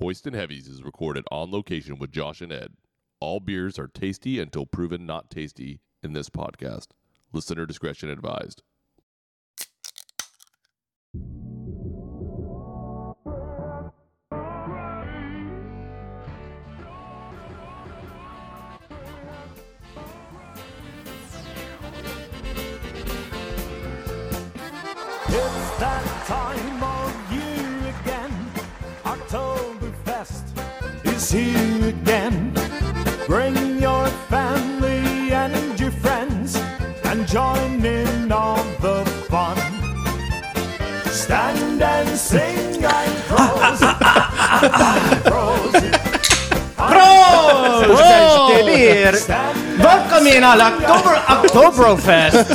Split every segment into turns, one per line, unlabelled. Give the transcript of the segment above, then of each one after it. Hoist and Heavies is recorded on location with Josh and Ed. All beers are tasty until proven not tasty in this podcast. Listener discretion advised.
It's that time of year again. Oktoberfest is here again. Bring your family and your friends and join in on the fun. Stand and sing and pros.
Bro! Bro! Welcome in all October Oktoberfest!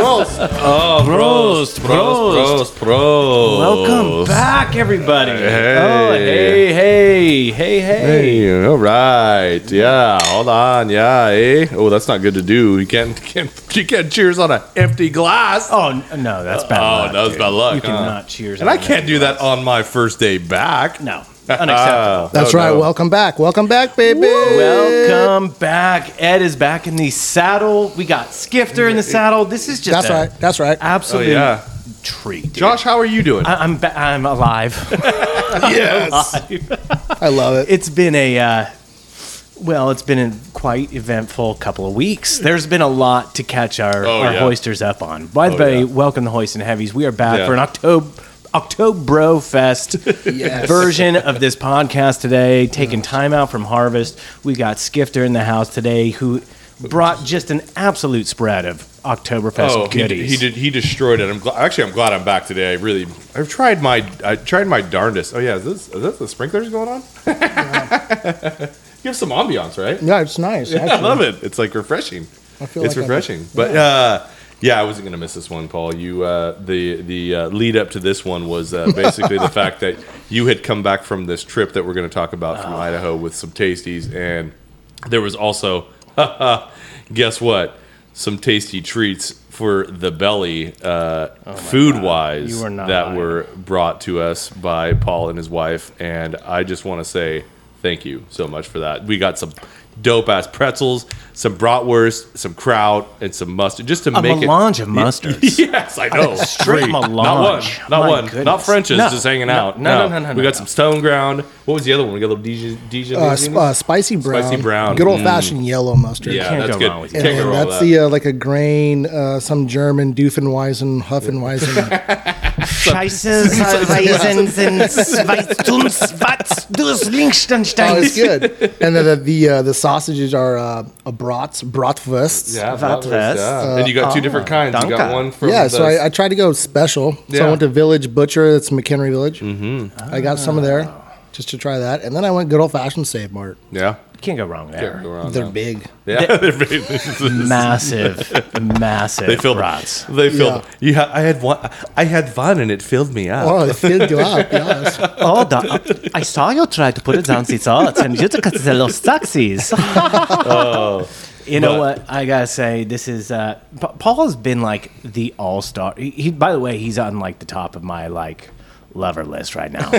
Oh, Prost! Prost!
Prost, prost.
Welcome back, everybody! Oh, hey, hey, hey, hey!
Hey, all right. Yeah, hold on. Yeah, eh? Oh, that's not good to do. You can't, can't, you can't cheers on an empty glass.
Oh, n- no, that's bad
Oh,
luck.
that was
dude.
bad luck,
You
huh?
cannot cheers.
and I
on
can't do that on my first day back.
that. No, unacceptable.
That's
Oh,
right.
no.
Welcome back. Welcome back, baby.
Welcome back. Ed is back in the saddle. We got Skifter in the saddle. This is just
That's
a
right. That's right.
Oh,
absolute
yeah.
treat. dude.
Josh, how are you doing?
I- I'm ba- I'm alive.
yes.
I love it.
it's been a uh, well, it's been a quite eventful couple of weeks. There's been a lot to catch our,
Oh,
our
yeah.
hoisters up on. By the
Oh,
way,
yeah.
welcome to Hoist and Heavies. We are back
Yeah.
for an October Octoberfest
Yes.
version of this podcast today, taking time out from harvest. We got Skifter in the house today who brought just an absolute spread of Oktoberfest
Oh, he,
goodies.
he did. He destroyed it. I'm gl- actually. I'm glad I'm back today. I really. I've tried my. I tried my darndest. Oh yeah. Is this? Is that the sprinklers going on? Give some ambiance, right?
Yeah, it's nice.
I
Actually.
love it. It's like refreshing.
I feel
it's
like I'm-
refreshing. but uh, yeah, I wasn't gonna miss this one, Paul. You uh, the the uh, lead up to this one was uh, basically the fact that you had come back from this trip that we're gonna talk about
Ah.
from Idaho with some tasties, and there was also guess what some tasty treats for the belly
Oh
uh, food wise
You are not
that
lying.
were brought to us by Paul and his wife and I just want to say thank you so much for that. We got some dope ass pretzels, some bratwurst, some kraut and some mustard just to
a
make
melange of
it
mustards.
Yes, I know.
straight
Three. Not one.
melange.
Not
My
one. Not
goodness.
French's
No,
just hanging
no,
out.
no, no, no, no,
We
no,
got
no.
some stone ground. What was the other one? We got a little Dijon. Dijon
Uh, sp- uh, spicy brown.
Spicy brown. Mm.
Good old fashioned yellow mustard.
yeah,
can't
that's
go
good.
wrong with
And,
Can't go
and
wrong with
that's
that.
the uh, like a grain, uh, some German Doofenweizen, Huffenweizen. Oh,
Scheiße, Salweisen, Weißtums, Watz, Dus,
oh, it's
Linkstenstein.
good. And then the the, uh, the sausages are uh, a brats, bratwurst.
Yeah,
Vatwurst.
Vatwurst, yeah. and you got
uh,
two different kinds. You
danke.
got one from
Yeah,
the-
so I, I tried to go special. So
Yeah.
I went to Village Butcher. That's McHenry Village. Mm-hmm. I got some of there
Ah.
just to try that. And then I went good old fashioned Save Mart.
yeah.
Can't go wrong
Can't go
there.
wrong,
They're
no.
big.
Oh. Yeah, they're big.
Massive, massive
they filled
brats.
They filled.
Yeah.
You ha- I had one. I had one, and it filled me up.
Oh, they filled you up. Yes.
Oh, the, I saw you try to put it down the thoughts and you took it to los taxis. you know
but-
what? I gotta say, this is uh, Pa- Paul has been like the all star. He, he, by the way, he's on like the top of my like lover list right now.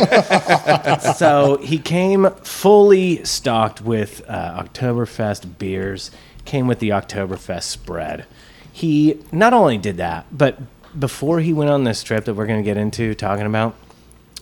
so he came fully stocked with uh, Oktoberfest beers, came with the Oktoberfest spread. He not only did that, but before he went on this trip that we're going to get into talking about,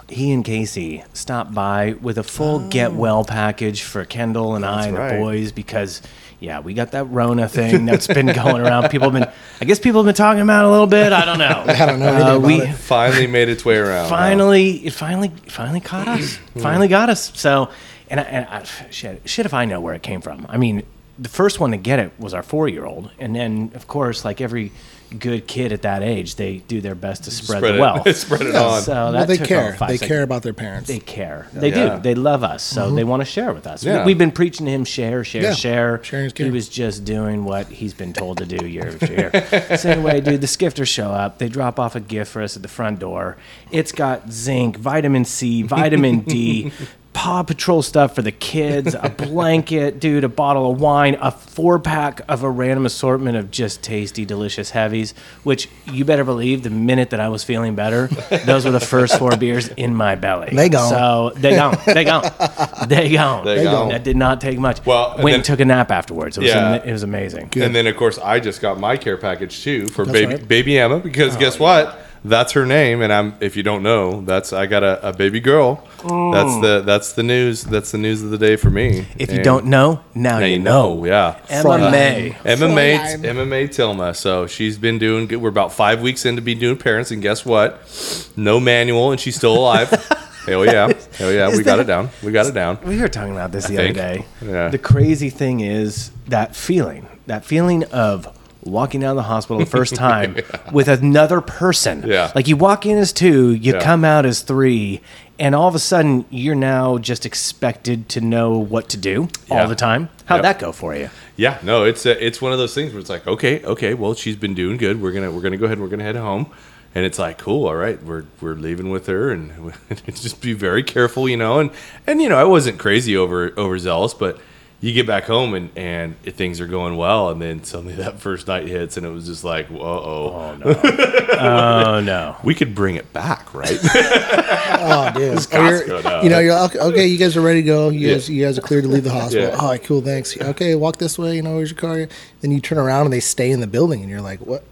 he and Casey stopped by with a full
Oh.
get well package for Kendall and I and the
right.
boys because, yeah, we got that Rona thing that's been going around. People have been, I guess people have been talking about it a little bit. I don't know.
I don't know anything
Uh,
about
we,
it.
Finally made its way around.
finally, it finally, finally caught us. finally got us. So, and I, and I, shit, shit, if I know where it came from. I mean, the first one to get it was our four-year-old, and then of course, like every good kid at that age, they do their best to spread,
spread
the
it.
wealth.
spread it
so
on.
that
Well, they
took all
care.
five
They
seconds.
care about their parents.
They care. They
Yeah. Mm-hmm.
do. They love us, so they want to share with us. We-
Yeah.
We've been preaching to him share, share,
Yeah.
share.
Sharing is
He
caring.
was just doing what he's been told to do year after year. so anyway, dude, the skifters show up. They drop off a gift for us at the front door. It's got zinc, vitamin C, vitamin D. Paw Patrol stuff for the kids, a blanket, dude, a bottle of wine, a four pack of a random assortment of just tasty, delicious heavies, which you better believe the minute that I was feeling better, those were the first four beers in my belly.
They gone.
So they gone. They gone. They gone.
They gone.
That did not take much.
Well, and
went
then-
and took a nap afterwards. It was,
Yeah.
ama- it was amazing.
And then, of course, I just got my care package too for baby
right. Oh,
baby Emma because guess what? That's her name, and I'm if you don't know, that's I got a, a baby girl. That's the that's the news. That's the news of the day for me.
Oh. If you
And
don't know, now,
now
you
you
know.
know, yeah.
Emma
Fräulein.
May.
MMA,
Fräulein.
MMA Tilma. So she's been doing good. We're about five weeks into be doing parents, and guess what? No manual, and she's still alive. Hell yeah, hell yeah,
is
we got
that-
it down. We got it down.
We were talking about this the other day.
think. Yeah.
The crazy thing is that feeling, that feeling of walking out of the hospital the first time with another person.
Yeah.
Like you walk in as two, you
Yeah.
come out as three, and all of a sudden you're now just expected to know what to do
Yeah.
all the time. How'd
Yep.
that go for you?
Yeah, no, it's a, it's one of those things where it's like, okay, okay, well, she's been doing good. We're gonna we're gonna go ahead and we're gonna head home, and it's like, cool, all right, we're we're leaving with her, and just be very careful, you know, and and you know, I wasn't crazy over overzealous, but you get back home and and things are going well, and then suddenly that first night hits, and it was just like, uh oh,
Oh no.
we could bring it back, right?
Oh, dude. Oh,
Costco, no.
you're, you know, you're like, okay. You guys are ready to go. You
Yeah.
guys, you guys are cleared to leave the hospital.
Yeah.
All right, cool. Thanks. Okay, walk this way. You know, where's your car? Then you turn around and they stay in the building, and you're like, what?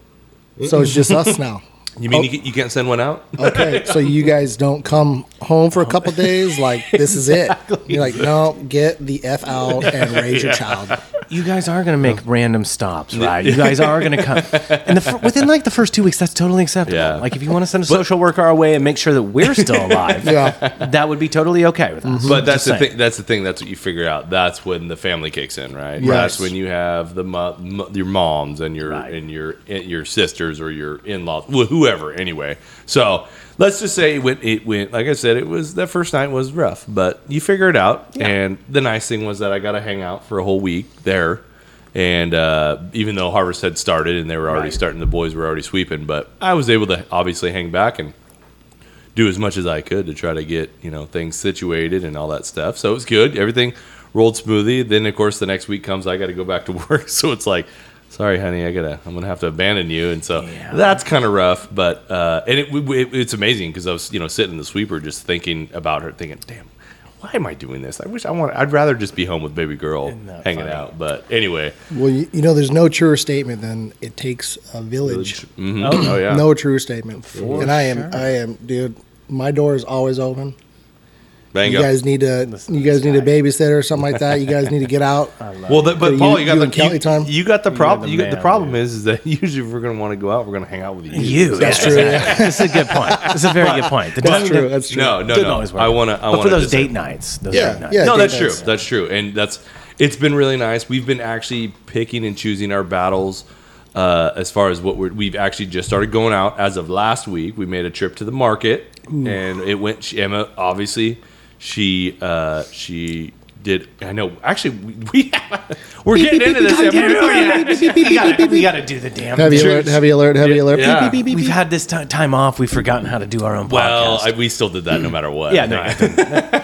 So it's just us now.
you mean you, ca- you can't send one out?
Okay, so you guys don't come home for a couple days. Like this is it. You're like, no, get the f out and raise your child.
you guys are going to make random stops, right? You guys are going to come, and the, fir- within like the first two weeks, that's totally acceptable.
Yeah.
Like if you want to send a social worker our way and make sure that we're still alive,
Yeah. Mm-hmm.
that would be totally okay with us.
But
Mm-hmm.
that's
Just
the
saying.
thing. That's the thing. That's what you figure out. That's when the family kicks in, right? That's when you have the mo- mo- your moms and your
Right.
and your your sisters or your in laws, wh- whoever. Anyway, so let's just say it went. It went like I said. It was that first night was rough, but you figure it out. And the nice thing was that I got to hang out for a whole week there. And uh, even though harvest had started and they were already
Right.
starting, the boys were already sweeping, but I was able to obviously hang back and do as much as I could to try to get you know things situated and all that stuff. So it was good. Everything rolled smoothly. Then of course the next week comes, I got to go back to work. So it's like, sorry, honey, I gotta, I'm gonna have to abandon you. And so
Yeah.
that's kind of rough. But uh, and it, w- it, it's amazing because I was you know sitting in the sweeper just thinking about her, thinking, damn. Why am I doing this? I wish I want. I'd rather just be home with baby girl,
that
hanging
funny?
out. But anyway,
Well, you, you know, there's no truer statement than it takes a village.
oh, yeah,
No truer statement. and I am, I am, dude. My door is always open.
Bingo.
You guys need to, you guys need a babysitter or something like that. You guys need to get out.
Well, the, but
you-
Paul, you,
you and
got the
Kelly
you,
time?
you got the problem.
the
You got the
man,
problem is, is that usually if we're gonna want to go out, we're gonna hang out with you.
you.
That's true, yeah.
This is a good point. This is a very good point. The
That's
doesn't-
true. That's true.
No, no,
doesn't
no.
always work.
I want to. I
but
want
for those date nights, those
Yeah,
date nights.
yeah.
No, that's true.
dates.
That's true, and that's it's been really nice. We've been actually picking and choosing our battles uh, as far as what we're, we've actually just started going out as of last week. We made a trip to the market, and it went. She, Emma, obviously, she uh, she did. I know. Actually, we, we we're getting into this. Emma.
We gotta- we got to do the damn.
Heavy
thing.
alert! Heavy alert! Heavy alert!
Yeah.
Beep, beep, beep,
We've
beep.
had this ti- time off. We've forgotten how to do our own podcast.
Well, I, we still did that no matter what.
Yeah, no, you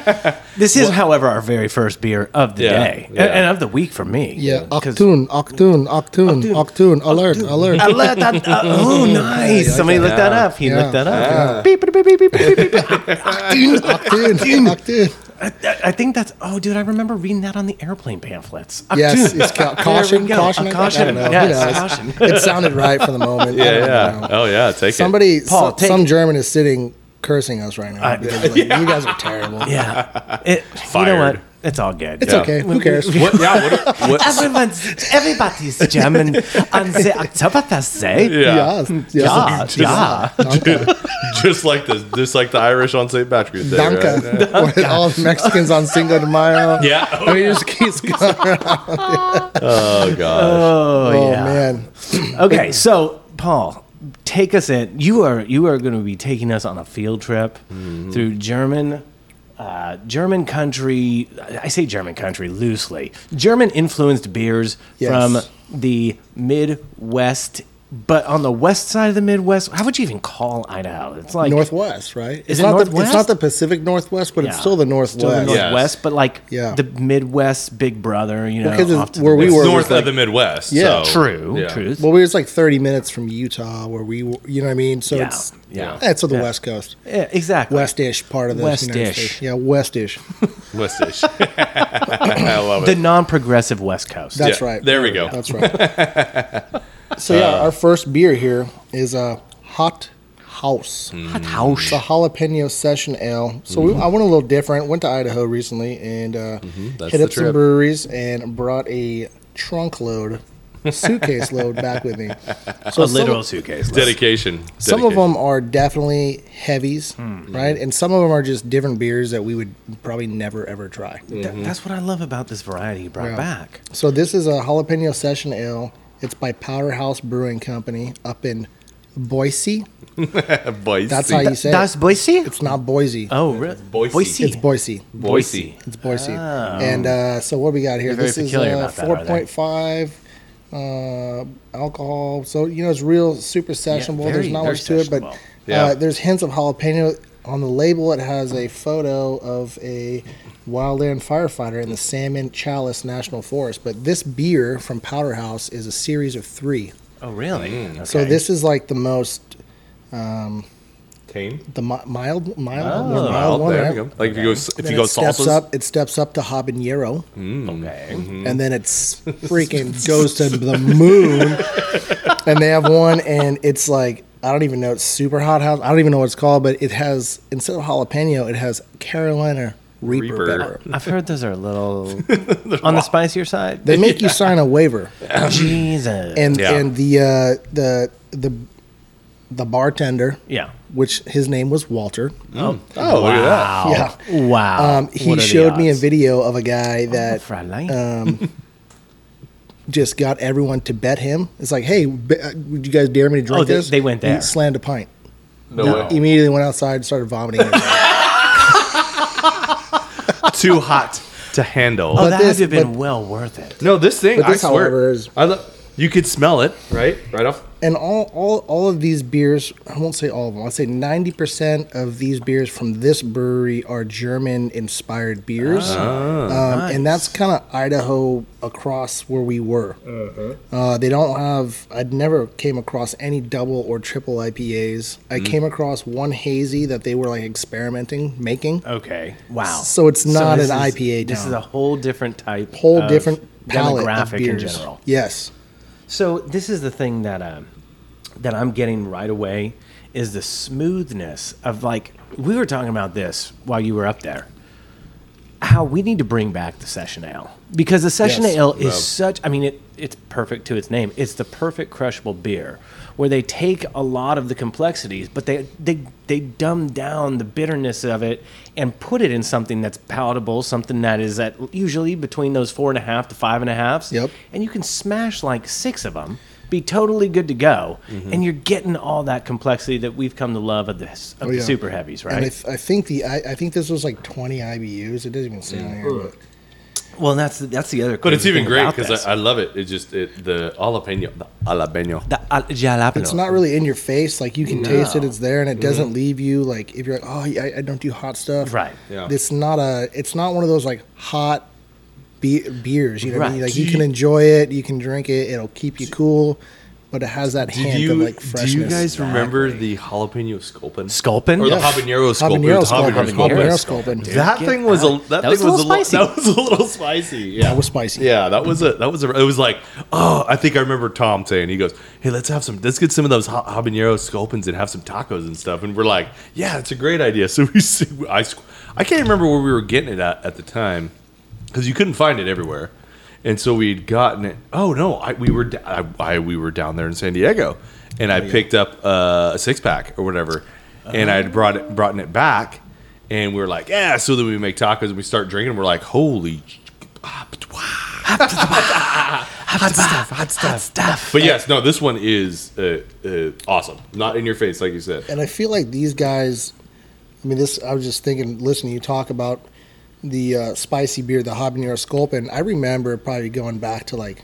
This is, however, our very first beer of the
Yeah,
day
yeah.
and of the week for me.
Yeah,
'Cause-
Octoon, Octoon, Octoon, Octoon, alert, alert.
I let that- uh, oh, nice! Somebody looked that up. He looked that up. Beep, beep, beep, beep, beep, beep, beep, beep.
Octoon, Octoon, Octoon.
I I think that's. Oh, dude, I remember reading that on the airplane pamphlets. Octoon.
Yes, it's ca-
There
caution,
we go.
caution,
A
I
caution.
don't know. Who
Yes,
knows?
caution.
It sounded right for the moment. I
Yeah,
don't know.
yeah. Oh yeah, take
Somebody,
Paul,
some,
take
some
it.
German is sitting cursing us right now.
I-
because, like, You guys are terrible.
Yeah. It, you know
Fired.
what? It's all good.
It's
Yeah.
okay. Who cares?
it. What, yeah, what, what,
Everyone's, everybody's German on the Oktoberfest day.
yeah.
yes,
Yeah, yeah.
Danke.
just like the just like the Irish on St. Patrick's Day. right?
Danke. Or All the Mexicans on Cinco de Mayo.
Yeah.
I mean, it just keeps going.
Oh gosh.
Oh, man.
Okay, so Paul, take us in. You are you are going to be taking us on a field trip
Mm-hmm.
through German, uh, German country. I say German country loosely. German influenced beers
Yes.
from the Midwest But on the west side of the Midwest, how would you even call Idaho? It's like
Northwest, right? it's
it
not the
Northwest?
it's not the Pacific Northwest, but it's
Yeah.
still the
still the
Northwest.
North- Yeah.
Northwest, but like
Yeah.
the Midwest Big Brother, you know,
Because it's
off to
where
the
we
west.
were-
north
like-
of the Midwest.
Yeah.
so-
True,
yeah.
truth.
Well, we was like 30 minutes from Utah, where we, were, you know what I mean. So
Yeah.
it's
Yeah.
eh, it's on the
Yeah.
West Coast,
yeah, exactly.
Westish part of the United
Westish.
States. Yeah, Westish.
Westish. I love
the
it.
non-progressive West Coast.
That's
Yeah,
right.
there we go.
That's right. so yeah, our first beer here is a hot house.
Mm.
Hot house.
It's a jalapeno session ale. So we, I went a little different. Went to Idaho recently and uh,
Mm-hmm. That's
hit
the
up some
trip.
breweries and brought a trunk load, suitcase load back with me. So
a
some-
literal suitcase.
Dedication.
Some of
Dedication.
them are definitely heavies,
Hmm.
right? And some of them are just different beers that we would probably never ever try.
Th-
Mm-hmm.
That's what I love about this variety you brought
Yeah.
back.
So this is a jalapeno session ale. It's by Powderhouse Brewing Company up in Boise.
Boise.
That's how you say
That's
it.
Boise.
It's not Boise.
oh, really?
Boise.
It's Boise.
Boise. Oh.
It's Boise. And uh, so what we got here?
They're very
This is
peculiar
uh,
about that, aren't they?
4.5 uh, alcohol. So you know it's real super sessionable.
very,
there's not
very
much to it, but
sessionable.
Yeah.
uh, there's hints of jalapeno on the label. It has a photo of a wildland firefighter in the Salmon Chalice National Forest. But this beer from Powder House is a series of three.
Oh, really?
Mm.
Okay.
So this is like the most
Tame.
the mi- mild mild,
Oh.
more mild
Well,
one.
there
right?
you go. Like if you go, if
Then
you go
it steps
salsas,
up, it steps up to habanero.
Mm.
okay.
Mm-hmm.
and then it's freaking goes to the moon. and they have one, and it's like I don't even know. It's super hot house. I don't even know what it's called, but it has instead of jalapeno, it has Carolina Reaper,
Reaper.
pepper.
I've heard those are a little on the spicier side.
They make you sign a waiver,
Jesus.
and
Yeah.
and the uh, the the the bartender,
yeah.
which his name was Walter.
Oh, look at that.
wow.
Yeah.
Wow.
Um, he
What are the
showed me a
odds?
video of a guy that
for a Oh, life.
um, just got everyone to bet him. It's like, hey, be- uh, would you guys dare me to drink
Oh, they-
this?
they went
He
there.
slammed a pint.
No, way.
Immediately went outside and started vomiting.
Too hot to handle.
Oh,
but
that
this-
would have been
but-
well worth it.
no, this thing.
But this,
I swear,
however, is-
I lo- you could smell it, right? Right off.
and all, all, all of these beers, I won't say all of them, I'll say 90% of these beers from this brewery are German inspired beers. um, And that's kind of Idaho across where we were.
Uh-huh.
Uh, they don't have, I'd never came across any double or triple IPAs. I came across one hazy that they were like experimenting, making.
Okay. Wow.
So it's not
this
an
is-
IPA
This
town.
is a whole different type.
Whole
of
different palette
demographic
of beers.
in general.
Yes.
So this is the thing that um, that I'm getting right away is the smoothness of like we were talking about this while you were up there. How we need to bring back the session ale because the session
Yes.
ale is such. I mean, it it's perfect to its name. It's the perfect crushable beer where they take a lot of the complexities, but they they they dumb down the bitterness of it and put it in something that's palatable, something that is at usually between those four and a half to five and a halfs
Yep.
and you can smash like six of them, be totally good to go, and you're getting all that complexity that we've come to love of this of
Oh,
the
yeah.
super heavies,
And I,
right?
th- I think the I, I think this was like 20 IBUs. It doesn't
Mm.
even say on here. But
well, that's the, that's the other.
But it's
crazy
even
thing
great
about
because
this.
I, I love it. It just it the jalapeno, the jalapeno.
The al- jalapeno.
it's not really in your face. Like you can taste it. It's there, and it
Mm-hmm.
doesn't leave you. Like if you're like, oh, yeah, I, I don't do hot stuff.
Right.
Yeah.
It's not a. It's not one of those like hot be- beers. You know, what I mean?
Right.
like you can enjoy it. You can drink it. It'll keep you cool, but it has that
Do
hint
you,
of like
do
freshness.
you guys remember the jalapeno sculpin?
Sculpin?
or
Yes.
the habanero sculpin?
Habanero
The
sculpin. Habanero
sculpin.
sculpin.
That
Get
thing was a
out.
that,
That was
thing
a
was a
little
little
spicy.
that was a little spicy. Yeah,
That was spicy.
Yeah, that was a that was a it was like oh I think I remember Tom saying he goes hey let's have some let's get some of those ha- habanero sculpins and have some tacos and stuff and we're like yeah it's a great idea so we s- I squ- I can't remember where we were getting it at at the time because you couldn't find it everywhere and so we'd gotten it oh no I we were d- I, I- we were down there in San Diego and I picked up uh, a six pack or whatever and I had brought it brought it back. And we were like, yeah. So then we make tacos and we start drinking. And we're like, holy ah,
hot stuff, hot stuff, hot stuff.
But yes, no, this one is uh, uh, awesome. Not in your face, like you said.
and I feel like these guys. I mean, this. I was just thinking, listening to you talk about the uh, spicy beer, the habanero sculpin. I remember probably going back to like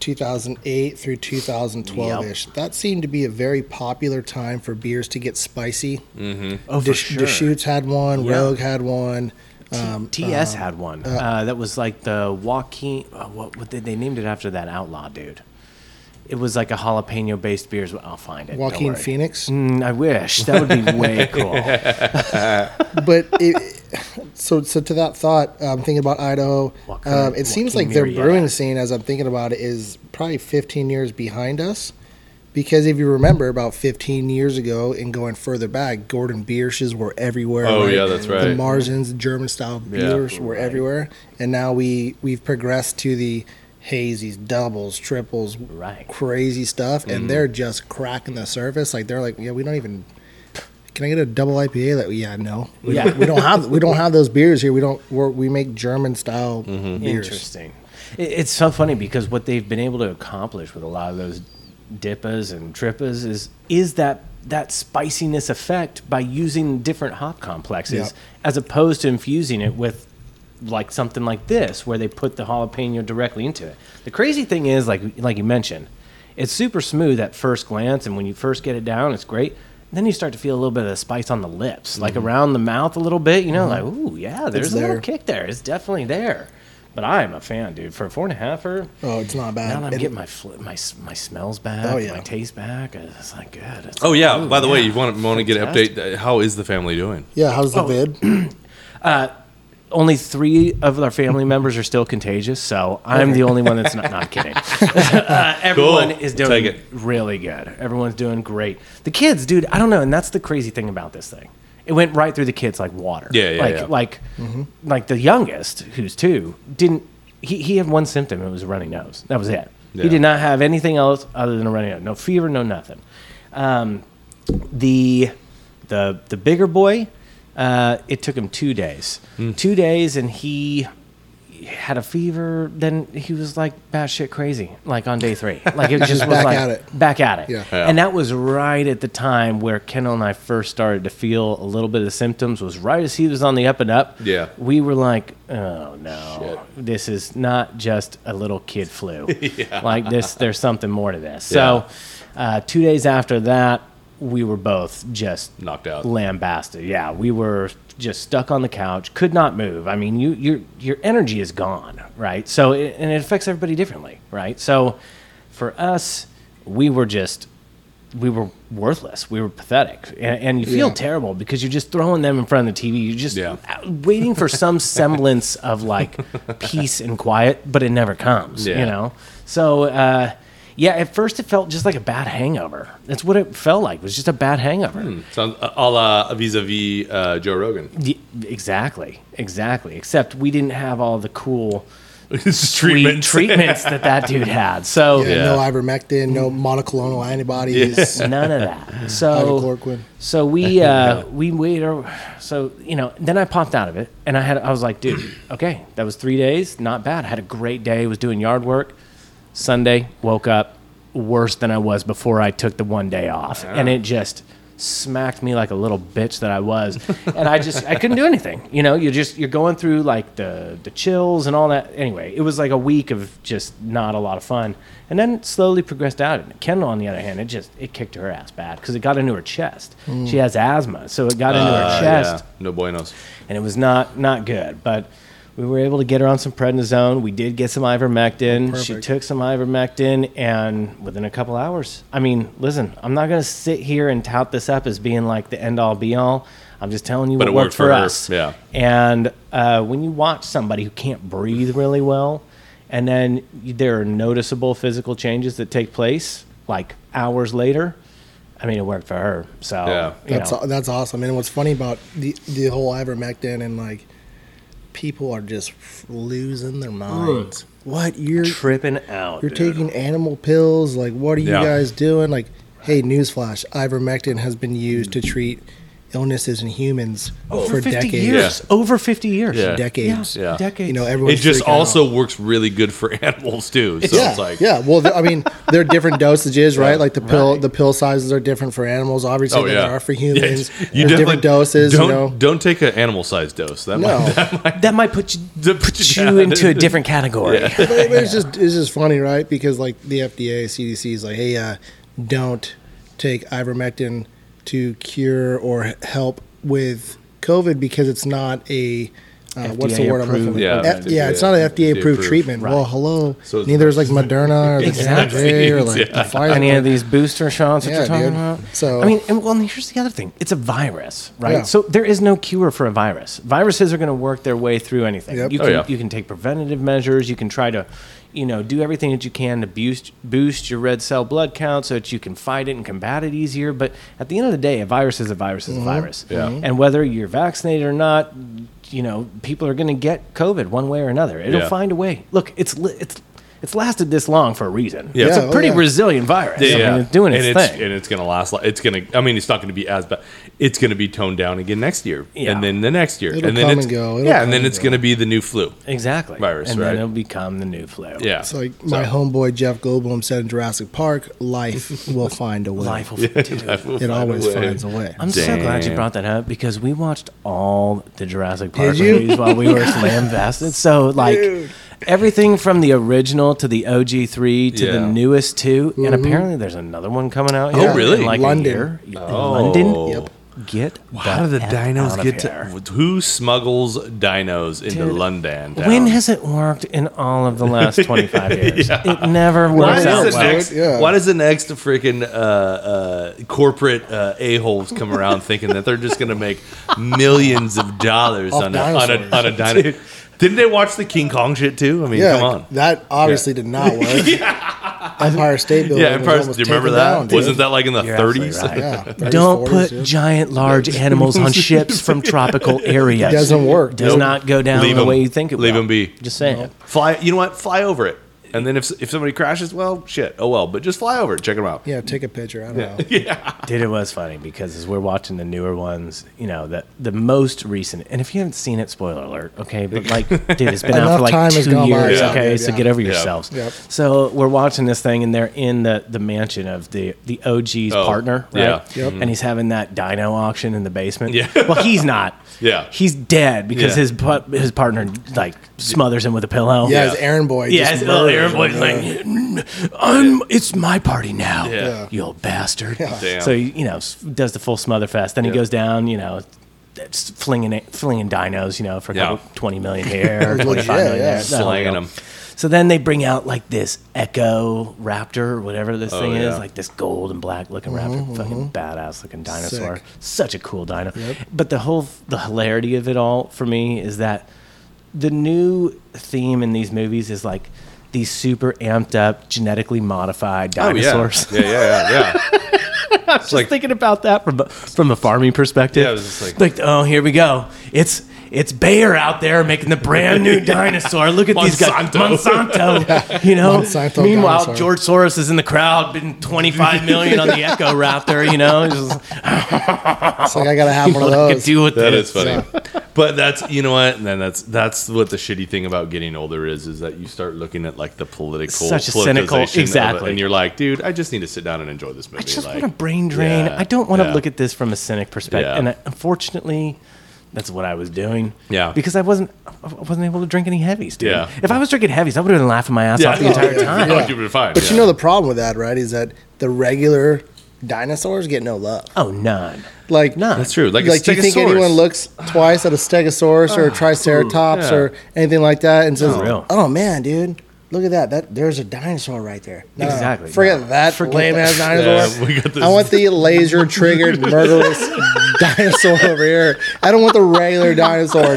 2008 through 2012 ish. That seemed to be a very popular time for beers to get spicy.
Oh, for
Des-
sure.
Deschutes had one,
Yeah.
Rogue had one. Um,
TS had one. Uh, that was like the Joaquin. Uh, what, what did they named it after that outlaw dude? It was like a jalapeno based beers. I'll find it. don't
Joaquin
worry.
Phoenix.
Mm, I wish that would be way cool.
but it, so so to that thought, I'm thinking about Idaho.
Joaquin-
Um, it seems
Joaquin
like their
Murrieta.
brewing scene, as I'm thinking about it, is probably 15 years behind us. Because if you remember, about 15 years ago and going further back, Gordon Biersch's were everywhere.
Oh, yeah, that's
The
right.
Marzens, German style beers were everywhere, and now we we've progressed to the hazies, doubles, triples,
Right.
crazy stuff,
Mm-hmm.
and they're just cracking the surface. Like they're like, yeah, we don't even can I get a double IPA? That yeah, no, we,
Yeah.
don't, we don't have we don't have those beers here. We don't we're, we make German style
Mm-hmm.
beers.
Interesting. It, it's so funny because what they've been able to accomplish with a lot of those dippas and trippas is is that that spiciness effect by using different hop complexes
Yeah.
as opposed to infusing it with like something like this where they put the jalapeno directly into it. The crazy thing is like like you mentioned, it's super smooth at first glance and when you first get it down it's great. Then you start to feel a little bit of the spice on the lips, like around the mouth a little bit, you know, like, ooh, yeah, there's a
there.
little kick there. It's definitely there. But I am a fan, dude. For a four and a halfer,
Oh, it's not bad.
now that I'm
And-
getting my fl- my s- my smells back,
Oh, yeah.
my taste back, uh, it's like good. It's
Oh
like,
yeah.
ooh,
By the way,
yeah.
you want to want to get an
Fantastic.
update? Uh, How is the family doing?
yeah, how's
Oh.
the vid?
only three of our family members are still contagious, so I'm the only one that's not. Not kidding. uh, everyone
Cool.
is
We'll take
doing
it.
really good. Everyone's doing great. The kids, dude, I don't know, and that's the crazy thing about this thing. It went right through the kids like water.
Yeah, yeah,
like
yeah.
like
Mm-hmm.
like the youngest, who's two, didn't. He, he had one symptom. It was a runny nose. That was it.
Yeah.
He did not have anything else other than a runny nose. No fever. No nothing. Um, the the the bigger boy uh, it took him two days
Hmm.
two days and he had a fever then he was like batshit crazy like on day three like it just was
back
like
at it.
back at it
Yeah.
Yeah.
and that was right at the time where Kendall and I first started to feel a little bit of symptoms was right as he was on the up and up
Yeah.
we were like oh no this is not just a little kid flu like this there's something more to this so uh, two days after that we were both just
Knocked out.
lambasted. Yeah, we were just stuck on the couch, could not move. I mean, you your your energy is gone, right? So it, and it affects everybody differently, right? So for us, we were just we were worthless. We were pathetic, and, and you feel
Yeah.
terrible because you're just throwing them in front of the TV. You're just
Yeah.
out- waiting for some semblance of like peace and quiet, but it never comes.
Yeah.
You know. So uh, yeah, at first it felt just like a bad hangover. That's what it felt like. It was just a bad hangover.
Hmm. Sounds uh, a la vis-a-vis uh, Joe Rogan.
Y- exactly, exactly. Except we didn't have all the cool
It's
sweet treatments that that dude had. So
Yeah,
Yeah.
No ivermectin, no
Mm.
monoclonal antibodies.
none of that. So
Hydrochloroquine.
so we uh, we wait. Or, so you know, then I popped out of it, and I had I was like, dude, okay, that was three days, not bad. I had a great day. Was doing yard work. Sunday woke up worse than I was before I took the one day off, and it just smacked me like a little bitch that I was, and I just I couldn't do anything. You know, you're just you're going through like the the chills and all that. Anyway, it was like a week of just not a lot of fun, and then it slowly progressed out. And Kendall, on the other hand, it just it kicked her ass bad because it got into her chest. She has asthma, so it got into her chest
Uh, No buenos.
and it was not not good. But we were able to get her on some prednisone. We did get some
Oh,
ivermectin. she took some ivermectin, and within a couple hours, I mean, listen, I'm not going to sit here and tout this up as being like the end all be all. I'm just telling you
But
what
it
worked,
worked
for,
for her.
us.
Yeah.
And uh, when you watch somebody who can't breathe really well, and then you- there are noticeable physical changes that take place like hours later. I mean, it worked for her. So
Yeah.
you
That's
know.
aw- that's awesome. And what's funny about the the whole ivermectin and like people are just f- losing their minds. What you're
tripping out.
you're
dude.
taking animal pills? Like what are you
Yeah.
guys doing? Like hey, newsflash: ivermectin has been used to treat illnesses in humans
over
for
50
decades.
Oh, years. Over 50 years.
Yeah.
Decades.
Yeah.
Decades.
You know,
It
everyone's
just
freaking out.
also works really good for animals too. So
yeah,
it's like
yeah. Well, there- I mean, there are different dosages, right? Like the pill, the pill sizes are different for animals, obviously,
Oh
than
yeah,
there are for
Yeah,
humans. There's
you definitely
different doses,
Don't
you know.
don't take an animal sized dose. That
No,
might
That might put you,
That put
put
you
you
down.
into a different category.
But it's just it's just funny, right? Because like the FDA, CDC is like, hey, uh, don't take ivermectin to cure or h- help with COVID because it's not a uh, what's the word I'm looking for?
Yeah,
F- yeah, it's
yeah,
not an FDA
FDA
approved
approved.
treatment. Well, hello,
So it's
neither is like Moderna or the
Exactly.
J&J or like the
Yeah.
Pfizer.
Any of these booster shots that
Yeah,
you're talking
dude.
about?
So-
I mean, and, well, and here's the other thing: it's a virus, right?
Yeah.
So there is no cure for a virus. Viruses are going to work their way through anything.
Yep.
You
Oh,
can
yeah.
you can take preventative measures. You can try to, you know, do everything that you can to boost boost your red cell blood count so that you can fight it and combat it easier. But at the end of the day, a virus is a virus
Mm-hmm.
is a virus.
Yeah. Mhm.
And whether you're vaccinated or not, you know, people are going to get COVID one way or another. It'll
Yeah.
find a way. Look, it's li- it's it's lasted this long for a reason.
Yeah.
It's
Yeah,
a
oh,
pretty
yeah.
resilient virus.
Yeah,
I mean,
yeah.
it's doing its,
and it's,
thing.
and it's gonna last. li- It's gonna. I mean, it's not gonna be as bad. It's gonna be toned down again next year,
Yeah.
and then the next year,
It'll
and then
come
it's
and go. It'll
yeah,
come
and then
and
it's
go.
gonna be the new flu.
exactly.
Virus,
and
right.
then it'll become the new flu.
Yeah,
It's like my homeboy Jeff Goldblum said in Jurassic Park, life will find a way.
Life will dude.
it always finds a way.
I'm so glad you
Damn.
brought that up because we watched all the Jurassic Park
you?
movies while we were slam fasted. So like everything from the original to the OG three to the
Yeah.
newest 2 and apparently there's another one coming out. here in
really?
Like
London.
Mm-hmm. London.
Oh.
London.
Yep.
Get
How do the
F out
dinos
of
get
here.
to? Who smuggles dinos into
Dude,
London?
When
town?
has it worked in all of the last 25 years? It never
Why
works
does,
out
the
Sounds like
well.
next,
it, yeah.
why does the next freaking uh, uh, corporate uh, a-holes come around thinking that they're just going to make millions of dollars
Off
on a, on a,
dinosaurs.
on a dino? Didn't they watch the King Kong shit too? I mean,
Yeah,
come on.
that obviously did not work. Empire State Building.
yeah,
was
Empire, do
almost
you remember
taken
that?
down, dude.
Wasn't that like in the
You're
30s?
absolutely right.
Yeah, 30s,
Don't
40s,
put
yeah.
giant, large animals on ships from tropical areas.
Doesn't work,
Does
dude.
not go down
Leave
the
'em.
way you think it
Leave
will.
'em be.
Just saying.
Fly, you know what? Fly over it. And then if, if somebody crashes, well, shit. Oh well, but just fly over it. Check them out.
Yeah, take a picture. I don't know.
Dude, it was funny because as we're watching the newer ones, you know, the, the most recent, and if you haven't seen it, spoiler alert, okay? But like, dude, it's been out
Enough
for like
time has
two
gone by.
years,
Yeah.
okay?
Yeah,
so
yeah.
get over
Yep.
yourselves.
Yep.
So we're watching this thing, and they're in the, the mansion of the, the OG's
Oh,
partner, right?
yeah. Mm-hmm.
Yep.
And he's having that dino auction in the basement.
Yeah.
Well, he's not.
Yeah.
He's dead because
Yeah.
his, pu- his partner, like, smothers him with a pillow.
Yeah, it's Aaron Boy.
Yeah,
just
his little
murdered
Aaron
him.
Boy's like, "Mm, I'm. It's my party now.
Yeah. Yeah.
you old bastard.
Damn.
So he, you know, s- does the full smother fest. Then he goes down. You know, s- flinging it, flinging dinos. You know, for a
Yeah.
couple, twenty million here,
Yeah,
twenty five million
yeah.
there. That whole
Slanging
deal.
'em.
So then they bring out like this Echo Raptor, or whatever this thing
Oh, yeah. Mm-hmm,
is, like this gold and black looking raptor, fucking badass looking dinosaur.
Sick.
Such a cool dino. But the whole the hilarity of it all for me is that the new theme in these movies is like these super amped up, genetically modified dinosaurs.
Oh, yeah. yeah, yeah, yeah, yeah.
I was just thinking about that from a, from a farming perspective.
Yeah, I was just like-
oh, here we go. It's it's Bayer out there making the brand new dinosaur. Look at these guys,
Monsanto.
Monsanto. You know.
Monsanto
Meanwhile,
dinosaur.
George Soros is in the crowd, bidding twenty five million on the Echo Raptor. You know, He's just,
It's like I gotta have one of
what I could
those.
do with
That
this.
is funny. but that's you know what, and then that's that's what the shitty thing about getting older is, is that you start looking at like the political,
Such a cynical-
politicization of it,
exactly.
and you're like, dude, I just need to sit down and enjoy this movie.
I just
like,
want to brain drain.
yeah,
I don't want to
yeah.
look at this from a cynic perspective,
Yeah.
and I, unfortunately, that's what I was doing.
Yeah.
because I wasn't, I wasn't able to drink any heavies, dude.
Yeah.
If I was drinking heavies, I would have been laughing my ass
Yeah.
off the entire
Yeah.
time.
Oh, you've been fine.
But
yeah.
you know the problem with that, right? Is that the regular dinosaurs get no love.
Oh, none.
Like
None.
that's true. Like,
Like, do you think anyone
looks?
looks twice at a stegosaurus or a triceratops
yeah.
or anything like that and says,
No. Real.
"Oh man, dude, look at that! That there's a dinosaur right there." No, no, no.
Exactly.
Forget
No.
that
Forget
lame ass
that.
dinosaur.
Yeah, we got this-
I want the laser triggered murderous dinosaur over here. I don't want the regular dinosaur,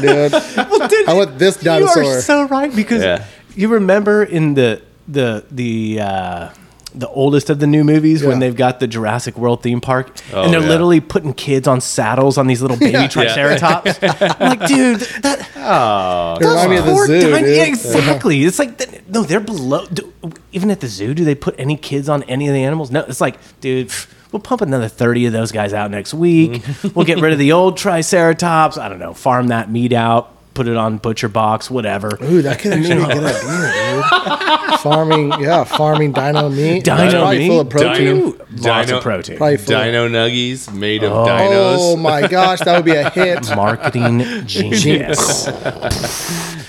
dude. I want this
You
dinosaur.
are so right because
Yeah.
you remember in the the the uh, the oldest of the new movies when
Yeah.
they've got the Jurassic World theme park
Oh,
and they're
yeah.
literally putting kids on saddles on these little baby triceratops. I'm like, dude, that
It reminded me of the
poor
zoo,
dino-
dude.
yeah, exactly. It's like th- no, they're below. Do, even at the zoo, do they put any kids on any of the animals? No, it's like, dude. pff, We'll pump another 30 of those guys out next week. we'll get rid of the old Triceratops. I don't know, farm that meat out, put it on Butcher Box, whatever.
Ooh, that could actually be a good idea, dude. farming, yeah, farming dino meat.
Dino
It's probably
meat?
full of protein.
Dino-
Lots
dino-
of protein.
Probably full of-
Dino nuggies made of
Oh
dinos.
my gosh, that would be a hit.
Marketing genius.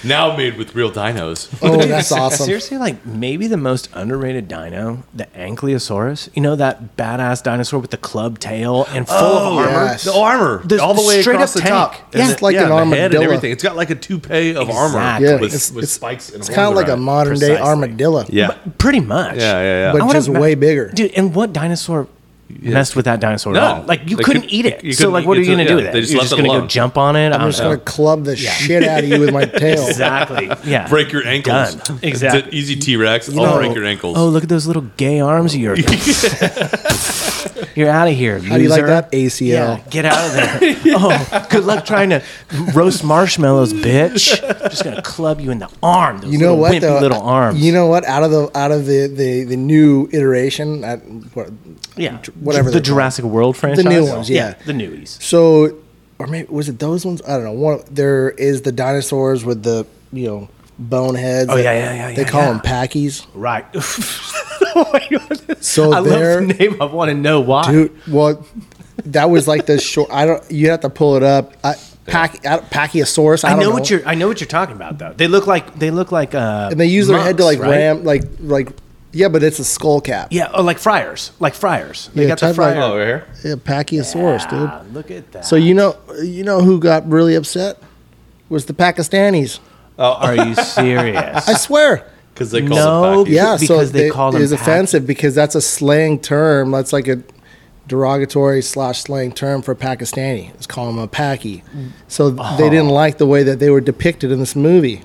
Now made with real dinos.
Oh, that's awesome.
Seriously, like maybe the most underrated dino, the Ankylosaurus. You know that badass dinosaur with the club tail and full of armor.
yes.
The armor,
The
Oh, all the way
straight up
across the
tank.
top.
Yeah.
And
It's
the-
like an
and the head and
armadillo.
everything. It's got like a toupee of armor.
Exactly.
Yeah,
with,
it's,
with
it's,
spikes. And
it's kind of like a modern day
Precisely.
armadillo.
Yeah,
Pretty much.
yeah, yeah, yeah.
But
I wanna
just
ma-
way bigger.
Dude, and what dinosaur messed with that dinosaur?
No.
at all? Like you
They
couldn't
couldn't-
eat it.
you
so
couldn't
like
eat
what are
it,
you gonna
yeah.
do with it?
They just
You're
left
just
it
gonna go
alone.
jump on it?
I'm just gonna club the shit out of you with my tail.
Exactly. Yeah.
break your
Done.
ankles. It's an
Exactly.
Easy T Rex. I'll
know-
break your ankles.
Oh, look at those little gay arms of yours. You're out of here.
How do you like that ACL?
Yeah, get out of there. oh, good luck trying to roast marshmallows, bitch. I'm just gonna club you in the arm. Those
You know
little
what?
Wimpy
Though,
little arms.
You know what? Out of the out of the the, the new iteration, at, what,
yeah.
whatever
the
they're called.
Jurassic World franchise.
new ones, yeah.
the newies.
So, or maybe was it those ones? I don't know. One there is the dinosaurs with the you know bone heads.
Oh,
that-
yeah, yeah, yeah,
They
yeah,
call
yeah.
them packies.
Right. oh my god.
So
I
they're-
love the name. I want to know why.
Dude, well, that was like the short. I don't. You have to pull it up. I, pack, I, don't- pachyosaurus. I,
I,
don't
know, what you're. I know what you're talking about though. They look like they look like. Uh,
And they use their head to like
monks, right?
ram, like like. Yeah, but it's a skull cap.
Yeah, or like friars, like friars. They
Yeah,
got the
type like-
friar.
Oh, right here.
Yeah, pachyosaurus,
Ah,
dude.
look at that.
So you know, you know who got really upset was the Pakistanis.
are you serious?
I swear.
Because they call
No,
them packies.
Yeah,
Because
so
they
they
call them
it's
pack-
offensive because that's a slang term. That's like a derogatory slash slang term for Pakistani. Let's call them a Paki. So
Oh.
they didn't like the way that they were depicted in this movie.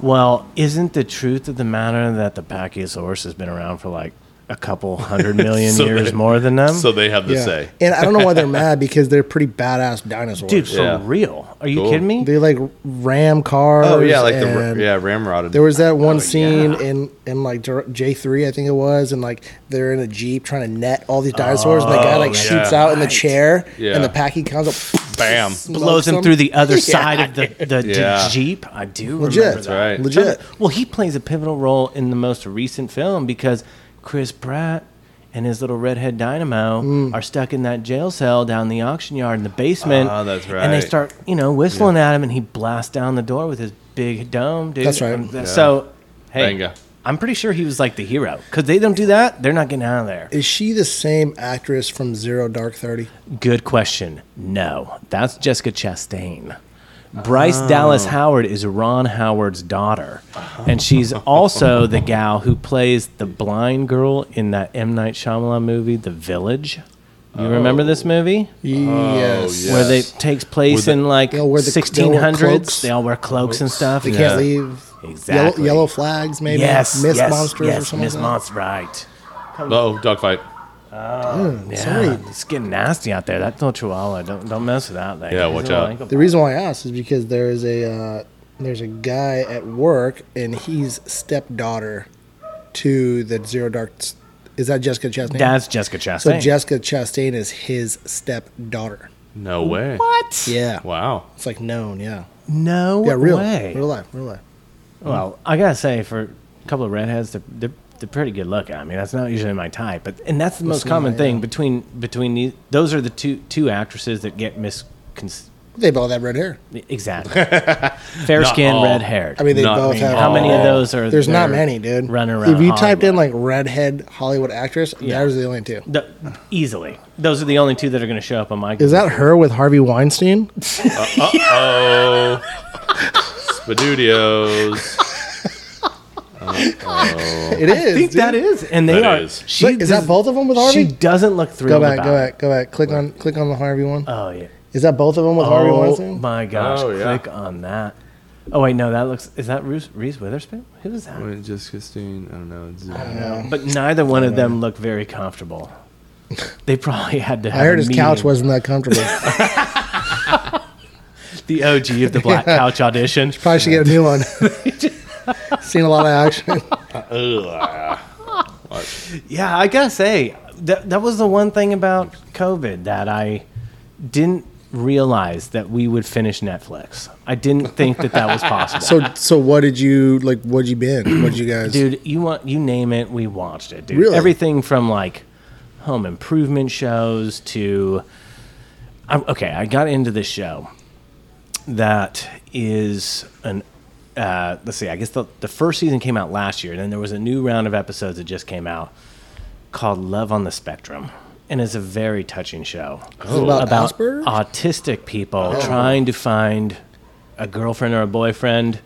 Well, isn't the truth of the matter that the Pachyosaurus has been around for like a couple hundred million
So
years
they-
more than them?
So they have the
Yeah.
say.
And I don't know why they're mad because they're pretty badass dinosaurs.
Dude, for
Yeah.
real? Are you
Cool.
kidding me?
They like ram cars.
Oh yeah, like the ra-
and
yeah ramrodded.
There was that one
Oh,
scene
yeah.
in in like J three, I think it was, and like they're in a jeep trying to net all these dinosaurs, and the guy like
Oh, yeah.
shoots out in the
Right.
chair,
Yeah.
and the Paki comes up.
bam.
Blows him
them.
through the other side of the, the d-
Yeah.
Jeep. I do
Legit.
remember
That's
that.
right.
Legit.
Well, he plays a pivotal role in the most recent film because Chris Pratt and his little redhead dynamo
Mm.
are stuck in that jail cell down the auction yard in the basement.
Ah, that's
And they
right.
start, you know, whistling at him, and he blasts down the door with his big dome, dude.
That's right.
Um, th- So, hey,
Bingo.
I'm pretty sure he was like the hero because they don't do that, they're not getting out of there.
Is she the same actress from Zero Dark Thirty?
Oh,
Good question. No, that's Jessica Chastain. Bryce Dallas
Oh.
Howard is Ron Howard's daughter, and she's also the gal who plays the blind girl in that M Night Shyamalan movie, The Village. You remember this movie
Oh. yes.
yeah.
where they
Yes.
takes place
Where the-
in like
They'll wear the- they'll wear
1600s?
cloaks.
They all wear cloaks and stuff.
They
Yeah.
can't leave.
Exactly.
Yellow, yellow flags, maybe.
Yes,
Miss
yes,
monsters
yes,
or something.
Miss
like that?
Monster, right?
Oh, dogfight.
Yeah,
Somebody-
it's getting nasty out there. That little chihuahua, don't don't mess with that thing.
Yeah,
He's
watch
a
out.
little
The reason why I asked is because there is a uh, there's a guy at work and he's stepdaughter to the Zero Dark. Is that Jessica Chastain?
That's Jessica Chastain.
so Jessica Chastain is his stepdaughter.
No way.
what?
Yeah.
Wow.
It's like known. Yeah.
No
Yeah. Real.
way.
Real life. Real life.
Well, I gotta say, for a couple of redheads, they're, they're they're pretty good looking. I mean, that's not usually my type, but and that's the most
not,
common
yeah.
thing between between these. Those are the two two actresses that get miscon.
They both have red hair.
Exactly. Fair skin,
all.
red haired.
I mean, they
Not
both
me. Oh.
have.
how many of
all.
those are?
There's not
there
many, dude.
Running around.
If you typed in
Hollywood?
like redhead Hollywood actress,
Yeah.
that was the only two.
The- easily, those are the only two that are going to show up on my.
Is that her with Harvey Weinstein?
Oh. Spadudios.
It
I
is.
think that is, and they
That
are.
is.
She
Wait, is
does-
that both of them with
She
Harvey?
doesn't look
go
thrilled.
back,
about
go
it.
back, go back. Click on, click on the Harvey one.
Oh yeah.
Is that both of them with Harvey
Oh
Weinstein?
my gosh!
Oh, yeah.
Click on that. Oh wait, no, that looks. Is that Reese, Reese Witherspoon? Who is that?
Just Christine. I don't know.
No.
But neither one of them looked very comfortable. They probably had to. Have
I heard
a
his couch
meeting.
wasn't that comfortable.
the OG of the black couch audition.
Probably should get a new one. Seen a lot of action.
Yeah, I gotta say, that that was the one thing about COVID that I didn't realize that we would finish Netflix. I didn't think that that was possible.
So so what did you like? What would you been? What did you guys?
dude, you want you name it, we watched it, dude.
Really?
Everything from like home improvement shows to I'm, okay, I got into this show that is an uh, let's see, I guess the, the first season came out last year, and then there was a new round of episodes that just came out called Love on the Spectrum. And it's a very touching show
it about Asperger's? Oh.
autistic people trying to find a girlfriend or a boyfriend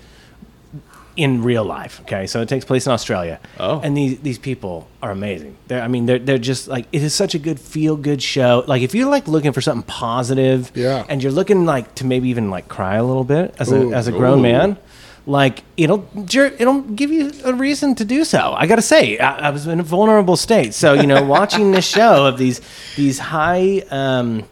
in real life. Okay, so it takes place in Australia.
Oh.
and these these people are amazing. They're, I mean, they're they're just like it is such a good feel good show. Like if you're like looking for something positive,
Yeah.
and you're looking like to maybe even like cry a little bit as
Ooh.
a as a grown
Ooh.
man. Like it'll jer- it'll give you a reason to do so. I gotta say, I, I was in a vulnerable state, so you know, watching this show of these these high um,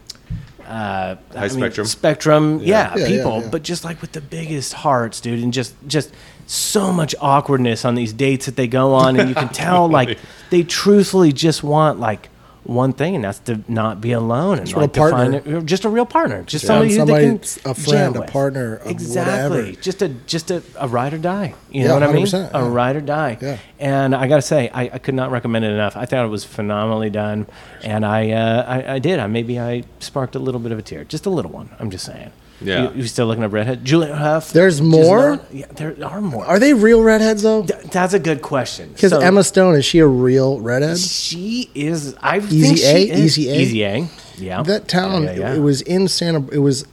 uh, high
spectrum.
spectrum, yeah,
Yeah, yeah,
people,
yeah.
but just like with the biggest hearts, dude, and just just so much awkwardness on these dates that they go on, and you can tell like they truthfully just want like one thing, and that's to not be alone and
want
like
a
to find
partner.
a- just a real partner, just somebody,
Somebody-
who they can
a friend,
jam
a
with.
partner, a
exactly,
whatever.
just a just a, a ride or die. You
Yeah,
know what I mean?
100%,
A
yeah.
ride or die.
Yeah.
And I gotta say, I, I could not recommend it enough. I thought it was phenomenally done, and I, uh, I I did. I maybe I sparked a little bit of a tear, just a little one. I'm just saying.
Yeah.
You, you still looking up redhead? Julian Huff.
There's
is
more?
not- yeah, there are more.
Are they real redheads though?
Th- That's a good question.
Because
So,
Emma Stone is she a real redhead?
she is. I think
Easy
she
A?
is
Easy A?
Easy A. Yeah.
That town.
Yeah, yeah,
It,
yeah.
was in Santa. It was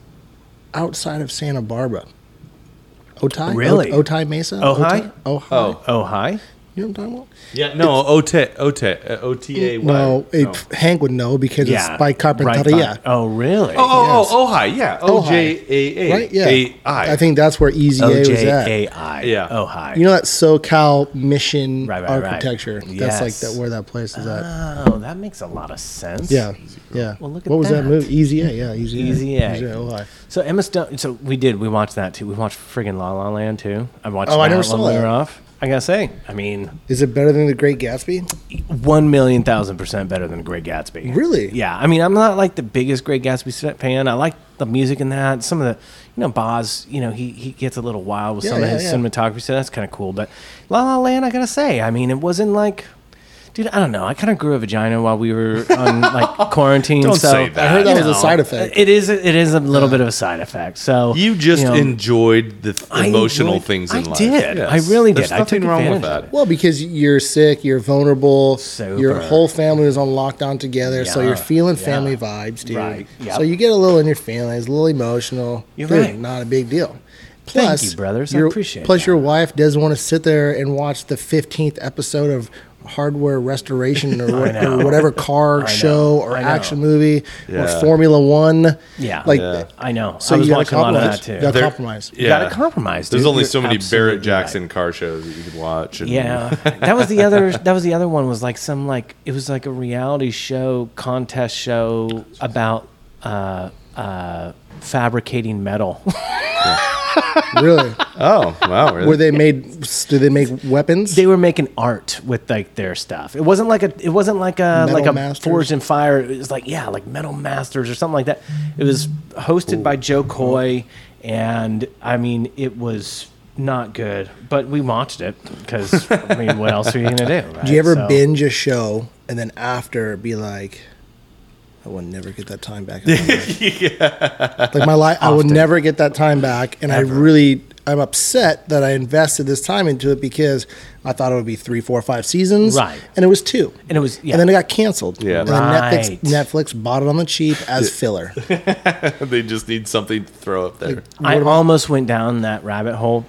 outside of Santa Barbara. Otai.
Really?
O- Otai Mesa.
Ojai?
Otai? Ojai.
Oh.
Oh hi.
You know what I'm talking about?
Yeah, no, OTA, OTA, uh, OTA.
No,
what?
it, Hank would know because
Yeah.
it's by
Right
Carpinteria.
by- oh really?
Oh, oh,
Yes.
oh, Ojai, yeah, O J A A,
Right? Yeah.
A-I.
I think that's where Easy A was at.
OJAI.
Yeah.
Oh hi.
You know that SoCal Mission
Right, right, right.
architecture. That's like
Yes.
that where that place is at.
Oh, that makes a lot of sense.
yeah, yeah.
Well, look at
what was that
that.
movie? Easy A. Yeah, Easy A. oh,
Easy A.
Easy Ojai.
So Emma Stone. So we did. We watched that too. We watched friggin' La La Land too. I watched.
Oh,
that
I never
when
saw
we
that.
were off. I gotta say. I mean,
Is it better than The Great Gatsby?
one million thousand percent better than Great Gatsby.
Really?
Yeah. I mean, I'm not like the biggest Great Gatsby set fan. I like the music in that. Some of the, you know, Boz, you know, he he gets a little wild with
Yeah,
some of
yeah,
his
yeah.
cinematography, so that's kind of cool. But La La Land, I gotta say, I mean, it wasn't like. Dude, I don't know. I kind of grew a vagina while we were on like quarantine.
Don't
so
say that.
I heard that
You
was a
know.
side effect.
It is. It is a little bit of a side effect. So
You just
know,
enjoyed the th-
I
emotional
enjoyed-
things in
I
life.
did. I really
There's
did. I
nothing
took
wrong with
advantage of
that.
Well, because you're sick, you're vulnerable, your
Sober.
whole family is on lockdown together, so
Yeah,
you're feeling
yeah.
family vibes, dude.
Right, yep.
So you get a little in your feelings, a little emotional.
You're
Dude,
right.
Not a big deal.
Thank
Plus,
you, brothers. I
your-
appreciate
Plus,
that.
your wife doesn't want to sit there and watch the 15th episode of Hardware Restoration or, what- or
know.
whatever car show or
I know.
action movie
Yeah.
or Formula One.
Yeah.
Like,
Yeah. I know.
So
I was
you gotta
watching a lot of
compromise.
that too.
You gotta
There-
compromise.
You
Yeah.
gotta compromise.
There's
dude.
only
You're
so many
absolutely
Barrett
right.
Jackson car shows that you could watch. and-
Yeah, that was the other. That was the other one. Was like some like it was like a reality show contest show about uh, uh, fabricating metal.
Really?
Oh wow. Really?
Were they made? Do they make weapons?
they were making art with like their stuff. It wasn't like a. It wasn't like a
Metal
like a
Masters?
forged and fire. It was like yeah, like metal masters or something like that. It was hosted by Joe Coy, and I mean it was. Not good, but we watched it because I mean, what else are you gonna do?
Do you ever
right? So-
binge a show and then after be like, I will never get that time back? in my life." Like my life, I will never get that time back, and I really, I'm upset that I invested this time into it because I thought it would be three, four, five seasons,
Right.
And it was two,
And it was- yeah.
and then it got canceled.
Yeah.
and then Netflix,
Right.
Netflix bought it on the cheap as filler.
they just need something to throw up there.
I almost went down that rabbit hole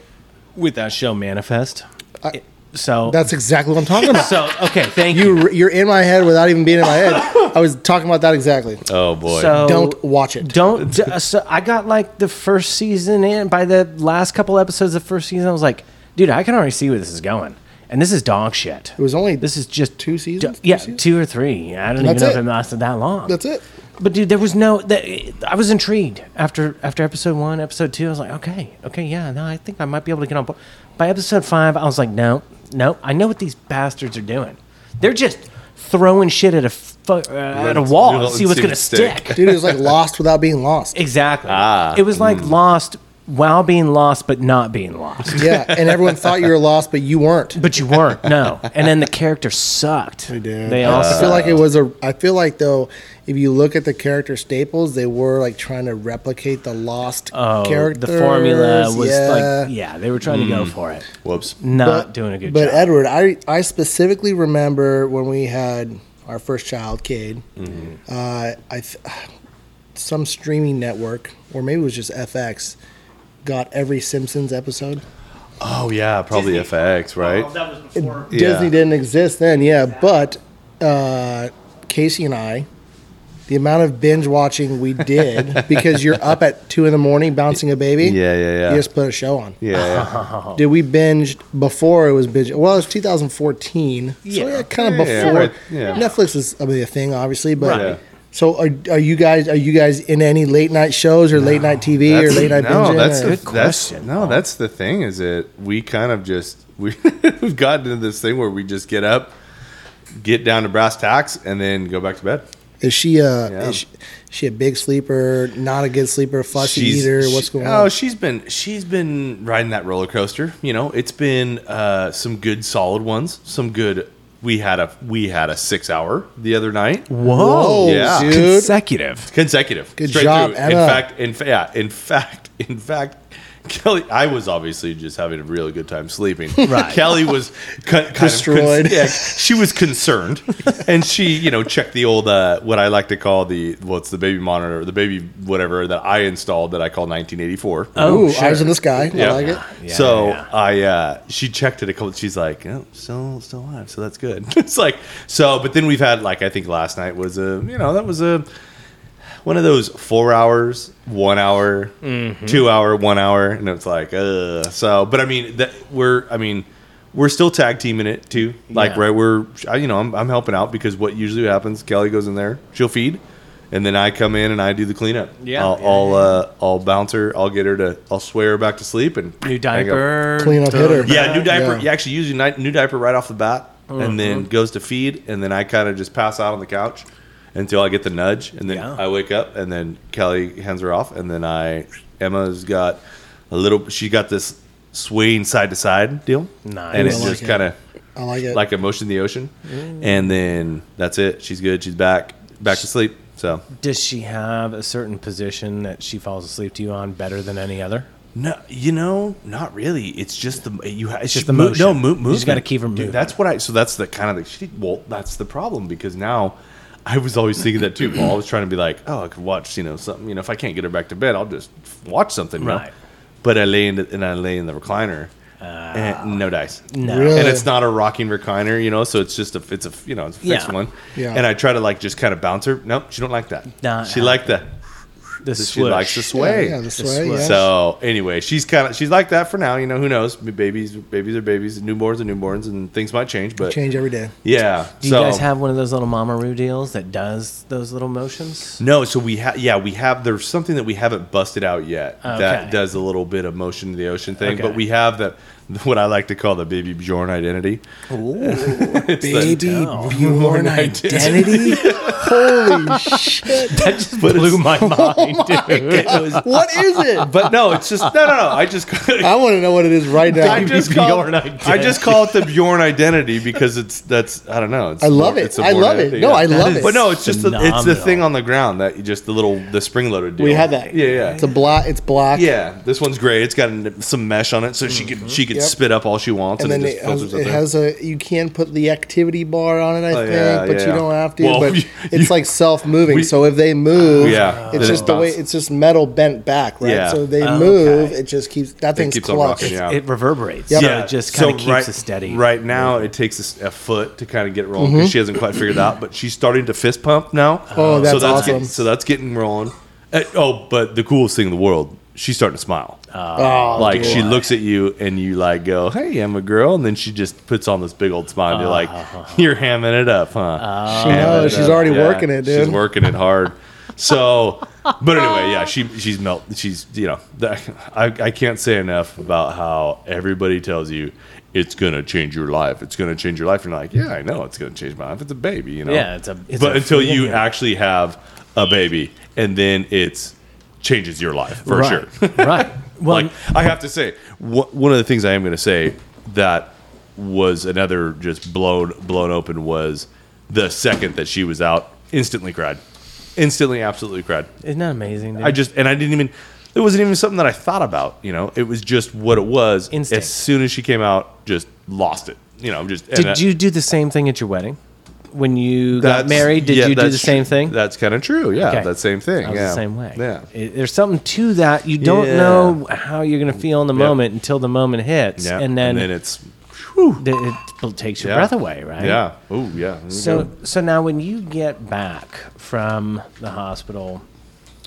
with that show Manifest. It- so
That's exactly what I'm talking about.
so okay. Thank you.
You, you're in my head without even being in my head. I was talking about that exactly.
Oh boy.
So
Don't watch it.
don't. d- uh, so I got like the first season in by the last couple episodes of the first season. I was like, dude, I can already see where this is going, and this is dog shit.
It was only
This is just
two
d-
seasons? Three
yeah,
seasons?
two or three. I don't even
That's
know if
it.
it lasted that long.
That's it.
But dude, there was no. That, I was intrigued after after episode one, episode two. I was like, okay, okay, yeah, no, I think I might be able to get on board. By episode five, I was like, no, no, I know what these bastards are doing. They're just throwing shit at a fu- uh, at a
it's-
wall
let
and
it
see what's
see
going to
it stick.
stick.
Dude, it was like lost without being lost.
Exactly.
Ah,
it was like lost while being lost, but not being lost.
Yeah, and everyone thought you were lost, but you weren't.
But you weren't. No. And then the character sucked. They
did.
They all
I feel
sucked.
like it was a. I feel like though, if you look at the character staples, they were like trying to replicate the lost
Oh,
character.
the formula was like, yeah, they were trying to
Mm.
go for it.
Whoops.
Not doing a good
but
job.
Edward, I I specifically remember when we had our first child, Cade.
Mm-hmm.
Uh, I th- some streaming network, or maybe it was just FX, got every Simpsons episode.
Oh yeah, probably FX, right?
Oh,
Disney didn't exist then, yeah. But uh, Casey and I, the amount of binge watching we did because you're up at two in the morning bouncing a baby.
Yeah, yeah, Oh. yeah.
You just put a show on.
Yeah, yeah.
Did we binged before it was binge? Well, it was 2014. Yeah. So yeah, kind of
Yeah, yeah,
before
right, yeah.
Netflix is a big thing, obviously. But
Right.
so are, are you guys? Are you guys in any late night shows or late night TV or
That's-
late night
no,
binging?
that's
or-
the,
Good
that's
question,
no, that's the thing. Is it we kind of just we we've gotten into this thing where we just get up, get down to brass tacks, and then go back to bed.
Is she a
Yeah.
is she, she a big sleeper? Not a good sleeper? Fussy
She's-
eater?
she-
What's going
Oh,
on?
she's been she's been riding that roller coaster. You know, it's been uh, some good solid ones. Some good. We had a we had a six hour the other night.
Whoa.
Oh, Yeah.
dude!
Consecutive.
consecutive.
Good job,
In
Emma.
fact, in fa- yeah, in fact, in fact, Kelly, I was obviously just having a really good time sleeping.
Right.
Kelly was con- kind
Destroyed.
Of con- yeah, she was concerned, and she, you know, checked the old uh, what I like to call the what's the baby monitor, the baby whatever that I installed that I call 1984.
Oh,
Ooh,
sure.
eyes in the sky. I like it.
Yeah,
so
yeah.
I uh, she checked it a couple. She's like, oh, still still alive, so that's good. it's like so, but then we've had like I think last night was a you know that was a one of those four hours, one hour,
Mm-hmm.
two hour, one hour, and it's like uh. So, but I mean that we're I mean. We're still tag teaming it too, like
Yeah.
right. We're I- you know I'm, I'm helping out because what usually happens, Kelly goes in there, she'll feed, and then I come in and I do the cleanup.
Yeah.
I'll, I'll uh, I'll bounce her. I'll get her to. I'll swear her back to sleep and
New
I go-
diaper.
Clean up hitter.
Yeah, new diaper.
Yeah.
You actually usually ni- new diaper right off the bat,
Uh-huh.
and then goes to feed, and then I kind of just pass out on the couch until I get the nudge, and then
Yeah.
I wake up, and then Kelly hands her off, and then I Emma's got a little. She got this swaying side to side deal,
Nice.
and
I Mm.
it
like
just
it.
kind of
I like it.
like emotion in the ocean, and then that's it. She's good. She's back back to sleep. So
Does she have a certain position that she falls asleep to you on better than any other?
No, you know, not really. It's just the you. ha- It's
Just
just
the
the mo-
motion.
no mo-
You just
movement.
gotta keep her
Dude,
moving.
That's what I. So that's the kind of the. She, well, that's the problem because now, I was always thinking that too. Paul. I was trying to be like, oh, I could watch, you know, something. You know, if I can't get her back to bed, I'll just watch something. you know?
Right.
But I lay in the, and I lay in the recliner. and no dice.
Ah. No.
Really?
And it's not a rocking recliner, you know. So it's just a. It's a. You know, it's a fixed
Yeah.
one.
Yeah.
And I try to like just kind of bounce her. Nope, she don't like that.
Not
she liked the.
The
She likes to
swoosh.
sway.
Yeah, yeah, the sway.
sway.
Yeah.
So anyway, she's kind of she's like that for now. You know, who knows? Babies, babies are babies. Newborns are newborns, and things might change. But
Change every day.
yeah,
Do you
so
guys have one of those little Mamaroo deals that does those little motions?
no? So we have yeah, we have. There's something that we haven't busted out yet
Okay.
that does a little bit of motion to the ocean thing.
Okay.
But we have the what I like to call the baby Bjorn identity. It's the-
Baby Bjorn identity. Holy shit!
That just blew my
Oh
mind, dude.
it was-
What is it?
but no, it's just no, no, no. I just
I want to know what it is right now.
I
I,
just,
Bjorn
call, I
identity.
just call it the Bjorn identity because it's that's I don't know. It's
love
more-
it.
it's a
I
more
love it.
identity,
No,
yeah.
I love
is-
it.
But no, it's just the, it's the
Phenomenal.
thing on the ground that you just the little the spring loaded deal.
we had that.
Yeah, yeah,
It's a black. It's black.
yeah. This one's great. It's got an- some mesh on it, so she
Mm-hmm.
could she could
Yep.
spit up all she wants,
And
and,
then it
it just
has,
filters
it
up there.
has a you can put the activity bar on it, I
Oh,
think,
yeah,
but you
yeah.
don't have to.
Well,
but
you-
it's
you-
like self moving.
we-
so if they move,
Yeah,
it's
then it
just the way
bounces.
it's just metal bent back, right?
Yeah.
So if they
Oh, Okay.
move, it just keeps that thing's
keeps on
clutch.
rocking, Yeah.
It reverberates.
Yep.
So it just kind of keeps
right,
it steady.
Right now, it takes a s- a, foot to kind of get rolling. 'cause She hasn't quite figured it out, but she's starting to fist pump now.
Mm-hmm. Oh,
so
that's
that's
awesome.
Getting, so that's getting rolling. Uh, oh, but the coolest thing in the world, she's starting to smile.
Ah.
Oh,
like
dude.
she looks at you and you like go, "Hey, I'm a girl," and then she just puts on this big old smile. and You're
Uh-huh.
like, "You're hamming it up, huh?"
She
Oh.
knows.
Hamming it
She's
up.
already
Yeah,
working it, dude.
She's working it hard. So, but anyway, yeah, she she's melt. She's you know, that, I I can't say enough about how everybody tells you it's gonna change your life. It's gonna change your life. And you're like, yeah, I know it's gonna change my life. It's a baby, you know.
Yeah, it's a- it's
but
a
until you
feeling.
actually have a baby, and then it's changes your life for
right.
sure
right. Well,
like I have to say, wh- one of the things I am going to say that was another just blown blown open was the second that she was out, instantly cried, instantly absolutely cried.
isn't that amazing? Dude?
I just and I didn't even it wasn't even something that I thought about. You know, it was just what it was.
Instinct.
As soon as she came out, just lost it. You know, just and
did
that-
you do the same thing at your wedding when you got
that's-
married? Did
yeah,
you do the
that's
same
true.
thing?
That's kind of true. Yeah,
Okay.
that same thing.
I was
yeah,
the same way.
Yeah.
It- there's something to that. You don't
Yeah.
know how you're going to feel in the moment until the moment hits,
Yeah.
and then,
and it's
th- it, takes your
yeah.
breath away, right?
Yeah. Oh yeah. There we
So,
go.
so now when you get back from the hospital,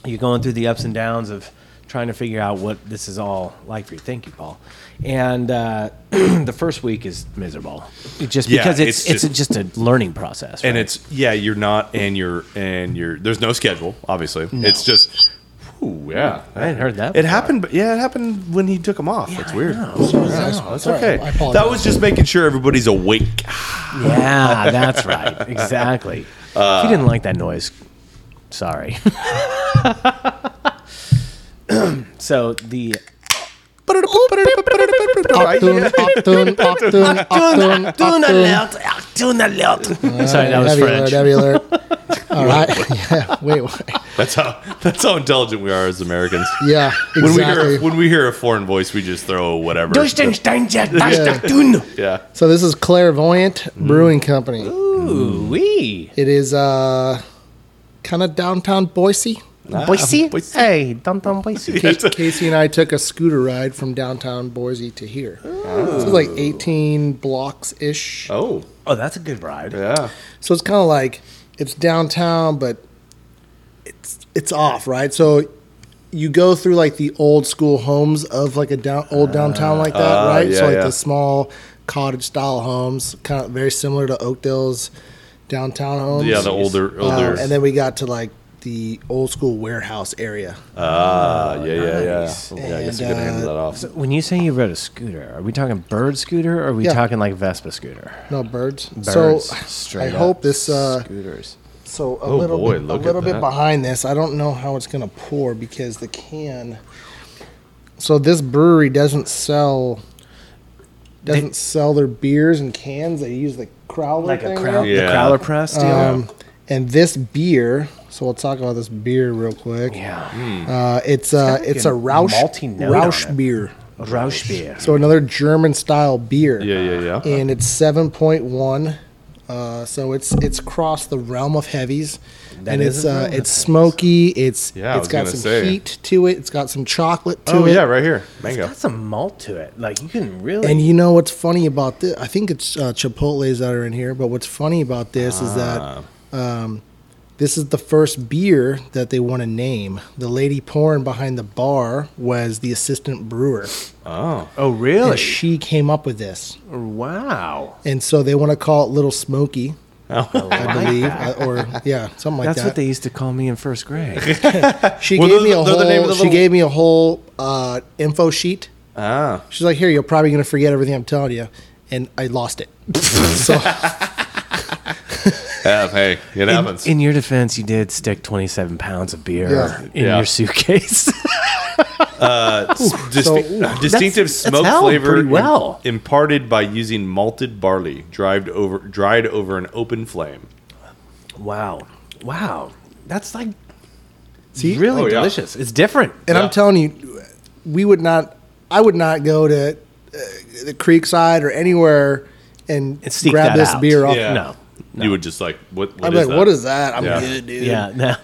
you're going through the ups and downs of trying to figure out what this is all like for you. Thank you, Paul. And uh, the first week is miserable, just
Yeah,
because it's
it's
it's, just, a learning process,
and
right?
it's yeah you're not and you're and you're there's no schedule obviously it's just ooh yeah
I hadn't heard that.
it
before.
happened but yeah it happened when he took him off that's weird that's
Sorry,
okay
I apologize.
that was just making sure everybody's awake
Yeah, that's right. Exactly. if you didn't like that noise, sorry. so the
Optune, optune, optune, optune, optune.
Sorry, that was
Heavy alert,
French.
heavy alert. All right. Yeah. Wait. wait.
that's how that's how intelligent we are as americans
Yeah.
when we hear
Exactly.
when we hear a foreign voice we just throw whatever yeah
So this is Clairvoyant Brewing Company.
Ooh wee.
It is uh, kind of downtown Boise.
Boise?
Boise.
Hey, downtown Boise.
Ca- Casey and I took a scooter ride from downtown Boise to here. So it's like 18 blocks ish.
oh
Oh, that's a good ride.
yeah
So it's kind of like it's downtown, but it's it's off, right? So you go through like the old school homes of like a down, old downtown like that,
Ah,
right?
yeah,
so like
yeah.
the small cottage style homes, kind of very similar to Oakdale's downtown homes.
yeah the older
Um,
older
and then we got to like the old school warehouse area.
ah yeah yeah yeah
Nice.
yeah I guess we
And,
could handle
uh,
that off
When you say you rode a scooter, are we talking bird scooter or are we
Yeah.
talking like Vespa scooter?
No birds.
Birds,
so I
straight
hope
up
this uh,
scooters.
So a
Oh,
little
boy,
bit, a
look at
little bit
that.
behind this. I don't know how it's gonna pour because the can. So this brewery doesn't sell. Doesn't sell their beers in cans. They use the crowler
Like a
thing,
crow-
right?
Yeah.
the crowler press deal.
Um, and this beer. So we'll talk about this beer real quick.
yeah.
Hmm.
Uh, it's uh,
like
it's
a
a Rausch
malty note
Rausch
on it.
beer.
Rauschbier.
So another German style beer.
yeah yeah yeah
And it's seven point one. Uh, so it's it's crossed the realm of heavies.
That
and
is
it's
a realm
uh,
of
it's smoky. It's
Yeah, I
it's
was
got
gonna
some
say.
heat to it. It's got some chocolate to
oh
it.
yeah right here mango
That's a malt to it. Like you can really
And you know what's funny about this? I think it's uh, Chipotle's that are in here. But what's funny about this is that um,
Ah.
this is the first beer that they want to name. The lady pouring behind the bar was the assistant brewer.
oh
Oh
And
really? Oh,
she came up with this.
Wow.
And so they want to call it Little Smoky.
Oh.
I
like
believe, uh, or yeah, something like
That's
that.
what they used to call me in first grade.
she gave
Well, they're
me
the-
a
they're
whole.
the name of the
she
little-
gave me a whole uh, info sheet.
ah
She's like, "Here, you're probably gonna forget everything I'm telling you," and I lost it. so
Yeah, hey, it happens.
In your defense, you did stick 27 pounds of beer
Yeah.
in
Yeah.
your suitcase.
Dis-
so-
uh, distinctive
That's- that's
smoke
held
flavor
pretty well.
im- imparted by using malted barley dried over dried over an open flame.
wow. Wow. That's like
See?
really
Oh, yeah.
delicious. It's different.
and
Yeah.
I'm telling you, we would not. I would not go to uh, the Creekside or anywhere and
And seek
grab
that
this
out.
beer off.
Yeah.
No.
You would just like what? what
I'm
is
like,
that?
what is that? I'm
Yeah.
good, dude.
Yeah. No.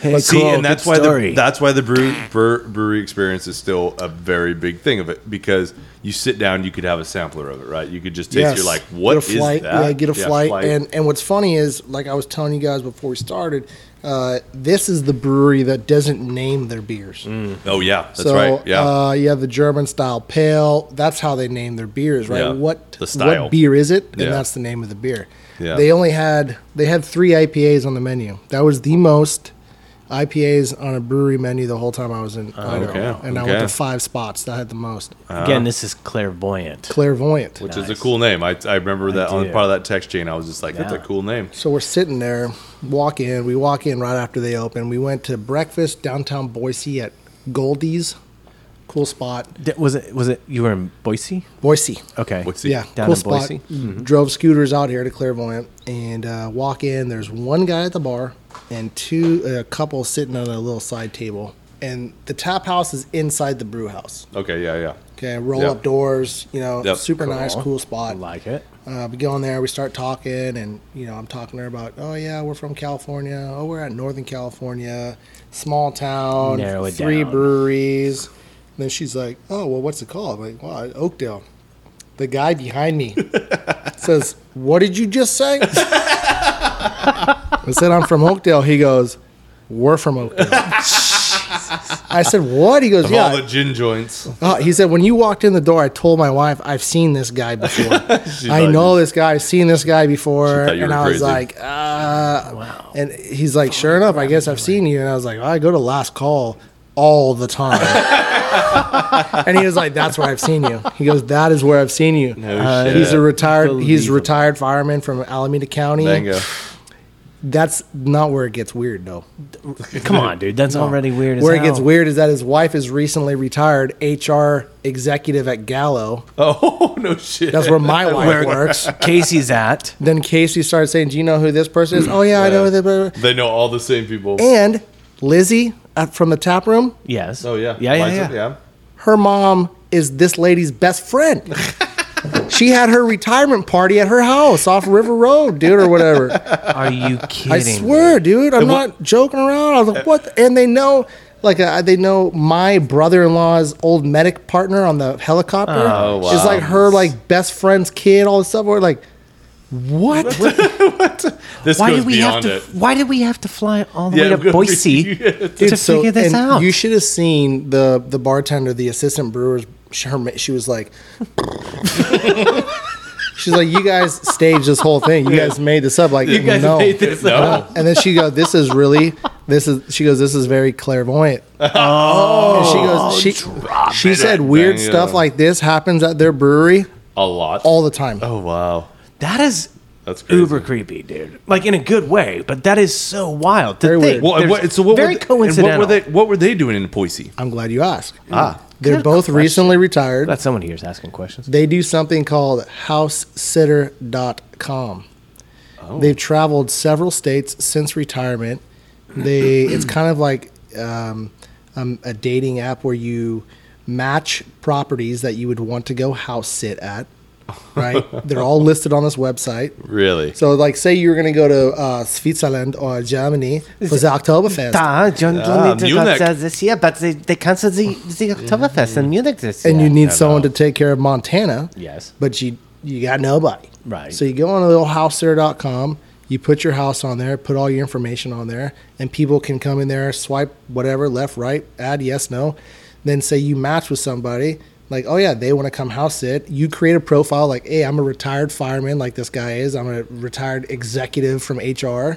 See, and that's why the,
story.
that's why the brew, bre- brewery experience is still a very big thing of it because you sit down, you could have a sampler of it, right? You could just taste. You're like, what
get a
is
flight,
that?
Yeah, get a flight. And and what's funny is, like I was telling you guys before we started, uh, this is the brewery that doesn't name their beers.
oh yeah, that's
so
right. Yeah,
uh, you have the German style pale. That's how they name their beers, right?
Yeah,
What
the style.
What beer is it? And
Yeah.
that's the name of the beer.
Yeah.
They only had they had three IPAs on the menu. That was the most IPAs on a brewery menu the whole time I was in Idaho,
Ah, okay,
and I went
okay.
to five spots that had the most
Again, this is clairvoyant.
clairvoyant.
which is
Nice.
a cool name. I, I remember that on
do.
part of that text chain. I was just like, that's a
Yeah.
cool name.
So we're sitting there, walk in. We walk in right after they open. We went to breakfast downtown Boise at Goldie's, cool spot.
D- was it? Was it? You were in Boise?
Boise.
Okay.
Boise. Mm-hmm.
Yeah,
Down
cool
in
spot.
Boise?
Drove scooters out here to Clairvoyant and uh, walk in. There's one guy at the bar and two a couple sitting on a little side table. And the tap house is inside the brew house.
Okay, yeah, yeah.
Okay, roll
Yep.
up doors. You know,
Yep.
super nice,
Cool.
cool
I
spot.
like it.
Uh, we go in there, we start talking, and you know, I'm talking to her about, oh yeah, we're from California. Oh, we're at Northern California, small town,
Narrow it
three
down.
breweries. And then she's like, oh well, what's it called? I'm like, well, Oakdale. The guy behind me says, what did you just say? I said, I'm from Oakdale. He goes, we're from Oakdale. I said, what? He goes,
Of
yeah.
all the gin joints.
Oh, he said, when you walked in the door, I told my wife, I've seen this guy before. I
thought
know this guy. I've seen this guy before.
thought you
And
were
I was
crazy.
like, uh, wow. And he's like, sure enough, I guess I've seen you. And I was like, I go to last call all the time. and he was like, that's where I've seen you. He goes, that is where I've seen you.
Uh, shit.
he's a retired, he's
Unbelievable.
retired fireman from Alameda County.
Mango.
That's not where it gets weird though.
Come on, dude. That's already weird. As
Where it
hell.
gets weird is that his wife is recently retired HR executive at Gallo.
Oh, no shit.
That's where my wife works.
Casey's at.
Then Casey started saying, "Do you know who this person is?" oh yeah, I know who this.
They know all the same people.
And Lizzie uh, from the tap room,
Yes.
oh, yeah.
Yeah. Yeah.
Liza,
yeah.
her mom is this lady's best friend. she had her retirement party at her house off River Road, dude, or whatever.
Are you kidding?
I swear, dude, I'm not joking around. I was like, "What?" the- And they know. Like uh, they know my brother-in-law's old medic partner on the helicopter.
Oh,
She's
wow.
like her like best friend's kid, all this stuff. We're like, what?
This
Why
goes
did we have
beyond
to?
it.
Why did we have to fly all the
Yeah,
way to
go-
Boise
Dude,
to figure this
and
out?
You should have seen the the bartender, the assistant brewer's. sh- Her, ma- she was like, she's like, you guys staged this whole thing. You guys made this up. Like, you
guys
no.
made this
No.
And then she goes, this is really, this is. She goes, this is very clairvoyant. Oh, and she goes, she she said weird
Dang it.
stuff like this happens at their brewery
A lot.
all the time.
oh, wow.
That is
That's crazy.
uber creepy, dude. Like in a good way, but that is so wild. To
Very
think,
weird.
Well, and
There's-
what, so what
very
were they,
coincidental.
And what were they? What were they doing in Boise?
I'm glad you asked.
Ah.
They're
Good
both
question.
recently retired.
That's someone here's asking questions.
they do something called housesitter.com. They've traveled several states since retirement. They it's kind of like um, um, a dating app where you match properties that you would want to go house sit at. Right? They're all listed on this website.
Really?
So, like, say you were going to go to uh, Switzerland or Germany for the Oktoberfest,
Da, John, John did
Munich.
concert this year, but they, they canceled the, the Oktoberfest in Munich this year.
and you need someone to take care of Montana.
Yes.
but you you got nobody.
Right.
So you go on littlehousethere.com, you put your house on there, put all your information on there, and people can come in there, swipe whatever, left, right, add yes, no. Then say you match with somebody, like, oh yeah, they want to come house sit. You create a profile like, hey, I'm a retired fireman like this guy is. I'm a retired executive from HR.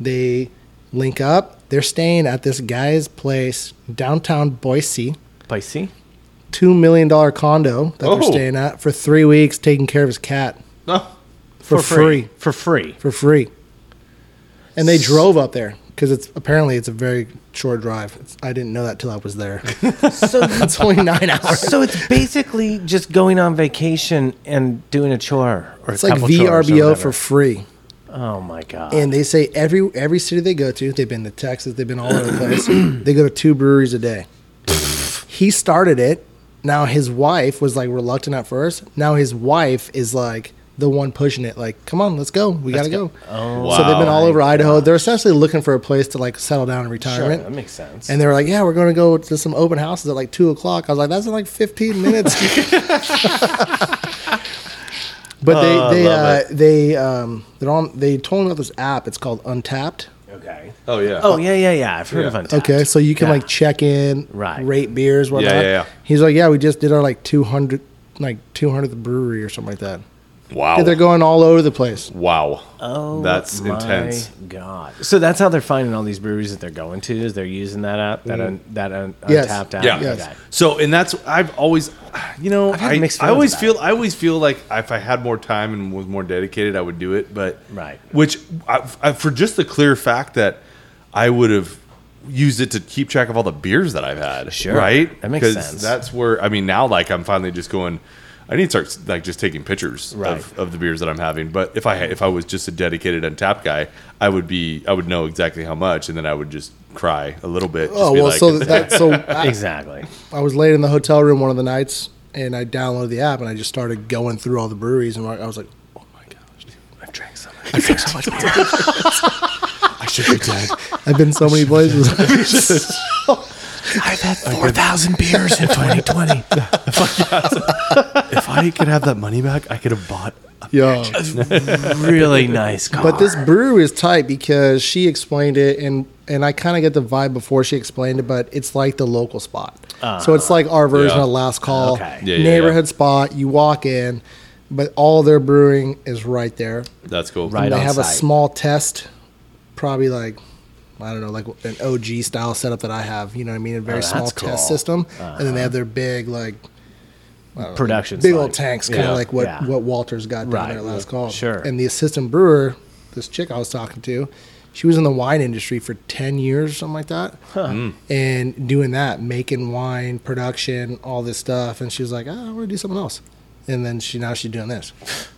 They link up. They're staying at this guy's place downtown Boise
Boise.
two million dollar condo that
Oh.
they're staying at for three weeks, taking care of his cat
No.
Oh.
for, free.
For free.
for free. And they drove up there because it's apparently it's a very short drive. It's, I didn't know that till I was there.
So,
It's only nine hours.
so it's basically just going on vacation and doing a chore or
It's like VRBO for free.
Oh my god.
And they say every every city they go to, they've been to Texas, they've been all over the place. they go to two breweries a day. he started it. Now his wife was like reluctant at first. Now his wife is like the one pushing it. Like, come on, let's go. We gotta go. Oh
Wow.
So they've been all over Idaho. They're essentially looking for a place to like settle down in retirement.
that makes sense.
And they were like, "Yeah, we're going to go to some open houses at like two o'clock." I was like, "That's in like fifteen minutes." but they
Oh,
they uh, they um, they're on. They told me about this app. It's called Untapped.
okay.
Oh yeah.
Oh yeah, yeah, yeah. I've heard
Yeah.
of Untapped.
Okay, so you can
Yeah.
like check in,
Right.
Rate beers, whatnot.
yeah, yeah.
He's like, "Yeah, we just did our like two hundred like two hundredth brewery or something like that."
Wow.
They're going all over the place.
wow.
Oh,
that's
my
intense.
God. So that's how they're finding all these breweries that they're going to. Is they're using that app, that un, that un,
Mm-hmm. Yes.
untapped app.
Yeah.
Yes.
Okay.
So, and that's I've always, you know,
had
I,
mixed
I
feelings
always
about
feel I always feel like if I had more time and was more dedicated, I would do it. But
Right.
which I, I, for just the clear fact that I would have used it to keep track of all the beers that I've had.
Sure.
right?
That makes
'Cause
sense.
That's where I mean now, like I'm finally just going. I need to start like just taking pictures
Right.
of, of the beers that I'm having. But if I ha- if I was just a dedicated untapped guy, I would be I would know exactly how much, and then I would just cry a little bit. just
Oh
be
well,
like-
so that so I,
Exactly.
I was late in the hotel room one of the nights, and I downloaded the app, and I just started going through all the breweries, and I was like, oh my gosh, dude, I've drank so much. I've drank so much. beer.
I should be dead.
I've been so many places.
I've had 4,000 beers in 2020.
if I could have that money back, I could have bought.
Yo.
really nice car.
But this brewery is tight because she explained it, and and I kind of get the vibe before she explained it, but it's like the local spot. so it's like our version
Yeah.
of Last Call,
Ah. Okay. Yeah,
yeah, yeah.
neighborhood spot. You walk in, but all their brewing is right there.
That's cool.
Right
they
on
have a
site.
small test, probably like I don't know, like an OG style setup that I have. You know what I mean? A very
Oh, that's
small
cool. Uh-huh.
test system, and then they have their big like
production.
big
side.
old tanks, kind of
Yeah.
like what
Yeah.
what Walters got down
Right.
there at last
Yeah.
call.
Sure.
And the assistant brewer, this chick I was talking to, she was in the wine industry for ten years, something like that, and doing that, making wine, production, all this stuff. And she was like, "Ah, I want to do something else. And then she now she's doing this.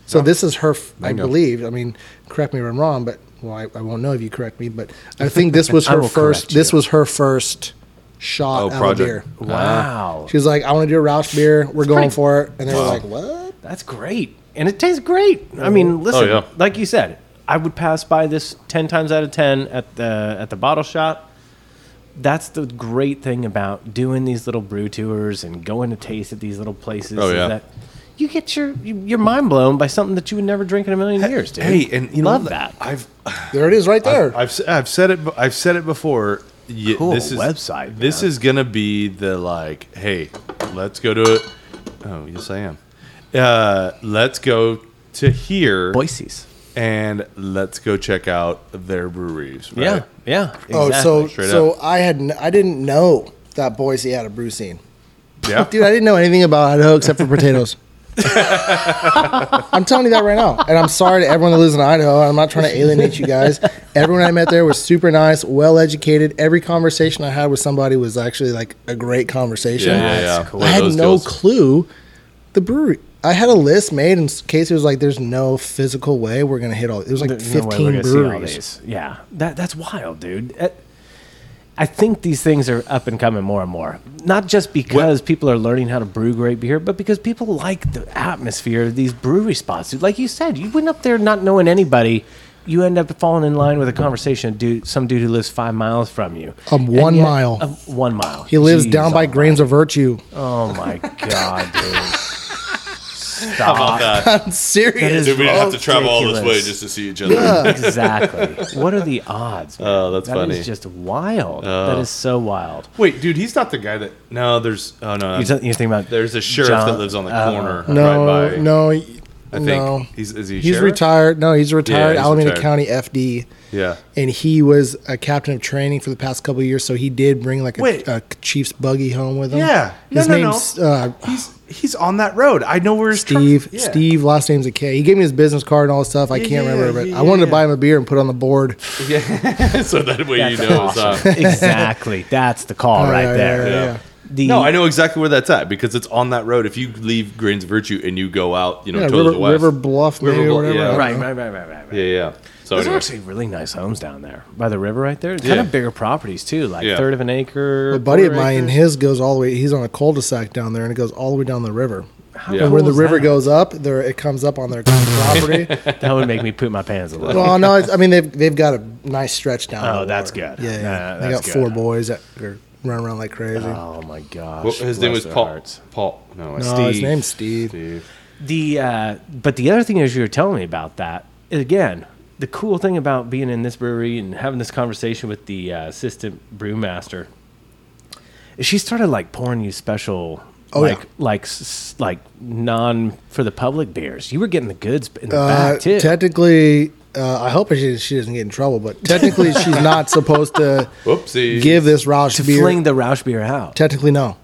So this is her, f- I believe. I mean, correct me if I'm wrong, but well, I, I won't know if you correct me, but I think this was
I
her
will
first.
correct
This
you.
was her first shot
Oh,
out
project.
of beer.
Wow.
She was like, I want to do a Roush beer. We're going
pretty-
for it. And they were like, what?
That's great. And it tastes great. I mean, listen,
Oh, yeah.
like you said, I would pass by this 10 times out of 10 at the at the bottle shop. That's the great thing about doing these little brew tours and going to taste at these little places
Oh,
is
yeah.
that you get your you- your mind blown by something that you would never drink in a million years, dude.
Hey, and you know
love
what?
that.
I've
There it is right there.
I've s- I've said it. be- I've said it before. Ye-
Cool
this is,
website,
This
man.
is gonna be the like. Hey, let's go to it. Oh yes, I am. Uh, let's go to here
Boise's.
and let's go check out their breweries. right?
Yeah. Yeah.
oh, so
Straight
so
up.
I had n- I didn't know that Boise had a brew scene.
yeah.
Oh, Dude, I didn't know anything about Idaho except for potatoes. I'm telling you that right now. And I'm sorry to everyone that lives in Idaho. I'm not trying to alienate you guys. Everyone I met there was super nice, well educated. Every conversation I had with somebody was actually like a great conversation.
Yeah, yeah, yeah. One
I
of
had
those
no
deals.
clue the brewery. I had a list made in case it was like, there's no physical way we're going to hit all. It was like
There's no way
15
we're gonna see all
breweries.
these. Yeah, that that's wild, dude. Uh, I think these things are up and coming more and more. Not just because people are learning how to brew great beer, but because people like the atmosphere of these brewery spots. Dude, like you said, you went up there not knowing anybody. You end up falling in line with a conversation, of dude. Some dude who lives five miles from you.
Um,
And
one mile.
um, one mile.
He lives
Jeez,
down by
oh
Grains of Virtue.
my- Oh my god, dude! Stop.
I'm serious.
That is
Dude, we didn't have to travel all this way
ridiculous.
just to see each other.
exactly. What are the odds? man?
Oh, that's
That is
funny. Oh.
just wild. That is so wild.
Wait, dude, he's not the guy that. No, there's. Oh no,
You're, t- you're thinking about
there's a sheriff that
John-
lives on the
uh,
corner.
No,
right by,
no, I
think.
no.
He's- is he a
He's
sheriff?
retired. No, he's retired.
Yeah, he's
Alameda
retired.
County FD.
Yeah.
And he was a captain of training for the past couple of years, so he did bring like
Wait.
a, a chief's buggy home with him.
Yeah. No,
his
no, no.
name's uh,
He's he's on that road. I know where his truck-
Steve.
Yeah.
Steve, last name's a K. He gave me his business card and all this stuff. I
Yeah,
can't
yeah,
remember, but
yeah,
I wanted
yeah,
to buy him a beer and put it on the board.
Yeah. so that way
That's
you know it's
awesome.
on.
exactly. That's the call
Yeah,
right
Oh, yeah,
there.
yeah,
Yeah.
yeah.
The,
No, I know exactly where that's at because it's on that road. If you leave Grains of Virtue and you go out, you know,
Yeah,
towards
River-
the west,
River Bluff, maybe, or
Bluff,
whatever.
Yeah.
Right, right, right, right, right. right.
Yeah, yeah. So
There's
anyway.
actually really nice homes down there by the river right there. It's Kind
Yeah.
of bigger properties too, like
Yeah.
third of an acre.
A buddy of
quarter
mine,
acre.
his goes all the way. He's on a cul-de-sac down there, and it goes all the way down the river.
Yeah.
And where
cool
the
is
river
that?
goes up, there it comes up on their property.
that would make me poop my pants a little.
Well, no, it's, I mean they've they've got a nice stretch down.
Oh,
the
that's
water.
good.
Yeah,
Yeah,
yeah. they
that's
got four
good.
boys that are running around like crazy.
oh my gosh.
Well, his name
bless
was
their
Paul.
hearts.
Paul. No,
no, his
Steve.
name's Steve.
Steve.
The uh, but the other thing is you were telling me about that again. The cool thing about being in this brewery and having this conversation with the uh, assistant brewmaster is she started like pouring you special
Oh, yeah.
like like s- like non for the public beers. You were getting the goods in the
Uh,
back too.
technically, uh, I hope she, she doesn't get in trouble, but technically, she's not supposed to
Whoopsie.
give this Roush beer.
Fling the Roush beer out.
technically, no.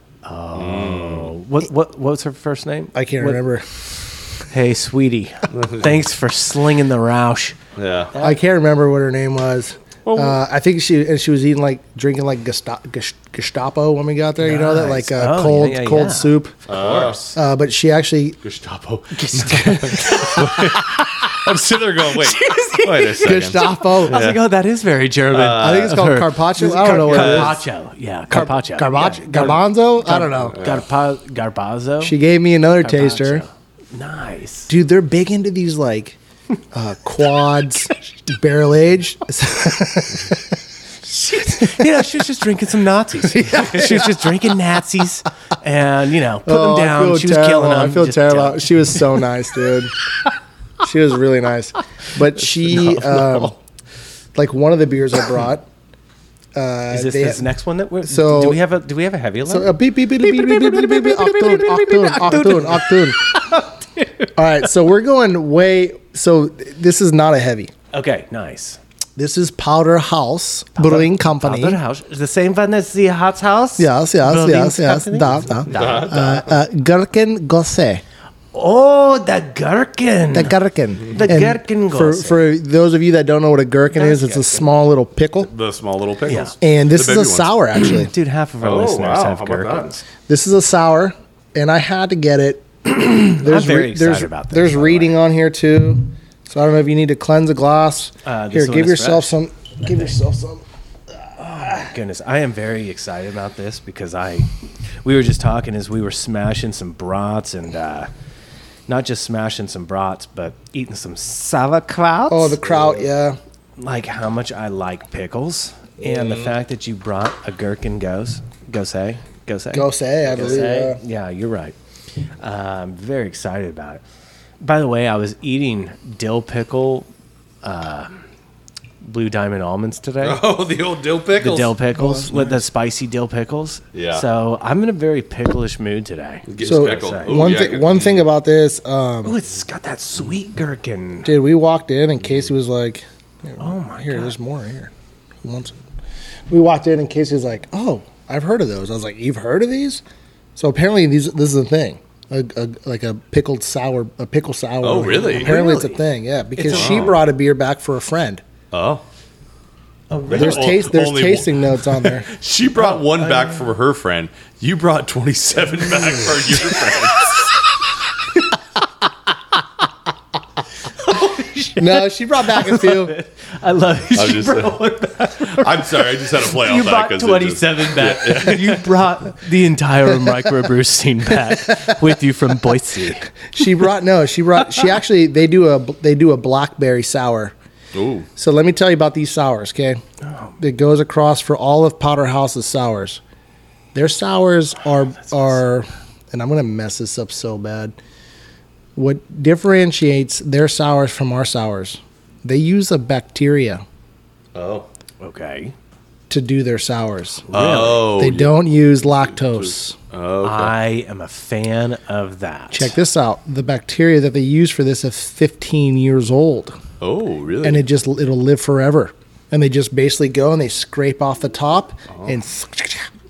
What what what's her first name?
I can't
What-
remember.
Hey, sweetie, thanks for slinging the Roush.
yeah.
I can't remember what her name was. uh, I think she and she was eating like drinking like Gesta- Ges- Gestapo when we got there. You know that like
Nice. Oh,
uh,
yeah,
cold
yeah,
cold
yeah.
soup.
course.
Uh, but she actually
Gestapo. I'm sitting there going, wait, wait a second.
Gestapo.
I was like, oh, that is very German.
I think it's called carpaccio. I don't know what it is.
Carpaccio. Yeah, Uh, carpaccio.
Garbage,
Yeah.
garbanzo. I don't know.
Garpa, garbazo.
She gave me another taster.
Carpaccio. Nice.
dude they're big into these like uh, quads barrel aged
you know, she was just drinking some Nazis. She was just drinking Nazis and, you know, putting them down. She was killing them.
i Oh, feel
Just
terrible
tell-
she was so nice dude she was really nice but she um, like one of the beers i brought uh,
Is this
they-
this next one that we're
So-
do we have a do we have a heavy
So, uh,
one?
beep, beep, beep, beep, beep, beep, beep, beep, beep, beep, octone, octone, octone, octone. All right, so we're going way. So this is not a heavy.
okay, nice.
This is Powder House Brewing Company.
Powder House. The same one as the Hot House?
Yes, yes,
Building
yes, yes.
company?
Da, da.
Da.
Uh, uh, gherkin gosse.
Oh, the gherkin.
The gherkin.
The gherkin
For,
gosse.
for those of you that don't know what a gherkin is, it's a
Gherkin.
small little pickle.
The small little pickles.
And this
The
is a
baby ones.
sour, actually.
Dude, half of our
Oh,
listeners
wow.
have
How about
gherkins.
this is a sour, and I had to get it. there's
very excited
there's,
about this,
There's
by the
reading on here, too. So I don't know if you need to cleanse a glass.
Uh, this
here,
one
give
is
yourself
fresh.
some. Give yourself some.
Goodness, I am very excited about this because I, we were just talking as we were smashing some brats and uh, not just smashing some brats, but eating some sauerkraut.
Oh, the kraut, yeah.
like how much I like pickles and the
Mm.
fact that you brought a gherkin eh? goes goes hey goes hey
Gosse, eh, I believe.
say.
Yeah.
eh? Yeah, you're right. Uh, I'm very excited about it. By the way, I was eating dill pickle, uh, blue diamond almonds today.
Oh, the old dill
The
pickles.
dill pickles, with the spicy dill pickles.
Yeah.
So I'm in a very picklish mood today.
Gets
So
pickled. Ooh,
one,
yeah,
thi-
I got-
one thing about this, um,
Oh, it's got that sweet gherkin.
Dude, we walked in and Casey was like,
Oh my
"Here,
god.
there's more here." He wants it. We walked in and Casey was like, "Oh, I've heard of those." I was like, "You've heard of these?" So apparently, these this is a thing, a, a, like a pickled sour, a pickle sour.
Oh, really?
Apparently, it's a
Really?
thing. Yeah, because
a-
she brought a beer back for a friend.
Oh.
There's
Oh,
taste, there's
only
tasting Oh,
One.
notes on there.
She brought one back for her friend. You brought 27 back for your friend.
no, she brought back a few.
I love
I was
you.
just-
brought one back.
I'm sorry, I just had to play all
You
that.
brought
'cause it just-
27 back. You brought the entire microbrew scene back with you from Boise.
She brought no, she brought. She actually they do a they do a blackberry sour.
Ooh. Oh.
So let me tell you about these sours, okay? It goes across for all of Powder House's sours. Their sours
Oh,
are are, and I'm gonna mess this up so bad. What differentiates their sours from our sours? They use a bacteria
Oh.
Okay.
to do their sours.
Oh.
they don't use lactose.
I am a fan of that.
Check this out. The bacteria that they use for this is 15 years old,
Oh, really?
and it just it'll live forever. And they just basically go and they scrape off the top
Oh.
and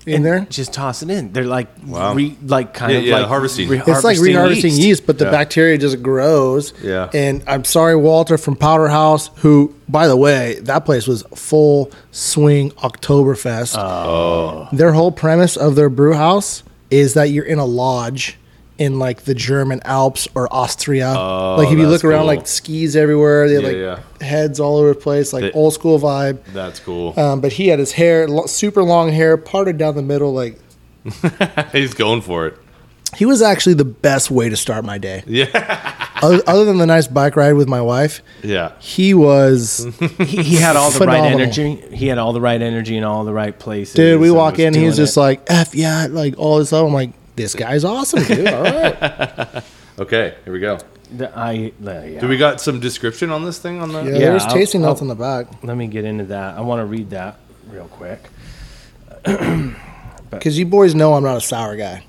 in there.
Just toss it in. They're like, re, like kind
Yeah,
of
yeah,
like
harvesting.
It's like reharvesting yeast, but the
Yeah.
bacteria just grows.
Yeah.
And I'm sorry, Walter from Powder House, who, by the way, that place was full swing Oktoberfest. Oh. Their whole premise of their brew house is that you're in a lodge in like the German Alps or Austria. like if you
Oh,
look
that's
around,
cool.
like skis everywhere, they have
Yeah,
like heads all over the place, like
They-
old school vibe.
That's cool.
Um, but he had his hair, lo- super long hair, parted down the middle. Like
He's going for it.
he was actually the best way to start my day.
Yeah.
other, other than the nice bike ride with my wife,
Yeah.
he was
He, he had all the right
Phenomenal.
energy. He had all the right energy in all the right places.
dude. We
and
walk in, he was
doing
just
it.
like f yeah, like all this stuff. I'm like, this guy's awesome, dude. All right,
Okay, here we go.
The- I, uh, yeah.
Do we got some description on this thing on the
yeah, there's
I'll-
tasting notes
I'll-
on the back
Let me get into that. I want to read that real quick.
because you boys know I'm not a sour guy.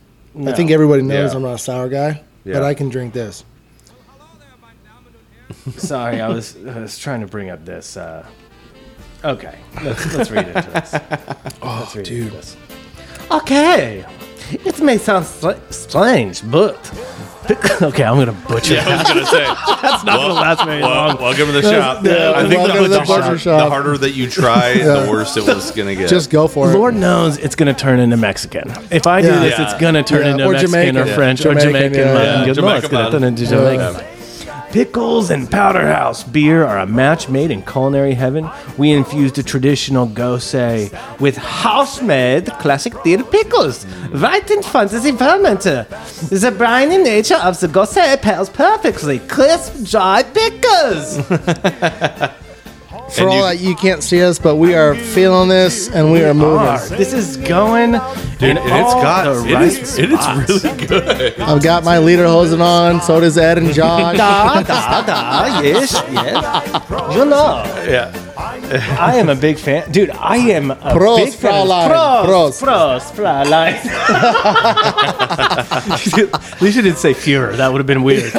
I think everybody knows
Yeah.
I'm not a sour guy, but
Yeah.
I can drink this.
Sorry, I was I was trying to bring up this. Uh, okay, let's, let's read into this. let's read
dude.
this. Okay, it may sound sl- strange, but okay, I'm gonna butcher.
I was gonna say that's not gonna last very long. Welcome to the shop. I think
welcome
the,
to the
the,
butcher
harder,
shop.
the harder that you try, the worse it was gonna get.
Just go for it.
Lord knows it's gonna turn into Mexican. If I do
Yeah.
this, it's gonna turn
Yeah,
into
or
Mexican or
Jamaican.
French or
Jamaican,
Jamaican.
yeah.
man.
Yeah,
Good lord, it's
Jamaican
gonna
man.
turn into Jamaican. Pickles and Powder House beer are a match made in culinary heaven. We infused a traditional gose with house-made classic deer pickles, right in front of the fermenter. The briny nature of the gose pairs perfectly. Crisp, dry pickles.
for all
you-
that you can't see us, but we are feeling this and we are moving.
Are. This is going in
and it's
all
got
the
it
right
is, it
spots.
is really good.
I've got my leader hosen on. So does Ed and John.
da da da. Yes, yes. You know,
Yeah,
I am a big fan, dude. I am a
Prost,
big fan.
Fraulein.
Prost, prost, Fraulein. At least you didn't say Fuhrer. That would have been weird.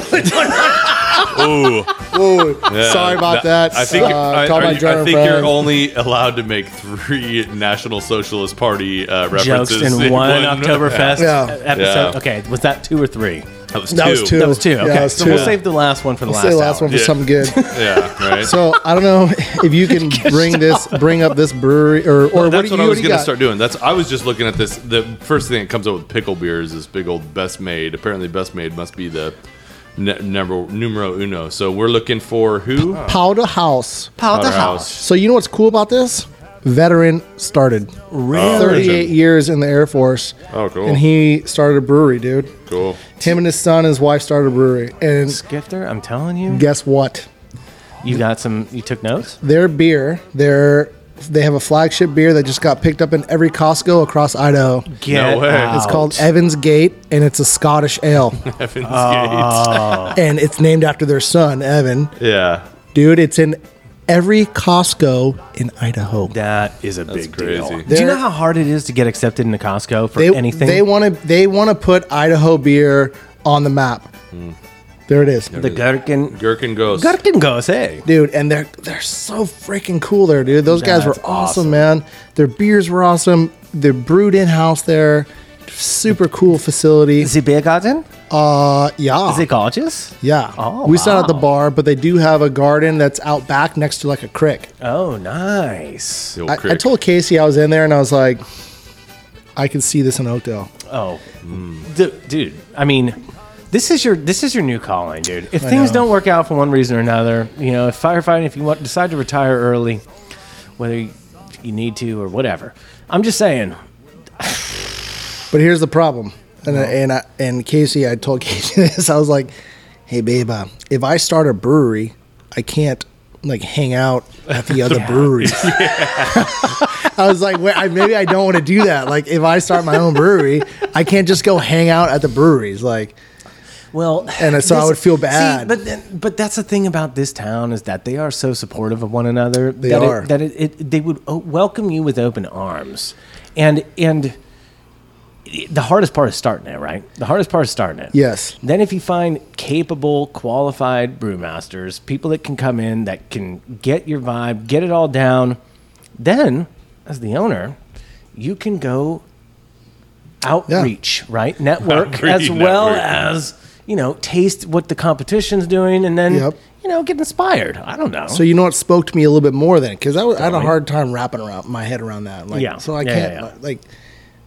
Ooh,
Whoa, sorry about that.
I think,
Uh,
I,
call
are
my
you- I
German
think
friend.
you're only allowed to make three National Socialist Party uh,
Jokes
references
in one Oktoberfest
Yeah.
episode.
Yeah.
Okay, was that two or three?
That was two.
That was two.
That was two.
Yeah,
Okay,
that was
so
two.
we'll
Yeah.
save the last one for the
I'll
last.
say the last
hour.
one for
Yeah.
something good.
Yeah, right.
So I don't know if you can bring this, bring up this brewery or or what do
That's what,
you
I was
already
gonna
got?
start doing. That's I was just looking at this. The first thing that comes up with pickle beer is this big old best made. Apparently, best made must be the ne- number numero uno. So we're looking for who?
Powder House.
Powder
House.
So you know what's cool about this? Veteran started.
Really?
38 years in the Air Force.
Oh, cool.
And he started a brewery, dude.
Cool.
Him and his son, his wife started a brewery. And
Skifter, I'm telling you,
guess what?
you got some. You took notes.
Their beer, their they have a flagship beer that just got picked up in every Costco across Idaho.
Get
way. It's
It's called
out.
Evans Gate, and it's a Scottish ale,
Heaven's
Uh,
and it's named after their son, Evan.
Gates. Yeah.
Dude, it's in every Costco in Idaho.
That is a big
crazy.
deal. Do you
They're-
know how hard it is to get accepted into Costco for
They
anything?
they want to they want to put Idaho beer on the map.
Hmm.
There it is.
the gherkin.
Gherkin Ghost.
Gherkin goes, hey.
dude and they're they're so freaking cool there dude those guys were
That's
awesome,
awesome.
man their beers were awesome they're brewed in house there super cool facility
The beer garden?
uh yeah
Is it gorgeous?
yeah
Oh,
we sat at the
wow.
bar but they do have a garden that's out back next to like a creek
Oh, nice.
The old
I, I
crick.
told casey i was in there and i was like i can see this in oakdale
Oh, Du- dude. I mean, this is your this is your new calling, dude. If things
know.
don't work out for one reason or another, you know, if firefighting, if you want, decide to retire early, whether you, you need to or whatever, I'm just saying.
but here's the problem and, I- and i and casey i told casey this i was like hey babe uh, if i start a brewery i can't like hang out at the other breweries I was like, wait, I, maybe I don't want to do that. Like, if I start my own brewery, I can't just go hang out at the breweries. Like,
Well,
And so I would feel bad.
but then- but that's the thing about this town is that they are so supportive of one another. They that
are.
It, that it, it, they would o- welcome you with open arms, and and it- the hardest part is starting it, right? The hardest part is starting it.
Yes.
Then if you find capable, qualified brewmasters, people that can come in that can get your vibe, get it all down, then as the owner, you can go outreach, right? Network as
Outreach,
well
network.
as you know, taste what the competition's doing, and then
Yep.
you know, get inspired. I don't know.
so you know what spoke to me a little bit more then, because I, was- I had a hard time wrapping around my head around that. Like,
Yeah.
so I
Yeah,
can't
yeah, yeah.
like.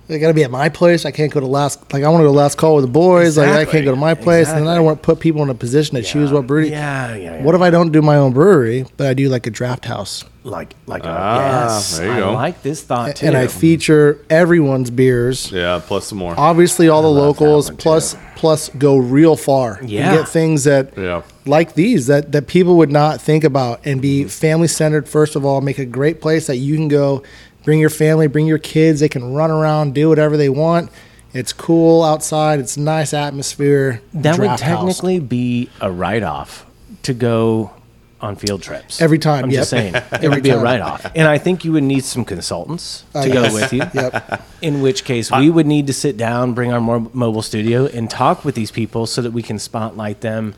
I gotta be at my place. I can't go to last. Like I want to go to last call with the boys. Like I
Exactly.
can't go to my place, and then I
Exactly.
don't want to put people in a position to choose what brewery.
Yeah, yeah, yeah.
What if I don't do my own brewery, but I do like a draft house,
like, like,
Ah,
a, yes,
there you
I
go.
like this thought too.
and I feature everyone's beers.
Yeah. Plus some more.
obviously all the locals
one,
plus plus go real far and
Yeah.
get things that
Yeah.
like these that that people would not think about and be
Mm-hmm.
family centered first of all make a great place that you can go bring your family bring your kids they can run around do whatever they want it's cool outside it's nice atmosphere
that would
draft house.
technically be a write-off to go on field trips
Every time,
I'm just
yep.
saying it
Every
would be a
time.
write off, and I think you would need some consultants to
Uh,
go
yes.
with you.
Yep.
In which case, we would need to sit down, bring our mo- mobile studio, and talk with these people so that we can spotlight them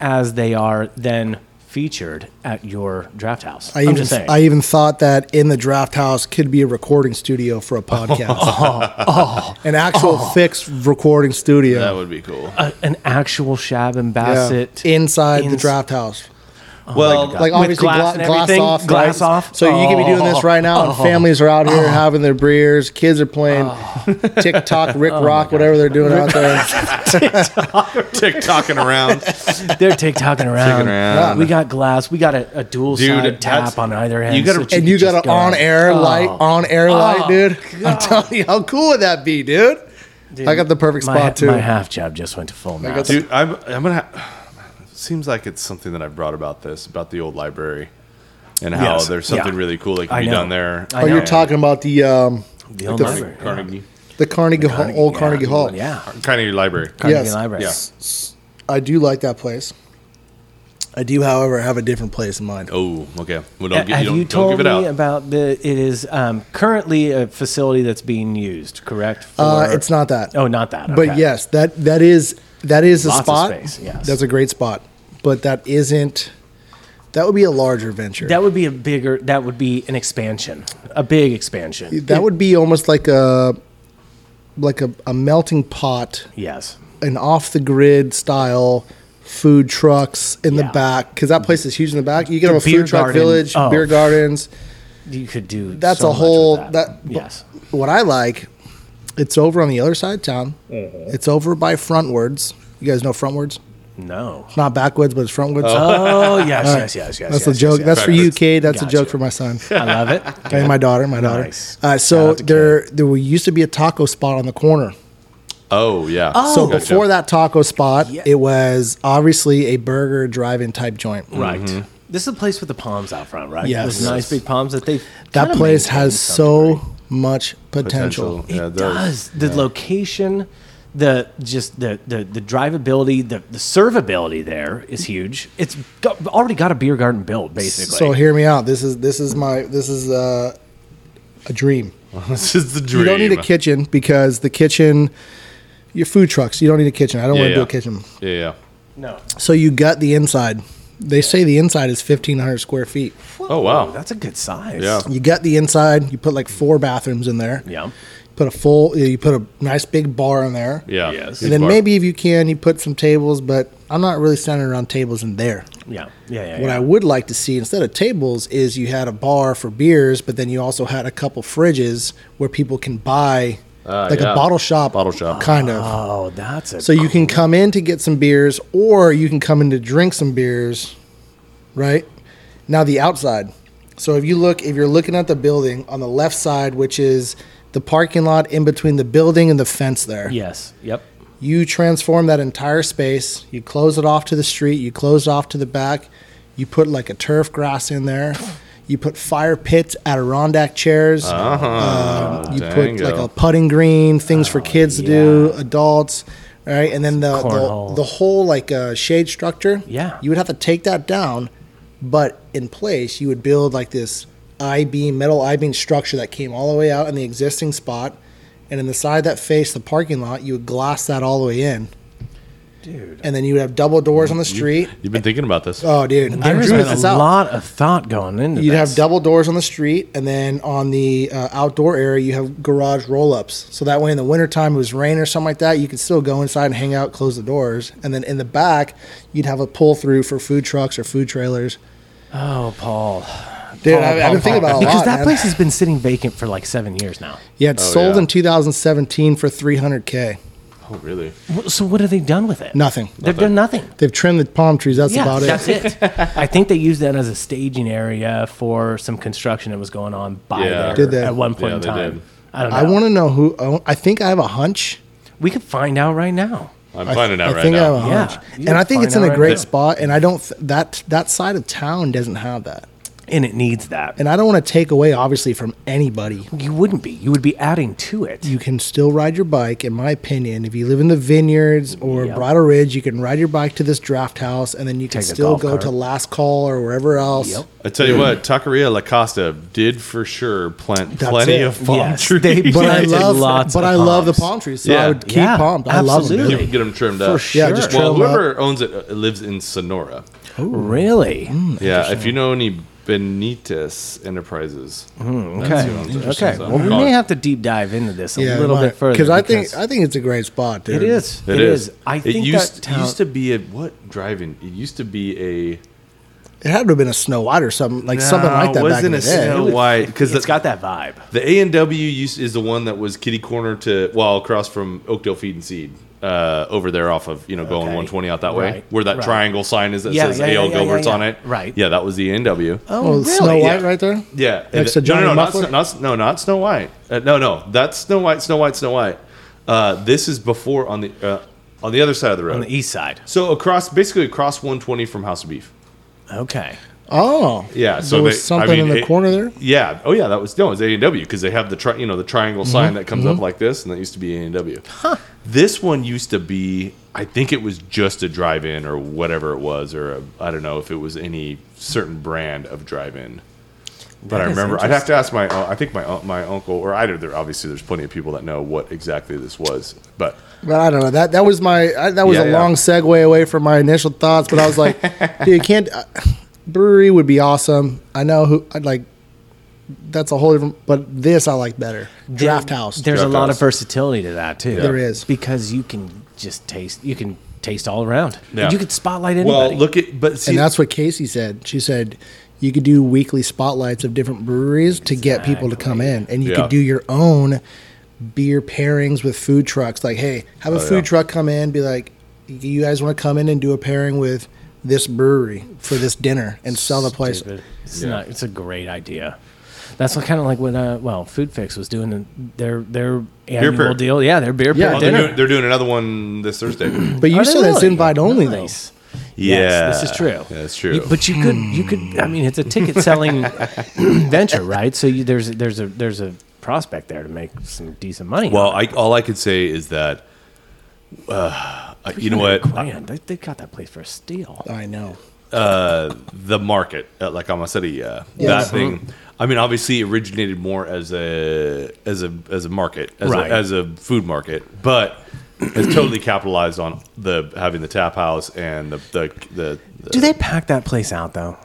as they are then featured at your draft house.
I
am
even,
just saying.
I even thought that in the draft house could be a recording studio for a podcast.
Oh,
An actual fixed recording studio.
That would be cool.
A- an actual Shab and
Yeah.
Bassett
inside the
ins-
draft house.
well,
With
Like obviously
glass
glass,
and
glass
everything?
off,
Glass
right?
off? Oh.
So you could be doing this right now, and families are out here having their beers, kids are playing
Oh.
TikTok, Rick Rock, whatever they're doing out there.
tick tocking around.
They're TikToking around.
around.
We got glass. We got a, a dual
Dude,
side
that's-
tap on either end.
you gotta-
that
and you
can
got
just Oh.
an on air light, on air light, dude. I'm telling you, how cool would that be, dude? I got the perfect
My,
spot too.
my half jab just went to full
got
mouth.
the-
Dude, I'm, I'm gonna. Ha- seems like it's something that I've brought about this about the old library, and how
Yes.
there's something
Yeah.
really cool that can
I
be
know.
done there.
I
oh,
know.
you're talking about the um,
The old
the-
library.
Carnegie,
the Carnegie, Hall, old
Yeah.
Carnegie Hall.
Yeah.
Carnegie Library.
Carnegie
Yes.
Library.
Yeah.
I do like that place. I do, however, have a different place in mind.
Oh, okay. Well, don't, gi-
Have
you
you,
don't, don't
told
give it out.
me about the? It is um, currently a facility that's being used. Correct. For,
Uh, it's not that.
Oh, not that.
But
okay.
yes, that that is that is a
Lots of
spot.
space, yes.
That's a great spot. But that isn't that would be a larger venture.
that would be a bigger. That would be an expansion, a big expansion.
that would be almost like a like a, a melting pot,
Yes.
an off the grid style food trucks in
Yeah.
the back because that place is huge in the back. You can
The
have a
beer
food truck
garden.
village,
Oh.
beer gardens.
You could do.
That's
so
a
much with
whole
That.
that.
yes.
What I like, it's over on the other side of town.
Mm-hmm.
It's over by Frontwards. You guys know Frontwards?
No.
Not backwards, but it's Frontwards.
Oh yes, yes, yes, yes.
That's
yes,
a joke.
yes,
That's
yes.
for you, Kate. That's
Gotcha.
a joke for my son
I love it.
and my daughter. My daughter.
Nice.
Uh,
Shout
so
out to
there, there were- used to be a taco spot on the corner.
oh, yeah.
So
Gotcha.
before that taco spot,
Yeah.
it was obviously a burger drive-in type joint.
Right. This is a place with the palms out front, right?
Mm-hmm. Yes.
Those nice big palms that they.
That
kinda
place
maintain
has
to some
so
degree.
much potential.
Yeah,
it
there-
does. The location, the just the the the drivability, the the servability there is huge. It's got, already got a beer garden built, basically.
So hear me out. This is this is my this is uh, a dream.
this is the dream.
You don't need a kitchen because the kitchen, your food trucks. You don't need a kitchen. I don't
Yeah,
want to do
yeah.
a kitchen.
Yeah, yeah.
no,
So you gut the inside. They say the inside is fifteen hundred square feet.
Oh, wow.
that's a good size.
Yeah.
You gut the inside. You put like four bathrooms in there.
Yeah.
Put a full. You put a nice big bar in there.
yeah.
Yes.
And then maybe if you can, you put some tables. But I'm not really standing around tables in there.
Yeah. Yeah. Yeah.
What
yeah.
I would like to see instead of tables is you had a bar for beers, but then you also had a couple fridges where people can buy
Ah,
like
yeah.
a bottle shop,
Bottle shop.
kind of.
oh, that's a.
So you can come in to get some beers, or you can come in to drink some beers, right? Now the outside. So if you look, if you're looking at the building on the left side, which is the parking lot in between the building and the fence there,
Yes. Yep.
you transform that entire space. You close it off to the street. You close it off to the back. You put like a turf grass in there. You put fire pits, Adirondack chairs. Um,
Uh-huh.
You put like
Dango.
a putting green, things for kids to do, adults, right? And then the the,
Cornhole.
the whole like uh, shade structure.
Yeah.
you would have to take that down, but in place you would build like this I beam metal I beam structure that came all the way out in the existing spot, and in the side that faced the parking lot, you would glass that all the way in,
Dude.
and then you would have double doors on the street.
You've been thinking about this.
Oh, dude, I
There's
drew
been
this
a
out.
lot of thought going into
You'd
this.
have double doors on the street, and then on the uh, outdoor area, you have garage roll ups. So that way, in the wintertime, it was rain or something like that, you could still go inside and hang out, close the doors. And then in the back, you'd have a pull through for food trucks or food trailers.
Oh, Paul.
Dude,
Paul,
I, I've
Paul,
been thinking
Paul.
about it a
Oh, because
lot.
that
man.
place has been sitting vacant for like seven years now.
Yeah, it's sold
Oh, yeah.
in 2017 for 300K.
Oh, really?
Wh- So what have they done with it?
Nothing.
They've done nothing.
They've trimmed the palm trees. That's
yeah,
about it.
that's it. I think they used that as a staging area for some construction that was going on by
Yeah.
there
Did they?
at one point
Yeah,
in
they
time.
did.
I don't know.
I want to know who. own- I think I have a hunch.
we could find out right now.
I'm finding out
I
right
think I have
now.
a
Yeah,
hunch.
you
and I
can
think it's
find
in
out
a
right
great
now.
spot. And I don't th- that that side of town doesn't have that.
and it needs that.
And I don't want to take away, obviously, from anybody.
you wouldn't be. You would be adding to it.
You can still ride your bike, in my opinion. If you live in the vineyards or
Yep.
Bridle Ridge, you can ride your bike to this draft house and then you can
Take a
still
golf
go
cart.
to Last Call or wherever else.
Yep.
I tell you what, Taqueria La Costa did for sure plant
That's
plenty
it.
of palm
Yes,
trees.
they
But I
Planted
love,
lots
but
of
I love the
palms.
palm trees. So
Yeah.
I would keep
Yeah,
palm. I love them.
absolutely.
You can get them trimmed up.
sure. Yeah, just
well,
trim 'em
whoever owns it uh, lives in Sonora.
Really?
Mm,
Yeah, if you know any Benitez Enterprises, that's
Okay.
who owns it.
Okay.
So,
Well, we
God,
may have to deep dive into this a
Yeah,
little
my-
bit further
Because I think
because
I think it's a great spot, dude.
it is.
It is.
I think
it used,
that town,
used to be a what driving? It used to be a
It had to have been a Snow White or something like something
No,
like that
it
back in
wasn't
the
a
day.
Snow- Why?
Because
'Cause
it's
the-
got that vibe.
The A and W used is the one that was kitty corner to well across from Oakdale Feed and Seed uh, over there off of you know going
Okay.
120 out that way
Right,
where that
right.
triangle sign is that
Yeah,
says
yeah,
A
yeah,
L
yeah,
Gilbert's
yeah,
on
yeah.
it.
Right.
Yeah, that was the A and W.
Oh, Snow White right there.
Yeah,
Next
And-
to Johnny
no, no, no,
Muffler?
Not, not, no, not Snow White. Uh, no, no, that's Snow White, Snow White, Snow White. Uh, this is before on the uh, on the other side of the road.
e-
On the east side.
so across, basically across 120 from House of Beef.
Okay.
Oh,
Yeah, so
there was
they- I
something
mean,
in the
it-
corner there.
Yeah. Oh, yeah. That was no, it was A and W because they have the tri- you know the triangle sign that comes up like this, and that used to be A and W. This one used to be, I think it was just a drive-in or whatever it was, or a, I don't know if it was any certain brand of drive-in. But I
is
remember, I'd have to ask my, I think my un- my uncle or either there. Obviously, there's plenty of people that know what exactly this was, but
But I don't know. That that was my I, that was
Yeah,
a
yeah.
long segue away from my initial thoughts. But I was like, dude, you can't. Uh, brewery would be awesome. I know who. I'd like. That's a whole different. But this I like better. Draft
There-
house.
There's
Draft
a lot
house.
of versatility to that too.
There is.
because you can just taste. You can taste all around.
Yeah.
You could spotlight
well,
anybody.
look at but see,
and that's what Casey said. She said you could do weekly spotlights of different breweries to get people to come in, and you
Yeah.
could do your own beer pairings with food trucks. Like, hey, have a food
Oh, yeah.
truck come in, be like, you guys want to come in and do a pairing with this brewery for this dinner and sell the place.
Stupid. It's not. It's a great idea. That's what kind of like what uh, well, Food Fix was doing in their their annual
pair.
deal. Yeah, their beer
Yeah,
pair
oh, they're,
dinner.
doing, they're doing another one this Thursday.
But you
Are they
said it's
Oh, really?
invite only
Nice.
though.
Yes, this is true.
That's true.
You- but you could, you could. I mean, it's a ticket selling venture, right? So you, there's there's a there's a prospect there to make some decent money.
Well, I, all I could say is that uh, you know what
grand. They, they got that place for a steal.
I know.
uh, the market at La Camaceria,
Yes.
that thing. I mean, obviously, it originated more as a as a as a market, as,
Right.
a, as a food market, but has totally capitalized on the having the tap house and the the, the, the
Do they pack that place out though?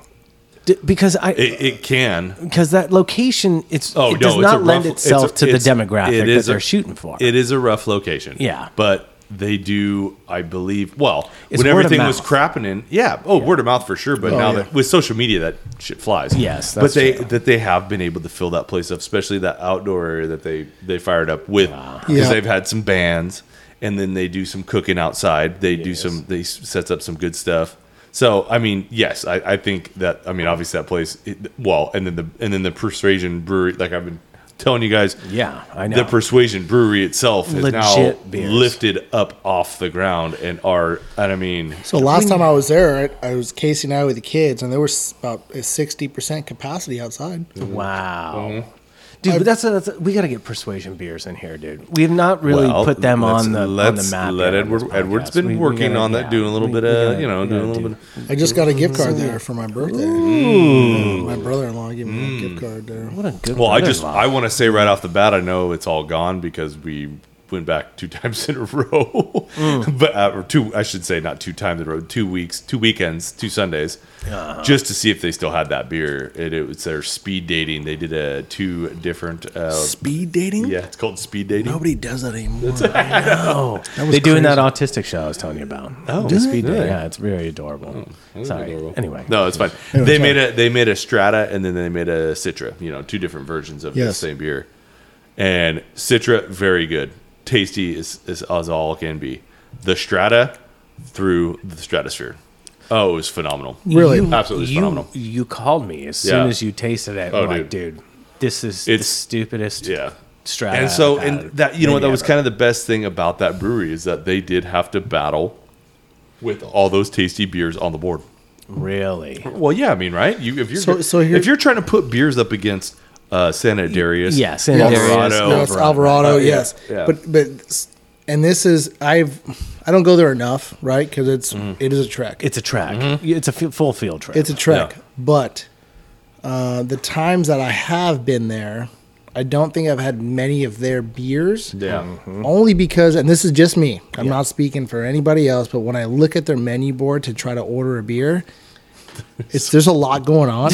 D- because I
it, it can.
because that location it's
Oh
it
no,
does
it's
not
a rough-
lend
it's a-
itself to the
it's-
demographic
it is
that they're
a-
shooting for.
It is a rough location.
Yeah.
But they do, I believe, well,
It's
when
word of
everything was
mouth.
crapping in, yeah, oh, word of mouth for sure. But now
yeah.
that with social media, that shit flies.
Yes,
but
that's
they
true.
that they have been able to fill that place up, especially that outdoor area that they they fired up with because
Yeah.
they've had some bands and then they do some cooking outside. They do some they s- sets up some good stuff. So I mean, yes, I, I think that I mean obviously that place. It, well, and then the and then the Persuasion Brewery, like I've been telling you guys,
Yeah, I know.
the Persuasion Brewery itself has now
Legit beers.
lifted up off the ground and are, and I mean,
So last time I was there, I, I was Casey and I with the kids, and there was about a sixty percent capacity outside.
Wow. Dude, but that's, that's we got to get persuasion beers in here, dude. We have not really
well,
put them
let's-
on the on the
let's
map.
Let
yet on
Edward.
this podcast.
Edward's been
We- we
working
gotta-
on that,
yeah.
doing a little
We-
bit
we
of,
gotta-
you know,
we
doing a
gotta
little
do-
bit.
I just got a gift card there for my birthday. My brother-in-law gave
Mm.
me a gift card there.
What a good.
Well, I just,
brother-in-law.
I want to say right off the bat, I know it's all gone because we went back two times in a row, but uh, or two, I should say, not two times in a row, two weeks, two weekends, two Sundays, just to see if they still had that beer. And it was their speed dating. They did a two different. Uh,
Speed dating?
yeah, it's called speed dating.
Nobody does that anymore.
Oh, they're doing that autistic show I was telling you about. Oh,
do
the
they?
speed
Do
day.
they?
Yeah, it's very adorable. Sorry. Anyway,
No, it's fine. they made a they made a Strata and then they made a Citra. You know, two different versions of the
Yes.
same beer. And Citra, very good, tasty as, as as all can be. The Strata through the Stratosphere. Oh, it was phenomenal.
Really?
You-
Absolutely
you,
phenomenal.
You called me as
Yeah.
soon as you tasted it.
Oh,
I'm like, dude, this is the
It's-
stupidest.
Yeah.
Strata.
and so
I've
and
had
that you know what
maybe
that was
ever.
kind of the best thing about that brewery is that they did have to battle with all those tasty beers on the board.
Really?
Well, yeah, I mean, right? You if you're
So- so here-
if you're trying to put beers up against uh, Santa Darius,
Yeah, Santa
Yes.
Darius.
Alvarado.
No, it's Alvarado.
Oh, yeah,
yes,
yeah.
but but s- and this is I've I don't go there enough, right? Because it's
Mm.
it is a trek.
It's a track. It's a f- full field track.
It's a trek,
Yeah.
but uh, the times that I have been there, I don't think I've had many of their beers.
yeah,
Only because, and this is just me, I'm not speaking for anybody else, but when I look at their menu board to try to order a beer, it's there's a lot going on,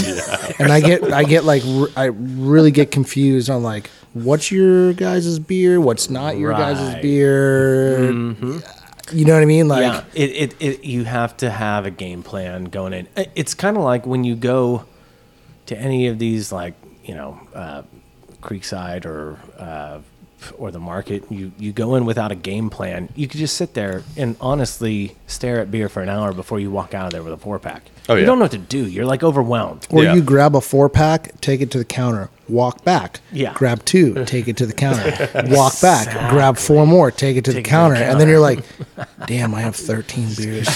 and I get I get like r- I really get confused on like what's your guys' beer, what's not your guys'
Right.
beer, you know what I mean? Like
yeah, it, it, it you have to have a game plan going in. I- It's kind of like when you go to any of these, like you know, uh, Creekside or uh, or the market. You you go in without a game plan. You could just sit there and honestly stare at beer for an hour before you walk out of there with a four pack.
Oh,
You
yeah.
don't know what to do. You're like overwhelmed.
Or
Yeah.
you grab a four pack, take it to the counter, walk back.
Yeah.
Grab two, take it to the counter, walk back, grab four more, take it to the
Take it to the
counter, and then
counter.
you're like, "Damn, I have 13 beers.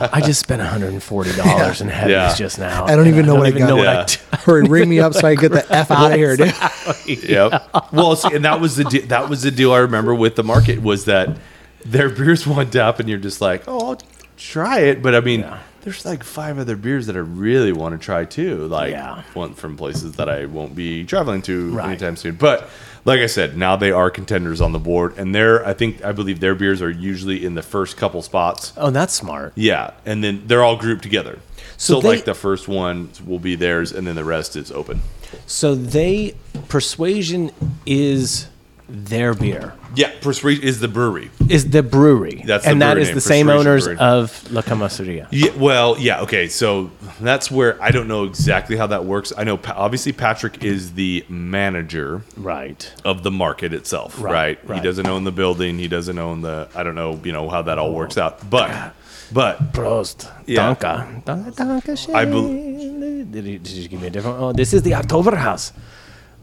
I just spent 140 dollars in heavies
Yeah.
just now.
I don't
and
even know what I got.
know what
Yeah.
I did.
Hurry, ring me up so I get the f out of here, dude."
Yep. Well, see, and that was the de- that was the deal I remember with the market was that their beers went up, and you're just like, oh, I'll try it. But I mean, there's like five other beers that I really want to try too, like
Yeah.
one from places that I won't be traveling to
Right.
anytime soon. But like I said, now they are contenders on the board, and they're I think I believe their beers are usually in the first couple spots.
Oh, that's smart.
Yeah, and then they're all grouped together. So,
So they-
like the first one will be theirs, and then the rest is open.
So they persuasion is their beer.
Yeah, Persuasion is the brewery.
Is the brewery.
That's the
and that
brewery
is
name,
the same
Persuasion
owners
Brewery.
of La Camaseria.
Yeah, well, yeah, okay. So that's where I don't know exactly how that works. I know pa- obviously Patrick is the manager
Right.
of the market itself, right,
Right,
He
right.
doesn't own the building, he doesn't own the I don't know, you know, how that all works out. But but
Prost.
Yeah.
Danka. Danka, danka
I
I
bel-
believe. Did, you- did you give me a different Oh, this is the October House.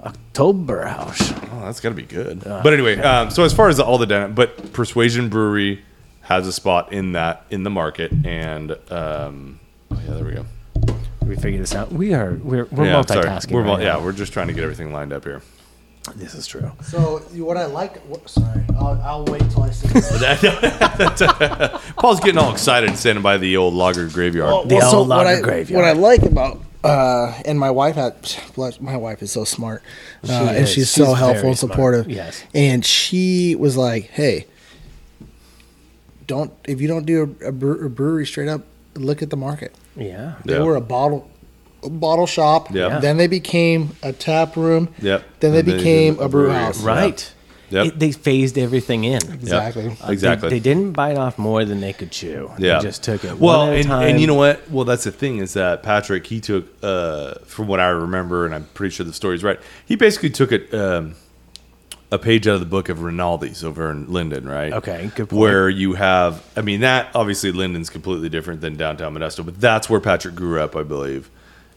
October House.
oh, that's got to be good. but anyway, um, so as far as all the dyna- but Persuasion Brewery has a spot in that in the market and um oh yeah, there we go.
We figured this out. We are we're, we're
yeah, sorry.
multitasking.
We're mul-
right
yeah,
now.
we're just trying to get everything lined up here.
This is true.
So what I like, sorry, I'll, I'll wait till I see. Well,
Paul's getting all excited and standing by the old lager graveyard.
The old
what
lager
I,
graveyard.
What I like about uh, and my wife had bless, my wife is so smart uh, and
is.
she's,
She's
so helpful
very
and
smart.
supportive.
Yes.
and she was like, "Hey, don't if you don't do a, a, bre- a brewery straight up, look at the market.
Yeah.
They
Yeah.
were a bottle." a Bottle shop.
Yeah.
Then they became a tap room.
Yep.
Then they
And then
became
a
a brew
brewery.
house.
Right.
Yep.
It, they phased everything in.
Exactly.
Yep.
Uh,
They-
Exactly.
They, didn't bite off more than they could chew.
yeah.
They just took it.
Well,
one at a
and,
time.
and you know what? Well, that's the thing is that Patrick, he took, uh, from what I remember, and I'm pretty sure the story's right, he basically took it. Um, a page out of the book of Rinaldi's over in Linden, right?
Okay, good point.
Where you have, I mean, that obviously Linden's completely different than downtown Modesto, but that's where Patrick grew up, I believe,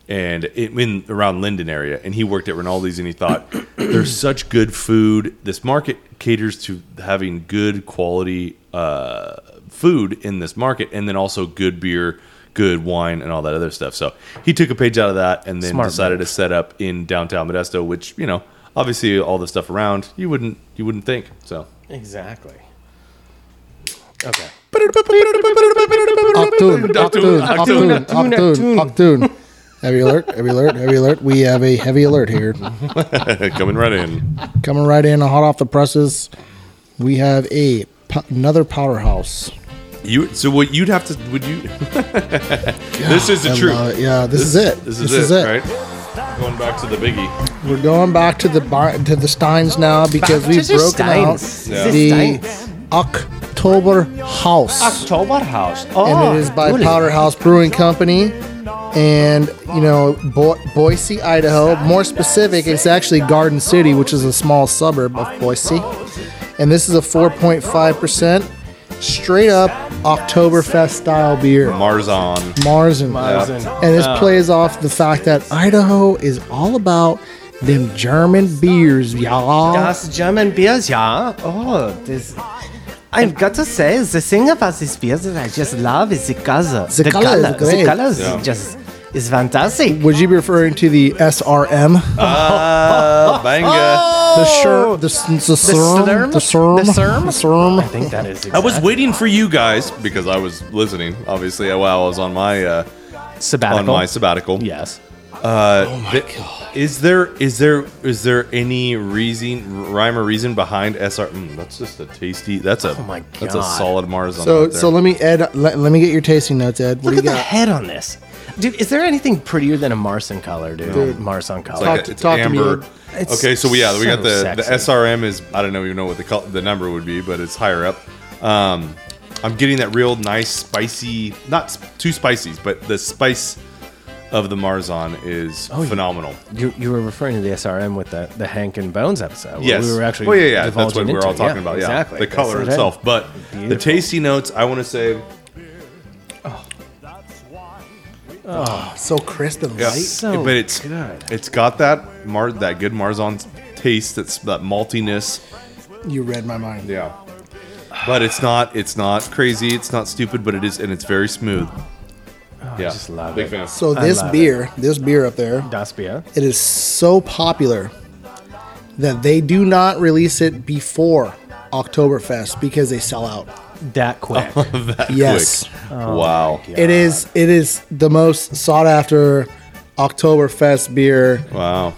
and it, in around Linden area. And he worked at Rinaldi's, and he thought, "There's such good food. This market caters to having good quality uh, food in this market, and then also good beer." Good wine and all that other stuff. So he took a page out of that and then
Smart
decided
move.
to set up in downtown Modesto, which you know, obviously, all the stuff around you wouldn't you wouldn't think. So
Exactly. Okay.
Octoon,
Octoon,
Octoon, Octoon, Octoon, Octoon. Heavy alert, heavy alert, heavy alert. We have a heavy alert here.
coming right in.
Coming right in, hot off the presses. We have a po- another powerhouse.
You so what you'd have to would you? this is the
I love
truth.
it. uh, Yeah, this, is it.
This is it. Right. Going back to the biggie.
We're going back to the bar- to the Steins now because we've
the
broken
Steins.
out
Yeah.
the
Steins.
October House,
October House. Oh,
and it is by
really?
Powderhouse Brewing Company. And you know Bo- Boise, Idaho. More specific, it's actually Garden City, which is a small suburb of Boise. And this is a 4.5 percent straight up Oktoberfest style beer.
Marzon.
Mars and
Marzen.
and this plays off the fact that Idaho is all about them German beers, y'all.
Das German beers, yeah. Oh, this. I've got to say, the thing about this beer that I just love is the color.
The color is
The
great.
color is
Yeah.
just is fantastic.
Would you be referring to the SRM?
Uh,
Ah, banga.
the shirt, the, s- the, serum,
slurm?
the serum,
Oh. The serum?
the serum.
I think that is. Exactly.
I was waiting for you guys because I was listening. Obviously, while I was on my uh,
sabbatical. Oh
on my sabbatical. Uh,
yes.
Th- Is there is there is there any reason rhyme or reason behind SR? Mm, that's just a tasty. That's a
Oh my
that's a
God.
solid Mars.
So, so let me Ed, let, let me get your tasting notes, Ed. What
Look at
do you
the
got?
head on this, dude. Is there anything prettier than a Marson color, dude? Marson color.
like
Talk-
a, it's
talk to me,
amber.
Ed.
It's
okay, so we- yeah, we got
so
the the
sexy.
SRM is I don't know even know what the col- the number would be, but it's higher up. Um, I'm getting that real nice spicy, not s- too spicy, but the spice of the Marzon is phenomenal.
Oh, You, you were referring to the SRM with the, the Hank and Bones episode. where
Yes.
We were actually.
Well, yeah, yeah. That's what
divulging
we were all
into it.
talking about. Yeah.
Exactly.
The
That's
color
what it
itself.
is.
But the
Beautiful.
tasty notes, I want to say,
So crisp and
yeah,
light.
So
but it's
good.
it's got that Mar that good Marzon taste. That's that maltiness.
You read my mind.
Yeah. But it's not it's not crazy. It's not stupid. But it is, and it's very smooth. yeah.
Oh, just love
Big
it.
fan.
So this
love
beer, this beer up there,
Das Bier.
it is so popular that they do not release it before Oktoberfest because they sell out.
That quick.
Oh. that
Yes.
quick.
Oh,
wow.
It is it is the most sought after Oktoberfest beer,
Wow.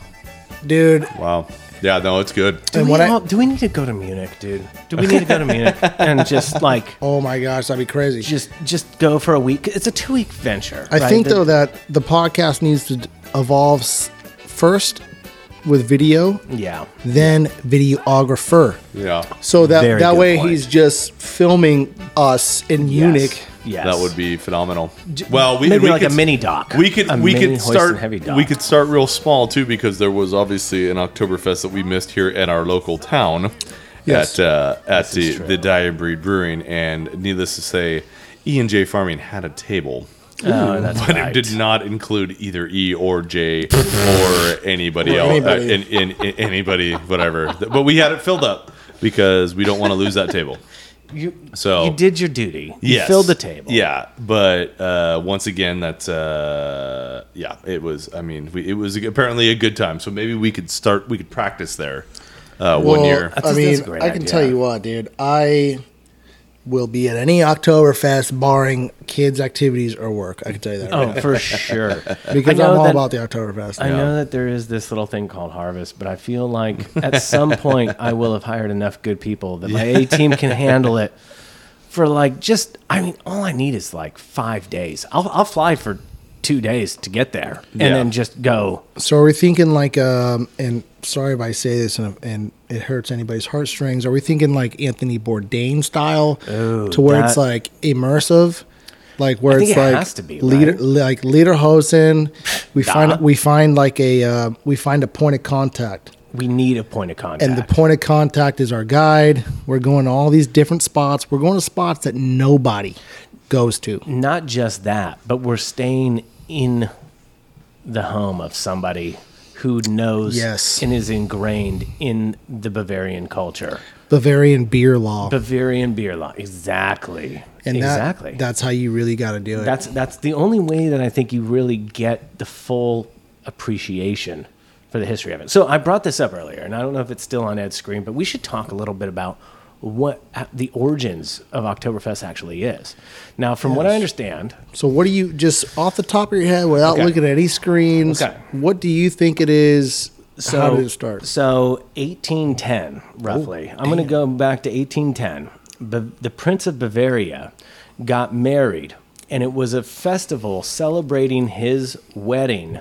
dude.
Wow. Yeah. No, it's good.
Do
And
we,
when I-
all- do we need to go to Munich, dude? Do we need to go to Munich and just like
Oh my gosh, that'd be crazy.
just just go for a week? It's a two week venture.
I
right?
think
The-
though that the podcast needs to d- evolve s- first with video,
Yeah.
then videographer.
Yeah.
So that
Very
that
good
way
point.
he's just filming us in Munich.
Yes. yes.
That would be phenomenal. Well, we
maybe
we
like
could-
a mini doc.
We could
A
we
mini
could
hoist
start
and heavy doc.
we could start real small too because there was obviously an Oktoberfest that we missed here at our local town
Yes.
at uh, at the the Dire Breed Brewing, and needless to say, E and J Farming had a table.
Oh, that's
But
right.
it did not include either E or J or anybody else,
anybody.
Uh, in, in, in- anybody, whatever. But we had it filled up because we don't want to lose that table.
You,
So
you did your duty. You
Yes.
filled the table.
Yeah, but uh, once again, that's uh, yeah. It was. I mean, we, it was apparently a good time. So maybe we could start. We could practice there uh, one year.
I
a- that's
mean,
a great
I can
idea.
tell you what, dude. I will be at any Oktoberfest barring kids' activities or work. I can tell you that.
Oh, for sure. I
Because
know
I'm all
that-
about the Oktoberfest.
I know that there is this little thing called harvest, but I feel like at some point I will have hired enough good people that my A team can handle it for like just I mean all I need is like 5 days. I'll I'll fly for 2 days to get there and
Yeah.
then just go.
So are we thinking like, um, and sorry if I say this and, and it hurts anybody's heartstrings. Are we thinking like Anthony Bourdain style to where it's
Oh, that-
like immersive? Like where
I think
it's
it
like
has to be,
leader,
right?
like Lederhosen. We
Duh.
find we find like a uh, we find a point of contact,
We need a point of contact.
and the point of contact is our guide. We're going to all these different spots. We're going to spots that nobody goes to.
not just that, but we're staying in the home of somebody who knows
Yes.
and is ingrained in the Bavarian culture.
Bavarian beer law,
Bavarian beer law. Exactly.
and that-
exactly.
that's how you really got to do it.
that's that's the only way that I think you really get the full appreciation for the history of it. So I brought this up earlier, and I don't know if it's still on Ed's screen, but we should talk a little bit about what uh, the origins of Oktoberfest actually is. Now, from what I understand,
So, what do you just off the top of your head, without
Okay.
looking at any screens?
Okay.
What do you think it is?
so
How did it start? Oh,
So 1810, roughly. I'm going to go back to 1810. Ba- the Prince of Bavaria got married, and it was a festival celebrating his wedding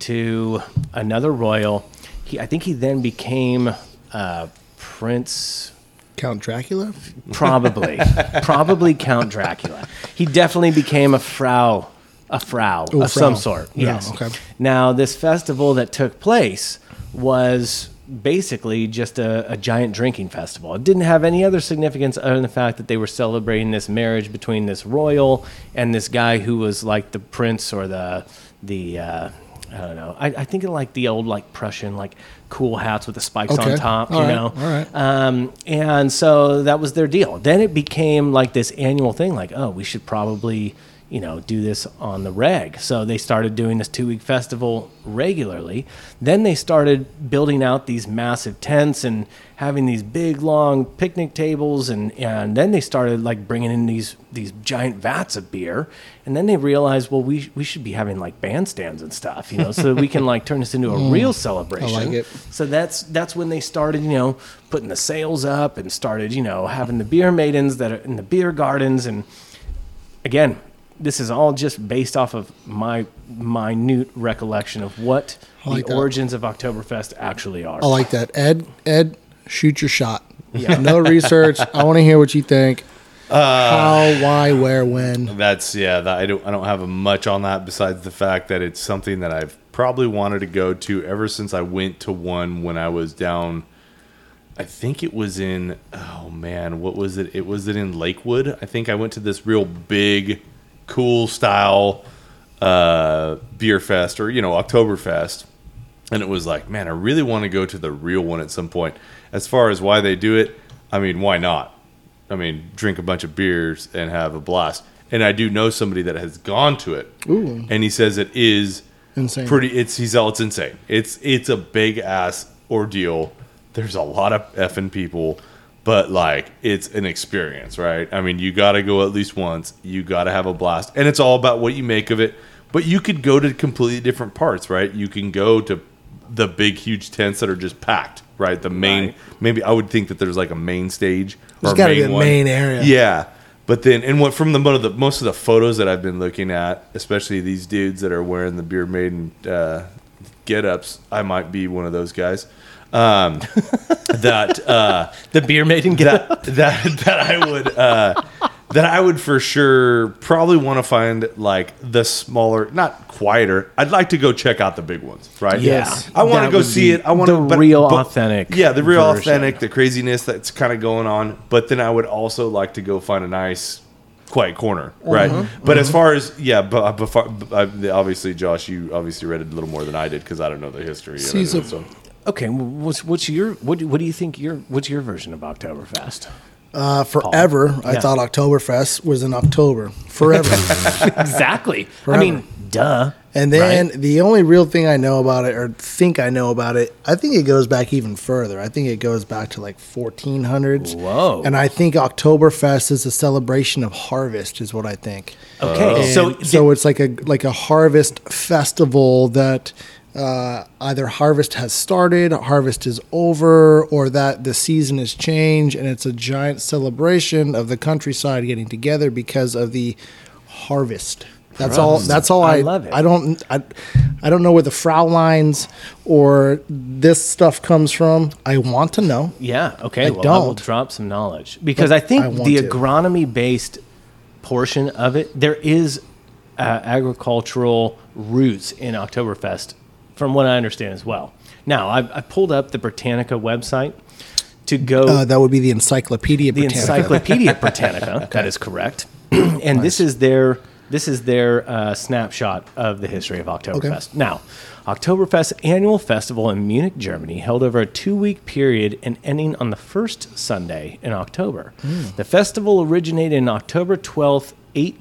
to another royal. He, I think he then became uh, Prince.
Count Dracula.
Probably, probably Count Dracula. He definitely became a Frau, a Frau
Ooh,
of some
Frau.
sort.
Yeah,
Yes.
okay.
Now, this festival that took place was basically just a, a giant drinking festival. It didn't have any other significance other than the fact that they were celebrating this marriage between this royal and this guy who was like the prince or the the uh, I don't know. I, I think of like the old like Prussian like cool hats with the spikes
Okay.
on top,
All
you
right.
know.
All right.
Um, and so that was their deal. Then it became like this annual thing. Like, oh, we should probably you know do this on the reg. So they started doing this two week festival regularly. Then they started building out these massive tents and having these big long picnic tables and and then they started like bringing in these these giant vats of beer and then they realized well we we should be having like bandstands and stuff you know so that we can like turn this into a real celebration
it.
so that's that's when they started you know putting the sails up and started you know having the beer maidens that are in the beer gardens and again this is all just based off of my minute recollection of what
like
the
that.
origins of Oktoberfest actually are.
I like that. Ed, Ed, shoot your shot.
Yeah. Uh,
No research. I want to hear what you think. How, why, where, when.
That's yeah. That, I don't. I don't have much on that besides the fact that it's something that I've probably wanted to go to ever since I went to one when I was down. I think it was in. Oh man, what was it? It was it in Lakewood. I think I went to this real big, cool style uh, beer fest or you know Oktoberfest, and it was like, man, I really want to go to the real one at some point. As far as why they do it, I mean, why not? I mean, drink a bunch of beers and have a blast. And I do know somebody that has gone to it, and he says it is
Insane.
Pretty, it's he's all it's insane. It's it's a big ass ordeal. There's a lot of effing people, but like it's an experience, right? I mean, you got to go at least once. You got to have a blast, and it's all about what you make of it. But you could go to completely different parts, right? You can go to the big, huge tents that are just packed, right? The main, maybe I would think that there's like a main stage.
There's
or
gotta be a
one.
main area.
Yeah, but then and what from the most of the most of the photos that I've been looking at, especially these dudes that are wearing the beer maiden uh, get-ups, I might be one of those guys. Um, that uh,
the beer maiden get
that that that I would uh, that I would for sure probably want to find like the smaller, not quieter. I'd like to go check out the big ones, right?
Yes.
I want
That
to go
would
see
be
it. I want
the real authentic
Yeah, the real
version.
authentic, the craziness that's kind of going on. But then I would also like to go find a nice. Quiet corner, right? But as far as yeah, but before, uh, obviously, Josh, you obviously read it a little more than I did because I don't know the history. of
See,
it,
so-
so-
Okay, well, what's what's your what do, what do you think your what's your version of Oktoberfest?
Uh, forever, I
Yeah.
thought Oktoberfest was in October. Forever.
exactly.
Forever.
I mean, duh.
And then the only real thing I know about it, or think I know about it, I think it goes back even further. I think it goes back to like 1400s.
Whoa.
And I think Oktoberfest is a celebration of harvest, is what I think.
Okay,
So,
so
so it's like a like a harvest festival that uh, either harvest has started, harvest is over, or that the season has changed, and it's a giant celebration of the countryside getting together because of the harvest. That's all. That's all.
I
I,
love it.
I don't. I, I don't know where the Frau lines or this stuff comes from. I want to know.
Yeah. Okay.
I
well, I will
don't.
drop some knowledge because I think
I want
the
to.
agronomy based portion of it, there is uh, agricultural roots in Oktoberfest, from what I understand as well. Now, I, I pulled up the Britannica website to go
Uh, that would be the Encyclopedia
the
Britannica.
Encyclopedia Britannica. That is correct. and this is their this is their uh, snapshot of the history of Oktoberfest. Now, Oktoberfest annual festival in Munich, Germany, held over a two-week period and ending on the first Sunday in October. The festival originated in October 12th,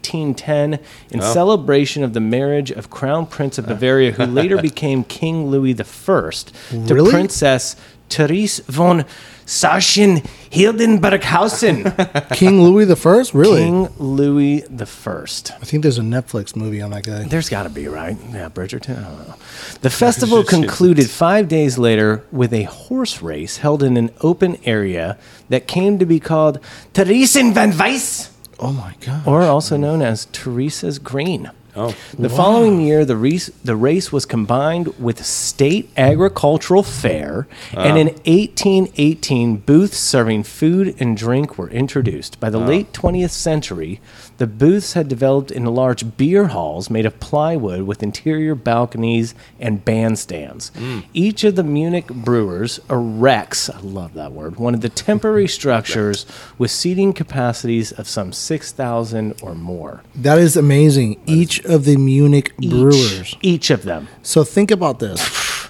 1810, in celebration of the marriage of Crown Prince of Bavaria, who later became King Louis I, to
Really?
Prince Princess Therese von Sachsen Hildenberghausen,
King Louis the First. Really?
King Louis the First.
I think there's a Netflix movie on that guy.
There's got to be, right? Yeah, Bridgerton. I don't know. The festival concluded five days later with a horse race held in an open area that came to be called Theresen van Weiss,
Oh my god.
or also known as Teresa's Green.
Oh.
The following year, the race, the race was combined with state agricultural fair, and in 1818, booths serving food and drink were introduced. By the late 20th century, the booths had developed into large beer halls made of plywood with interior balconies and bandstands. Each of the Munich brewers erects, I love that word, one of the temporary structures with seating capacities of some 6,000 or more.
That is amazing. Each each of the Munich brewers.
Each of them.
So think about this.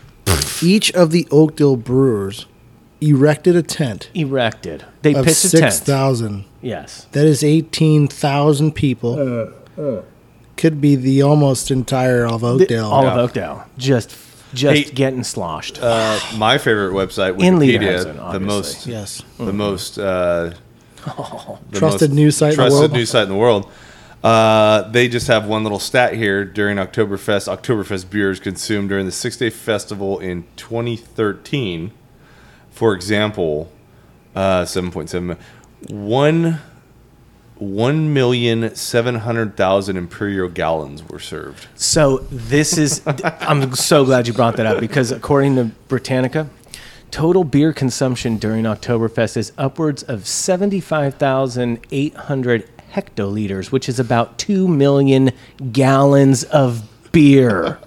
Each of the Oakdale brewers erected a tent
Erected. They
of
pitched a tent.
6,000.
Yes.
That is 18,000 people.
Uh,
Could be the almost entire of Oakdale.
All of
Yeah.
Oakdale. Just just
Hey,
getting sloshed.
Uh, my favorite website,
In
Wikipedia,
Lederhosen,
the
obviously.
most,
yes.
the most uh, the
Trusted news site in the
trusted
world.
news site in the world. Uh, they just have one little stat here during Oktoberfest. Oktoberfest beers consumed during the six day festival in 2013. For example, uh, 7.7 one. 1,700,000 imperial gallons were served.
So this is. I'm so glad you brought that up because according to Britannica, total beer consumption during Oktoberfest is upwards of 75,800 hectoliters, which is about two million gallons of beer.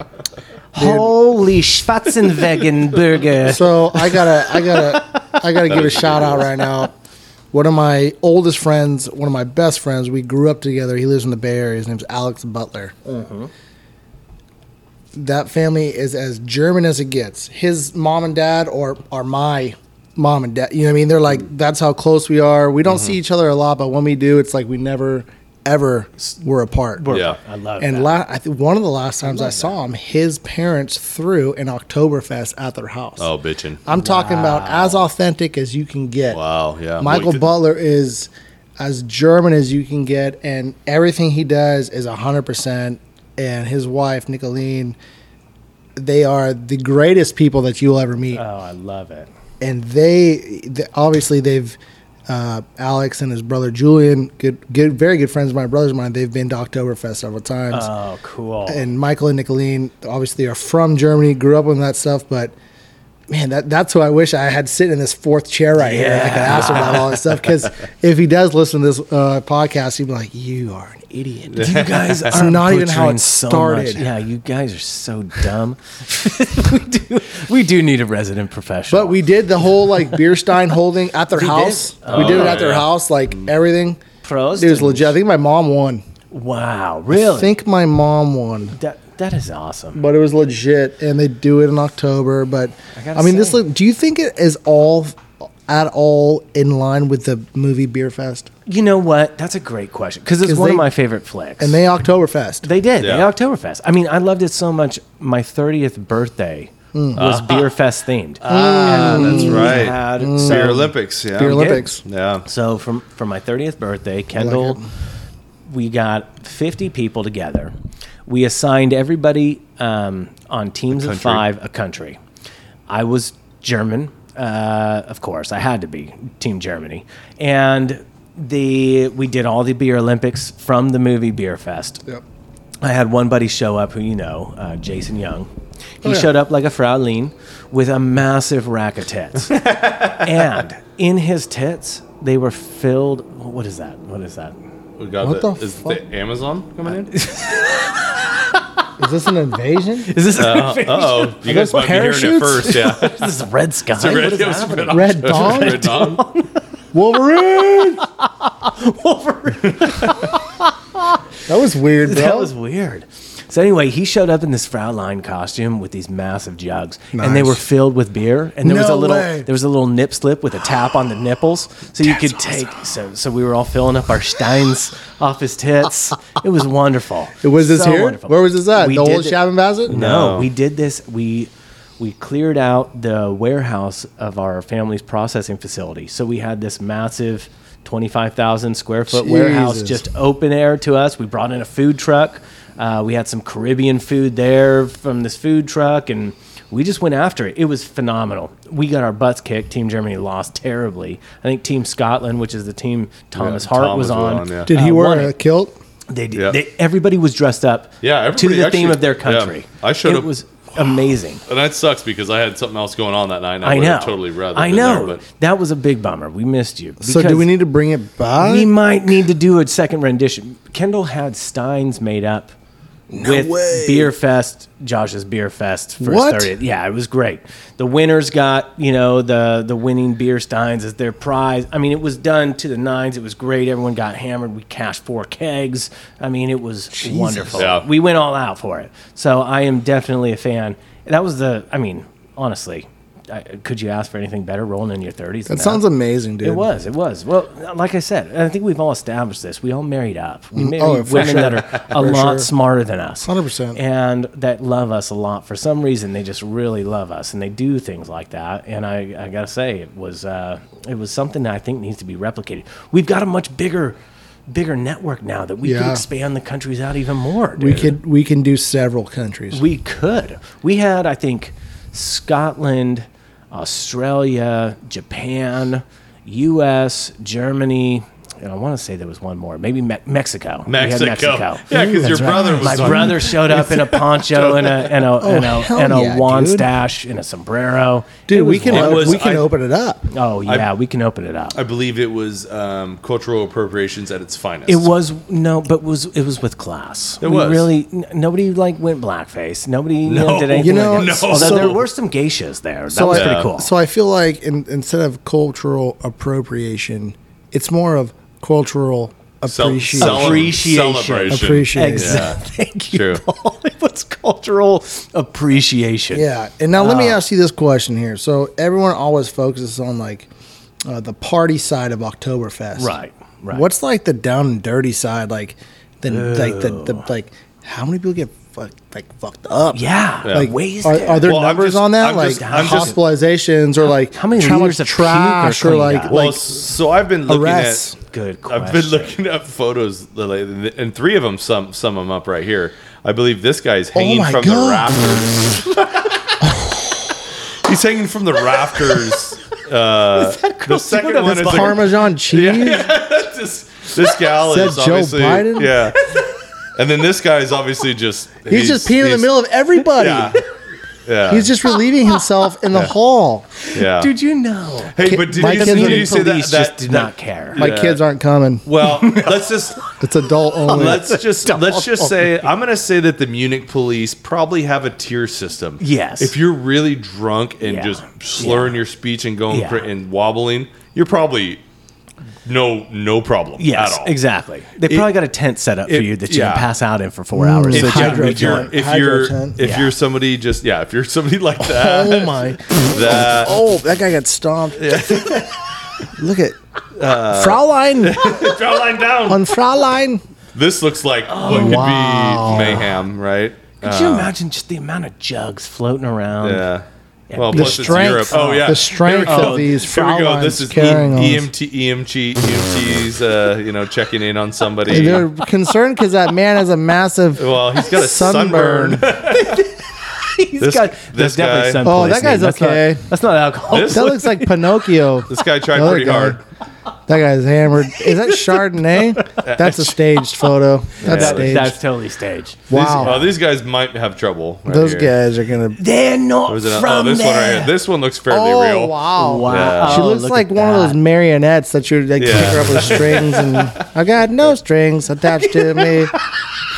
Holy Schwarzenweggenburger!
So I gotta, I gotta, I gotta give a shout out right now. One of my oldest friends, one of my best friends, we grew up together. He lives in the Bay Area. His name's Alex Butler. That family is as German as it gets. His mom and dad, or are my mom and dad. You know what I mean? They're like, that's how close we are. We don't see each other a lot, but when we do, it's like we never, ever were apart.
Yeah.
I love
And
that.
la- I think one of the last times I, saw him, his parents threw an Oktoberfest at their house.
Oh, bitching.
I'm talking about as authentic as you can get.
Wow, yeah.
Michael
Wait,
Butler is as German as you can get, and everything he does is 100%. And his wife, Nicolene, they are the greatest people that you'll ever meet.
oh, I love it.
and they, th obviously, they've. Uh, Alex and his brother Julian, good, good, very good friends of my brother's of mine. They've been to Oktoberfest several times
Oh, cool.
and Michael and Nicolene obviously are from Germany, grew up on that stuff, but man, that, that's who I wish I had sitting in this fourth chair right here. and I could ask him about all this stuff because if he does listen to this uh, podcast, he'd be like, "You are an idiot."
you guys
It's
are
not even how
butchering
it
so
started.
much. Yeah, you guys are so dumb. we do we do need a resident professional.
But we did the whole like beer stein holding at their house. we did it at their
yeah.
house, like everything.
Prost
It was
and-
legit. I think my mom won.
Wow, really?
I think my mom won.
that that is awesome.
but it was legit and they do it in october but i,
gotta
mean
say-
this look do you think it is all at all in line with the movie beer fest
You know what? That's a great question because it's
'Cause
one
they-
of my favorite flicks.
and they oktoberfest
they did
Yeah.
they Oktoberfest. I mean, I loved it so much. My thirtieth birthday
Hmm.
was beer fest themed.
Uh-huh. Ah, That's right.
had
Beer
some-
Olympics, yeah.
Mm. Hmm. beer olympics
Yeah.
So from for my 30th birthday, Kendall, we got 50 people together. We assigned everybody um, on teams of
country.
five a country. I was German, uh, of course. I had to be Team Germany, and the we did all the beer Olympics from the movie Beer Fest.
yep.
I had one buddy show up who you know, uh, Jason Young. He
yeah.
showed up like a Fraulein with a massive rack of tits. and in his tits, they were filled. What is that? What is that?
We got
What
the,
the
is
fuck?
the Amazon coming in?
is this an invasion
Is this,
Uh oh. You
those
guys might be hearing it
parachutes?
first, yeah.
this is red sky? what is
it was
happening?
red
red-
dawn
red dawn.
wolverine that was weird bro
That was weird. So anyway, he showed up in this Fraulein costume with these massive jugs, and they
Nice.
were filled with beer. And there was a
No
little
way.
there was a little nip slip with a tap on the nipples, so you could take. So so we were all filling up our steins off his tits. It was wonderful.
It was this
So
here
wonderful.
where was this at
We
the
did
old
thi-
Shabin Bassett
No,
No.
we did this. We we cleared out the warehouse of our family's processing facility, so we had this massive. 25,000 square foot warehouse
Jesus.
just open air to us. We brought in a food truck. Uh, we had some Caribbean food there from this food truck, and we just went after it. It was phenomenal. We got our butts kicked. Team Germany lost terribly. I think Team Scotland, which is the team Thomas Hart
Tom
was on,
yeah.
did he
uh, won
wear a
it.
kilt
They did.
Yeah.
They, everybody was dressed up
Yeah,
to
everybody
the theme
actually-
of their
yeah.
country.
I showed
It
up-
was amazing.
And that sucks because I had something else going on that night. And I,
I
would
know.
have totally rather.
I
been
know.
There, but
That was a big bummer. We missed you.
so do
because
we need to bring it back
We might need to do a second rendition. Kendall had Steins made up with
way.
Beer Fest, Josh's Beer Fest first
What?
30th. Yeah, it was great. The winners got, you know, the the winning beer steins as their prize. I mean, it was done to the nines. It was great. Everyone got hammered. We cashed four kegs. I mean, it was wonderful.
Yeah.
We went all out for it. So I am definitely a fan. That was the I mean, honestly, I, could you ask for anything better rolling in your 30s?
That sounds amazing, dude.
It was. It was. Well, like I said, and I think we've all established this. We all married up. We married
Oh, for
women
sure.
that are a
For
lot
sure.
smarter than us.
100%.
And that love us a lot. For some reason, they just really love us and they do things like that. And I, I got to say, it was, uh, it was something that I think needs to be replicated. We've got a much bigger. Bigger network now that we could
Yeah.
expand the countries out even more. Dude.
We could we can do several countries.
We could. We had, I think, Scotland, Australia, Japan, U.S., Germany. And I want to say there was one more, maybe Me- Mexico. We had
Mexico. Yeah, 'cause
That's
your brother was
My
on-
brother showed up in a poncho and a and a and a,
Oh, hell
and a
yeah,
wand
dude.
stash and a sombrero. It
dude,
was
we can
wonderful.
o-
was-
we can
I-
open it up.
Oh yeah, we can open it up.
I believe it was um, cultural appropriations at its finest.
It was no, but was it was with class. It
was.
really n- nobody like went blackface. Nobody you know,
No.
did anything.
You know,
like that.
no.
although there
So-
were some geishas there. That
So
was
I,
pretty cool.
So I feel like in, instead of cultural appropriation, it's more of cultural
Cel-
appreciation.
cele-
Appreciation.
celebration.
appreciation.
exactly. Thank you,
True.
Paul. It was cultural appreciation.
Yeah. And now let me
Uh.
ask you this question here. So everyone always focuses on like uh, the party side of Oktoberfest.
Right, right.
What's like the down and dirty side? Like the like the, the like how many people get fucked like fucked up?
Yeah.
Like
ways
are,
there.
are there
Well, I'm
numbers
just-
on that?
I'm
like
just- I'm just-
hospitalizations or like
how many
how
liters
much
of puke are
trash or
cleaned
like
up?
Well,
like
so I've been looking
arrests?
at.
Good question.
I've been looking at photos, lately, and three of them sum sum them up right here. I believe this guy's
Oh
hanging
my
from
God.
the rafters. He's hanging from the rafters. Uh, the second one is a-
Parmesan cheese.
this, this gal
Said
is
Joe
obviously
Biden?
yeah, and then this guy is obviously just
He's, just peeing in the
he's-
middle of everybody.
Yeah, yeah,
He's just relieving himself in the hall.
yeah.
Did you know?
hey, but did
my
you,
kids
did
are-
you see that?
police
that-
just did
that-
not care.
My
Yeah.
kids aren't coming.
Well, let's just
It's adult only.
let's just let's just say I'm going to say that the Munich police probably have a tier system.
Yes.
If you're really drunk and
Yeah.
just slurring your speech and going
Yeah.
cra- and wobbling, you're probably no no problem
yes,
at all.
exactly. They probably got a tent set up for
it-
you that you
yeah.
can pass out in for four hours.
If,
It's a
you're-
hydro
if you're
tent.
if
Hydro
you're
tent.
if
Yeah.
you're somebody just yeah if you're somebody like that
Oh my!
that
Oh, that guy got stomped. Look at
Uh,
Fraulein
draw line down.
on Fraulein.
This looks like what could
Oh, wow.
be mayhem, right?
Could you imagine just the amount of jugs floating around?
uh, Yeah. Well,
The
plus it's Europe.
strength-
Oh yeah,
the strength
Here we go.
of these
Here we go. This
Fraulein's
is e-
carrying on.
EMT, EMT, EMTs. E Uh, you know, checking in on somebody.
They're concerned because that man has a massive
Well, he's got a sunburn.
He's
This-
got
this
there's definitely
guy-
sun
Oh, that
poisoning.
guy's
That's not-
okay.
that's not alcohol.
This-
that looks like Pinocchio.
this guy tried
Another
pretty
guy.
hard.
That guy's hammered. Is that Chardonnay? That's a staged photo. That's
That-
staged.
that's totally staged.
These,
wow.
oh, these guys might have trouble. right
Those
here.
guys are gonna.
They're not
There's an- oh,
from
this one right
there.
here. This one looks fairly
Oh
real.
wow!
Wow.
Yeah.
She
Oh,
looks
look
like
at
one of
that.
those marionettes that you're like
Yeah.
pick her up with strings, and I got no strings attached to me.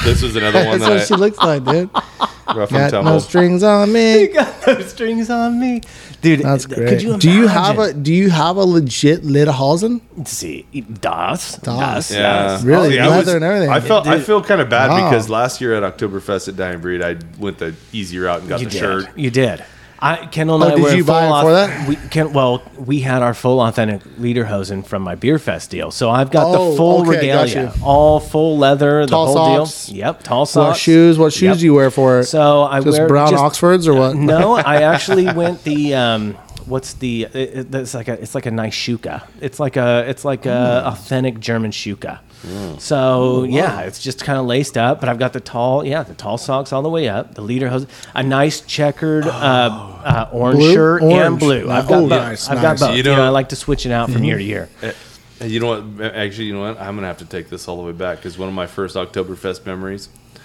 This is another
That's
one
what
that
she
I,
looks like, dude.
rough and
Got no
tumble.
strings on me.
got those strings on me, dude.
That's
th-
great.
Could you
do you have a
imagine?
Do you have a legit Lidhausen?
Let's see das
Das.
das?
Yeah,
das.
Really,
I
leather and everything.
I felt I
Dude.
feel kind of bad
Wow.
because last year at Oktoberfest at Dying Breed, I went the easy route and got
You
the
did.
shirt.
You did. I Kendall and
Oh,
I
did
were in
you buy
full
it for
auth-
that?
We, Ken, well, we had our full authentic lederhosen from my beer fest deal, so I've got
Oh,
the full
okay,
regalia,
gotcha.
all full leather,
Tall
the whole
socks.
deal. Yep, tall socks.
What shoes? What shoes
Yep.
do you wear for it?
So I
just
wear
brown
just-
Oxfords or what?
No, I actually went the um, what's the it, it- it's like a it's like a nice shuka. It's like a it's like a
Hmm.
authentic German shuka.
Oh,
So yeah, it's just kind of laced up, but I've got the tall yeah the tall socks all the way up, the leader hose, a nice checkered uh, uh, orange
Oh. Blue?
shirt and
Orange.
blue. I've
Oh,
got both.
nice,
I've
nice. Hmm.
got both.
You
You
know-
know, I like to switch it out from year to year.
Hey, You know what? ma- Actually, you know what? I'm gonna have to take this all the way back because one of my first Oktoberfest memories, uh,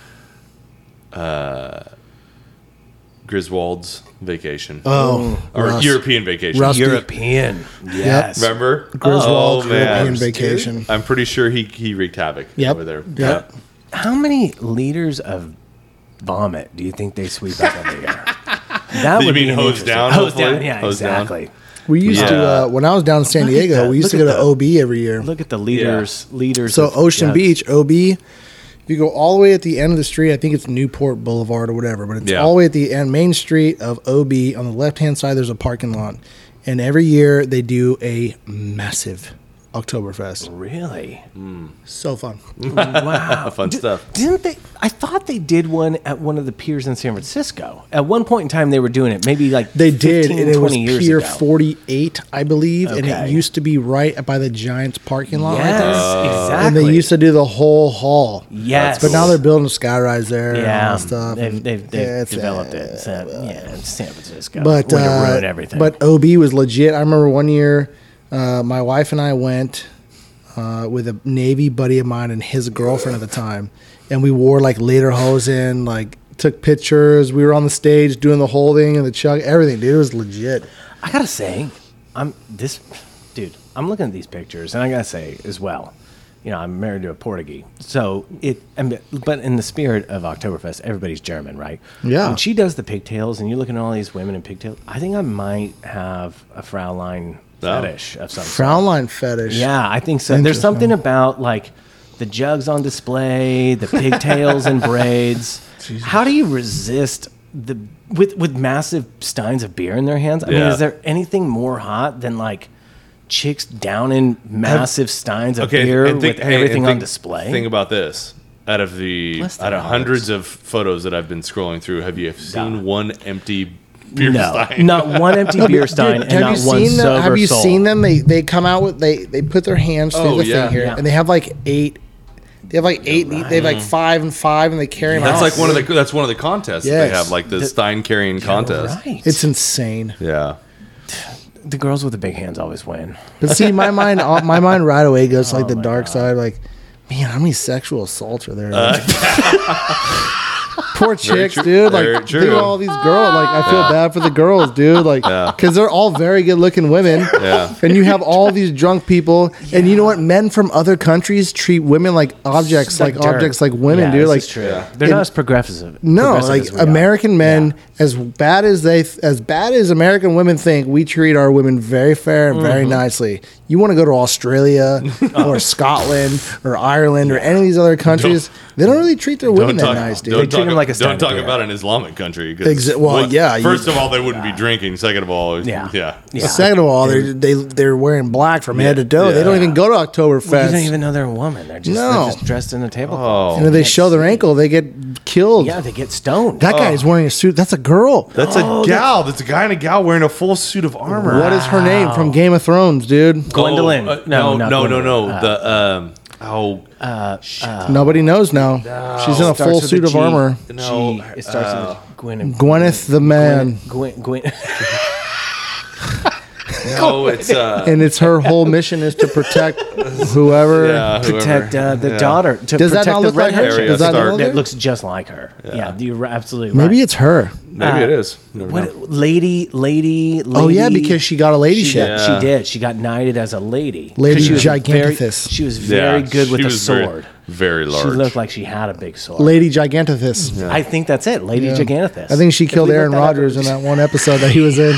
Griswold's vacation
Oh,
or
Rust.
European vacation.
Rusty.
European, yes.
Remember
Griswold's
Oh, man.
European vacation.
I'm pretty sure he he wreaked havoc
Yep.
over there.
Yep.
How many liters of vomit do you think they sweep up every year? That
You
would be
mean
an
hose
interesting-
down,
Hose down,
hopefully?
yeah,
Hose down.
exactly.
We used to
Yeah.
uh, when I was down in San
Look at
Diego.
the-
we used to
look
go
at the-
to OB every year.
Look at the leaders, leaders.
So
of-
Ocean
yeah.
Beach, OB. If you go all the way at the end of the street, I think it's Newport Boulevard or whatever, but it's
Yeah.
all the way at the end main street of OB. On the left hand side, there's a parking lot, and every year they do a massive Oktoberfest.
Really?
So fun.
Wow.
Fun stuff.
Didn't they? I thought they did one at one of the piers in San Francisco. At one point in time, they were doing it. Maybe like
They did,
15,
and it was
20 years
Pier
ago.
48, I believe, and it
Okay.
used to be right by the Giants parking lot.
Yes,
Right
Oh.
there.
exactly.
And they used to do the whole hall.
Yes.
But now they're building a skyrise there and all
yeah,
that stuff.
they've,
and
they've, they've
it's,
developed
uh,
it. It's, uh, yeah, it's San Francisco.
But
Way to
uh,
ruin everything.
But OB was legit. I remember one year, uh, my wife and I went uh, with a Navy buddy of mine and his girlfriend at the time, and we wore like lederhosen, like took pictures. We were on the stage doing the holding and the chug, everything, dude. It was legit.
I gotta say, I'm this dude. I'm looking at these pictures, and I gotta say as well, you know, I'm married to a Portuguese, so it. And, but in the spirit of Oktoberfest, everybody's German, right?
Yeah.
When she does the pigtails, and you're looking at all these women in pigtails, I think I might have a Fraulein
Oh.
fetish of some sort.
Frownline fetish.
Yeah, I think so. There's something about like the jugs on display, the pigtails and braids. How do you resist the with with massive steins of beer in their hands? I mean,
Yeah.
is there anything more hot than like chicks down in massive steins of
Okay,
beer
and think,
with
hey, and
everything on
think-
display?
Think about this. Out of the
Bless their
out of
hearts.
hundreds of photos that I've been scrolling through, have you seen one empty beer
no,
stein?
not one empty beer stein
Dude,
and not one
seen
sober
them? Have you
soul.
seen them? They they come out with they they put their hands through
Oh,
the
yeah.
thing here,
Yeah.
and they have like eight. They have like eight. They have like five and five, and they carry them.
That's
out.
like one of the that's one of the contests that
Yes.
they have, like the, stein carrying contest.
Right.
It's insane.
Yeah.
the girls with the big hands always win.
But see, my mind, uh, my mind right away goes to
Oh
like the dark side. Like, man, how many sexual assaults are there? Poor chicks,
Uh, true.
dude. Like,
Very
think
true.
of all these girls. Like, I feel bad for the girls, dude. Like, because they're all very good-looking women.
Yeah.
And you have all these drunk people, and you know what? Men from other countries treat women like objects, like,
dirt.
objects, like women,
Yeah,
dude.
this
Like,
is true. They're
and-
not as progressive.
No,
progressive
like
as we are.
American men, as bad as they, as bad as American women think, we treat our women very fair and
Mm-hmm.
very nicely. You want to go to Australia
Oh.
or Scotland or Ireland or any of these other countries? they don't really treat their women
Don't talk,
that nice,
don't
dude.
treat
talk,
them like a stein
don't
of
talk
beer.
about an Islamic country. 'cause
Exa- well, yeah, you-
First of all, they wouldn't be drinking. Second of all,
Yeah.
yeah. Yeah.
Yeah.
Second of all, they they they're wearing black from head to toe. They don't
Yeah.
even go to Oktoberfest.
You don't even know they're a woman. They're just,
No.
they're just dressed in a tablecloth.
and if they show their ankle, they get
Oh.
killed.
Yeah, they get stoned.
that guy is wearing a suit. That's a girl.
That's
Oh,
a gal. That's a guy and a gal wearing a full suit of armor.
what is her name from Game of Thrones, dude?
Gwendolyn.
Oh, uh,
No,
no,
not
no, no, no,
Gwendolyn. Uh,
the um, oh,
Nobody knows now. She's in a
Starts
full
with
suit
a
of
G.
armor.
No, uh,
G. It starts with Gwen.
Gwyneth the man.
Gwen. Gwen.
no, it's uh,
and it's her whole mission is to protect whoever.
yeah, whoever.
protect uh, the daughter. To
Does that
protect
not
the
look like her?
redhead
Area
chick.
Does that
start.
not look
That
like
looks just like her. Yeah, you're absolutely right.
Maybe it's her.
Maybe it is. You never know.
what lady, lady, lady.
Oh yeah, because she got a lady
she,
ship.
got-
Yeah.
she did. She got knighted as a lady. 'Cause
Lady
she was very-
Gigantithis.
She was very
Yeah,
good with
she
a
was very-
sword.
Very, large.
She looked like she had a big sword.
Lady Gigantithus.
I think that's it, Lady
Yeah.
Gigantithis.
I think she killed
we look
Aaron
that up,
Rodgers in that one episode that he was in.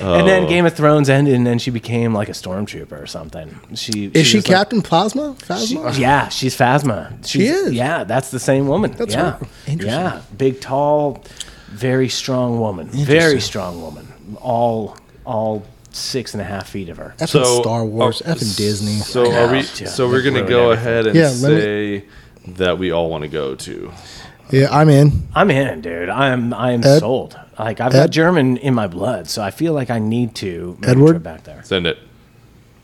And then Game of Thrones ended, and then she became like a stormtrooper or something. She
Is she
was like-
Captain Plasma?
she-
Phasma?
yeah, she's Phasma. She's,
is.
Yeah, that's the same woman.
That's
yeah.
her. Interesting.
Yeah, big, tall, very strong woman. Very strong woman. All, all six and a half feet of her.
That's
so
from Star Wars.
oh,
F and Disney.
So are we?
Yeah,
So we're gonna
ruined
go
everything.
ahead and
Yeah, let me-
say that we all want to go to.
Yeah, I'm in.
I'm in, dude. I'm, I'm
Ed?
sold. Like I've
Ed?
got German in my blood, so I feel like I need to make a
Edward?
trip back there.
Send it.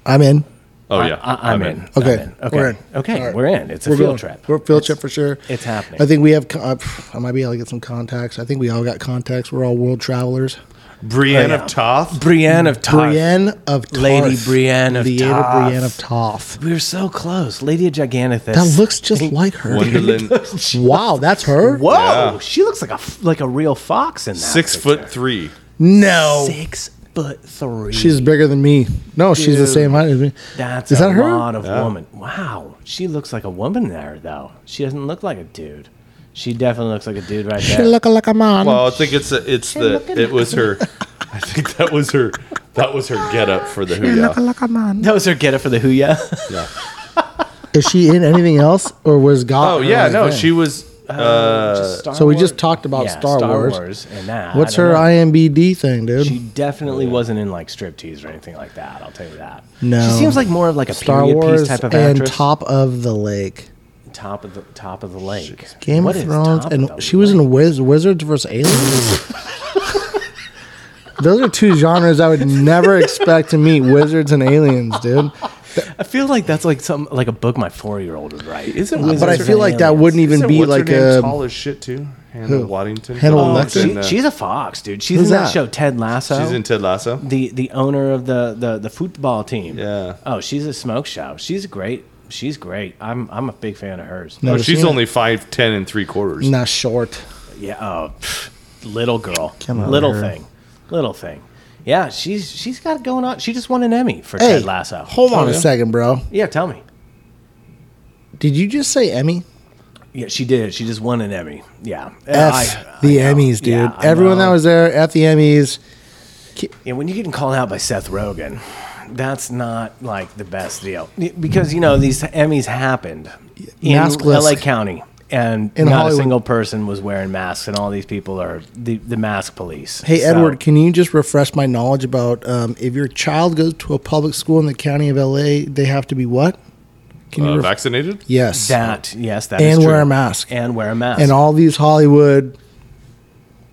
I'm in.
Oh yeah,
I, I'm, in. I'm
Okay,
in.
we're
Okay.
in.
Okay.
All right.
We're in. It's a
We're
field
going.
trip.
We're field trip for sure.
It's happening.
I think we have. co- Uh, pff, I might be able to get some contacts. I think we all got contacts. We're all world travelers.
Brienne
Yeah.
of Toth.
Brienne of Tarth.
Brienne of Tarth.
Lady Brienne of
Lady
Tarth.
Brienne of Toth.
We were so close. Lady of Gigantithis.
That looks just like her.
Wonderland.
Wow, that's her.
Whoa,
Yeah.
she looks like a f- like a real fox in that.
Six
picture.
foot three.
No,
Six foot three.
She's bigger than me. No, she's the
Dude.
same height as me.
That's
Is
a
that her?
lot of woman. Wow, she looks like a woman there though. She doesn't look like a dude. She definitely looks like a dude right
She
there.
look like a man.
Well, I think it's it's the it was her. I think that was her. That was her get up for the Hooyah.
like a man.
that was her get up for the Hooya.
Is she in anything else, or was God?
Oh
her
yeah,
only
no,
thing?
she was. Uh,
so we just talked about Star Wars.
and that.
What's
I don't
her
know.
IMBD thing, dude?
She definitely wasn't in like striptease or anything like that. I'll tell you that.
No.
she seems like more of like a
Star
period
Wars
piece type of
and
actress.
Top of the Lake.
top of the top of the lake.
Game
What
of
is
Thrones,
top
and
of the
she was
lake?
in Wiz- Wizards vs. Aliens. Those are two genres I would never expect to meet: wizards and aliens, dude.
I feel like that's like some like a book my four year old would write.
Isn't
Wizards
Uh, but I
and
feel like that
Aliens.
wouldn't even
Isn't
be
what's
like
her name
a.
tall as shit too. Hannah Waddington.
Hannah
Oh,
Oh,
Waddington.
she's in,
she,
uh,
she's a fox, dude. She's
Who's
in that,
that?
show Ted Lasso.
she's in Ted Lasso.
the the owner of the, the the football team.
Yeah.
Oh, she's a smoke show. She's great. She's great. I'm I'm a big fan of hers.
Oh,
Never
she's
seen it.
only five ten and three quarters.
Nah, short.
Yeah. Oh, pff, little girl.
Come on,
little
her.
thing. Little thing. Yeah, she's she's got it going on. She just won an Emmy for
Hey,
Ted Lasso.
hold on
Oh,
a
yeah.
second, bro.
Yeah, tell me.
Did you just say Emmy?
Yeah, she did. She just won an Emmy. Yeah. Uh,
F
I-
the
I know.
Emmys, dude.
Yeah, I
Everyone
know.
that was there at the Emmys.
Yeah, when you're getting called out by Seth Rogen, that's not like the best deal because you know these Emmys happened in
Maskless.
LA County, and
In
not
Hollywood.
a single person was wearing masks, and all these people are the, the mask police.
Hey,
So-
Edward, can you just refresh my knowledge about um, if your child goes to a public school in the county of LA, they have to be what? Can
Uh,
ref-
vaccinated?
Yes.
that yes, that is
and
true.
wear a mask.
and wear a mask.
And all these Hollywood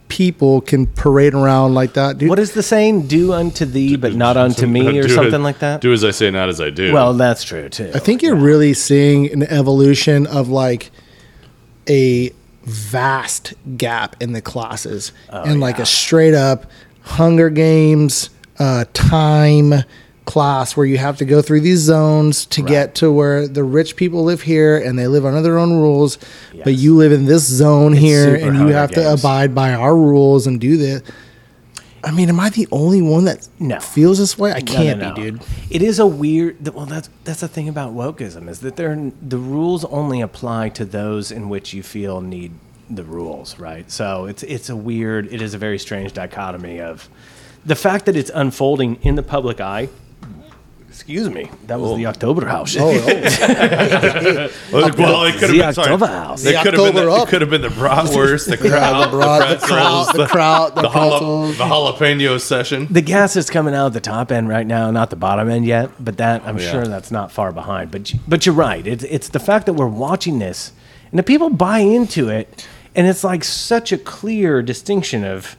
people can parade around like that, dude.
what is the saying? Do unto thee, but not unto me, or
Do
something
as-
like that.
Do as I say, not as I do.
Well, that's true too.
I think you're really seeing an evolution of like a vast gap in the classes
Oh,
and like a straight up Hunger Games uh, time class where you have to go through these zones to get to where the rich people live here and they live under their own rules, but
Yes.
you live in this zone here
super
and you
Hunger
have to
Games.
abide by our rules and do this. I mean, am I the only one that
No.
feels this way? I
No, no,
can't
no.
be, dude.
It is a weird. th- Well, that's that's the thing about wokeism is that they're the rules only apply to those in which you feel need the rules, right? So it's it's a weird. It is a very strange dichotomy of the fact that it's unfolding in the public eye. Excuse me, that
Oh.
was the October House.
Well, well, it
The
could have been sorry.
October House.
It
The
could have been
October
the, it
up.
could have been the bratwurst, the crowd,
Yeah, the, broad, the,
pretzels,
crowd, the, crowd, the,
the, jala-
pretzels.
the jalapeno session.
The gas is coming out the top end right now, not the bottom end yet. But that I'm
Oh, yeah.
sure that's not far behind. But you- but you're right. It's it's the fact that we're watching this and the people buy into it, and it's like such a clear distinction of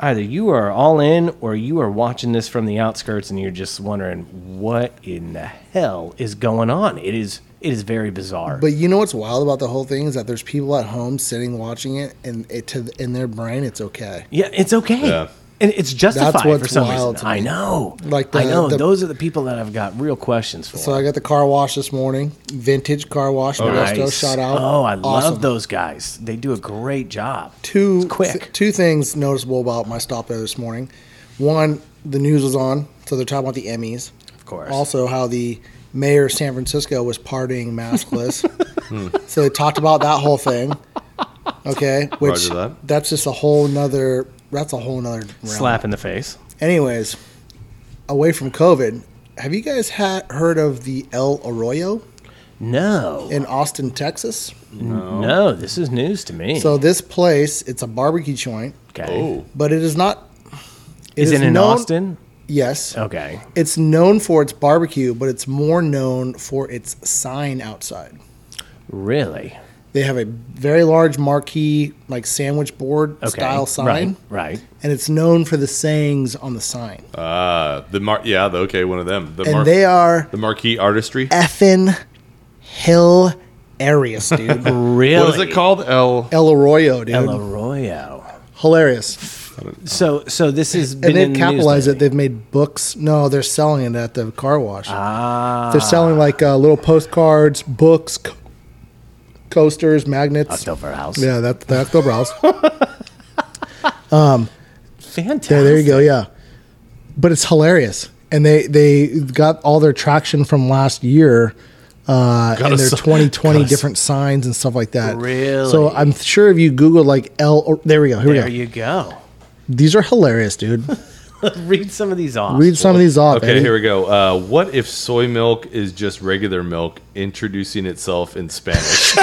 either you are all in or you are watching this from the outskirts and you're just wondering what in the hell is going on. It is it is very bizarre.
But you know what's wild about the whole thing is that there's people at home sitting watching it, and it to in their brain it's okay.
Yeah, it's okay.
Yeah.
And it's justified for
what's
some
wild
reason.
to me.
I know.
Like the-
I know.
the-
Those are the people that I've got real questions for.
So I got the car wash this morning, vintage car wash, Modesto, shout out.
Oh, I
Awesome.
love those guys. They do a great job.
Two
It's quick.
th- two things noticeable about my stop there this morning. One, the news was on, so they're talking about the Emmys.
Of course.
Also, how the mayor of San Francisco was partying maskless. so they talked about that whole thing. Okay, which
Roger that.
that's just a whole nother. That's a whole nother realm.
slap in the face.
Anyways, away from COVID, have you guys had heard of the El Arroyo
No.
in Austin, Texas?
no. this is news to me.
So this place, it's a barbecue joint,
okay.
Oh,
but it is not.
is it in
known-
Austin? Oh.
Yes.
Okay.
It's known for its barbecue, but it's more known for its sign outside.
Really?
They have a very large marquee, like sandwich board
Okay.
style sign,
Right. right.
and it's known for the sayings on the sign.
uh, the mar- yeah, the, okay, one of them. The,
and
mar-
they are
the marquee artistry.
effing hilarious, dude.
Really?
What is it called? L.
El Arroyo, dude.
El Arroyo.
Hilarious.
So, so this has been
And
in
they've
the news
capitalized it.
lately.
They've made books. No, they're selling it at the car wash.
Ah,
They're selling like uh, little postcards, books, co- coasters, magnets.
October House.
Yeah, that, that's the browse.
Fantastic.
Yeah, there you go. Yeah. but it's hilarious. And they they got all their traction from last year. Uh, and their
si-
2020 different signs and stuff like that.
Really?
So I'm sure if you Google like L, or, there we go. Here
There
we go.
you go.
These are hilarious, dude.
Read some of these off.
Read some of these off.
Okay, here we go. Uh, what if soy milk is just regular milk introducing itself in Spanish?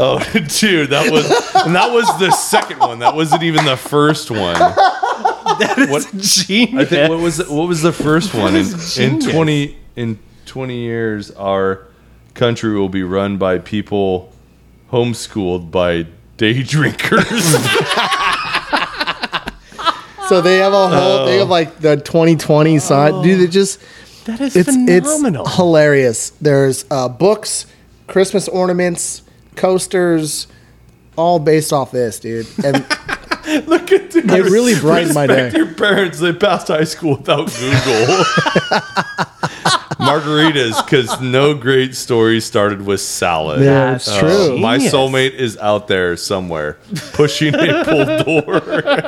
oh, dude, that was and that was the second one. That wasn't even the first one. what,
Genius.
I think what was the, what was the first one in,
is
in
genius.
twenty in twenty years our country will be run by people homeschooled by day drinkers.
So they have a whole
Oh.
they have like the 2020 sign. Dude, it just
that is
it's
phenomenal.
it's hilarious. There's uh, books, Christmas ornaments, coasters, all based off this, dude. And
Look at dude,
It really brightened my
respect
day.
Your parents they passed high school without Google. Margaritas, because no great story started with salad.
yeah, it's
That's
true.
My
Genius.
soulmate is out there somewhere pushing a pull door.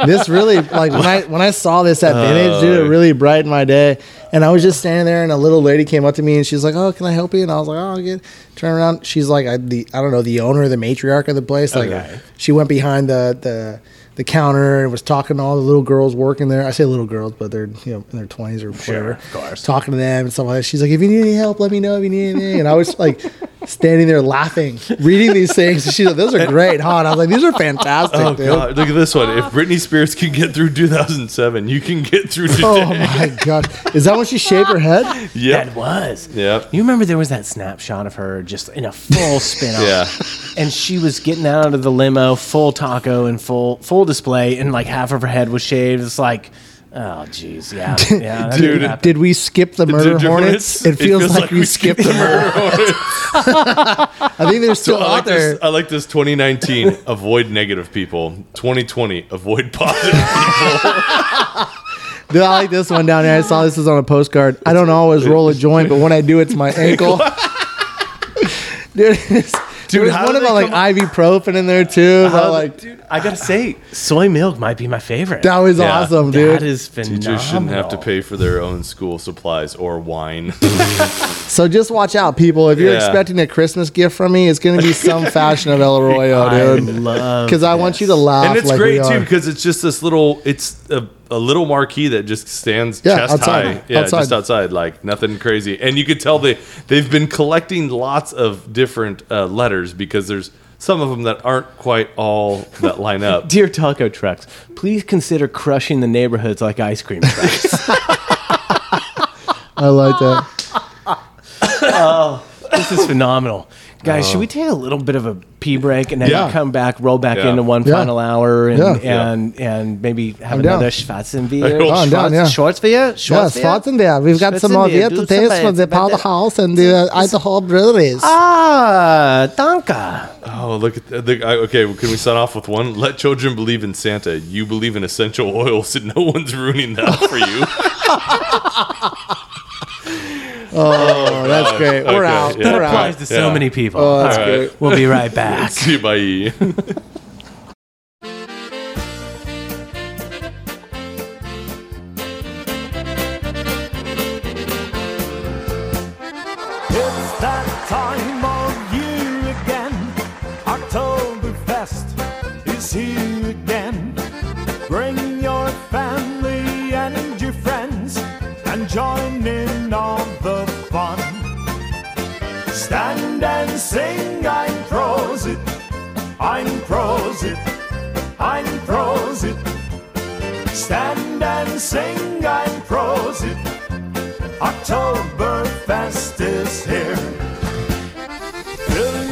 this really like when I when I saw this at vintage,
Oh.
dude, it really brightened my day. And I was just standing there, and a little lady came up to me, and she's like, "Oh, can I help you?" And I was like, "Oh, good." Turn around, she's like, I, "The I don't know the owner, the matriarch of the place." Like,
Okay.
she went behind the the the counter and was talking to all the little girls working there. I say little girls, but they're you know in their twenties or whatever.
of course.
Talking to them and stuff like that. She's like, "If you need any help, let me know. If you need anything." And I was like. Standing there laughing, reading these things, and she's like, "Those are great, huh?" And I was like, "These are fantastic,
Oh
dude."
God! Look at this one. If Britney Spears can get through 2007, you can get through today.
Oh my god! Is that when she shaved her head?
yep.
That was.
Yep.
You remember there was that snapshot of her just in a full spin off.
Yeah.
And she was getting out of the limo, full taco and full full display, and like half of her head was shaved. It's like, oh jeez, yeah, yeah, that
Dude,
happened.
Did we skip the murder
Dude,
hornets? It feels, like, we skipped.
the murder hornets.
I think they're still
I, like
out there.
this, I like this 2019. Avoid negative people. 2020. Avoid positive people.
Dude, I like this one down there. I saw this is on a postcard. I don't always roll a joint, but when I do, it's my ankle. Dude, it's,
Dude,
there was
how
one
do they
about like
come up-
ibuprofen in there too.
How
But
the-
like
dude, I gotta say, soy milk might be my favorite.
that was
Yeah.
awesome, dude.
that is phenomenal.
Teachers shouldn't have to pay for their own school supplies or wine.
so just watch out, people. If you're
Yeah.
expecting a Christmas gift from me, it's gonna be some fashion of El Arroyo, dude.
love
Because I want you to laugh.
and it's
like we
great too
are.
because it's just this little. It's a, a little marquee that just stands
Yeah,
chest
outside.
high. Yeah,
Outside.
just outside, like nothing crazy. And you could tell they they've been collecting lots of different uh, letters because there's some of them that aren't quite all that line up.
Dear taco trucks, please consider crushing the neighborhoods like ice cream trucks.
I like that.
this is phenomenal. Guys, should we take a little bit of a pee break and then
Yeah.
come back, roll back
Yeah.
into one
Yeah.
final hour and
Yeah.
Yeah.
and, and maybe have
I'm down.
another Schwarzenbier?
Oh,
I'm down, yeah.
Schwarzbier?
Yes, Schwarzenbier. We've got some more beer to taste from the Powderhouse and the uh, Idaho breweries.
Ah, danke.
Oh, look at the, the, I, okay. well, Can we start off with one? Let children believe in Santa. You believe in essential oils, and no one's ruining that for you.
oh, that's great. We're
Okay,
out.
yeah.
We're
Applies
out.
to so
Yeah.
many people.
Oh, that's
All right.
great.
We'll be right back.
See you, bye.
It's that time of year again. Oktoberfest is here again. Bring your family and your friends and join in all the fun. Stand and sing, I'm pros it. I'm pros it. I'm pros it. Stand and sing, I'm pros it. Oktoberfest is here.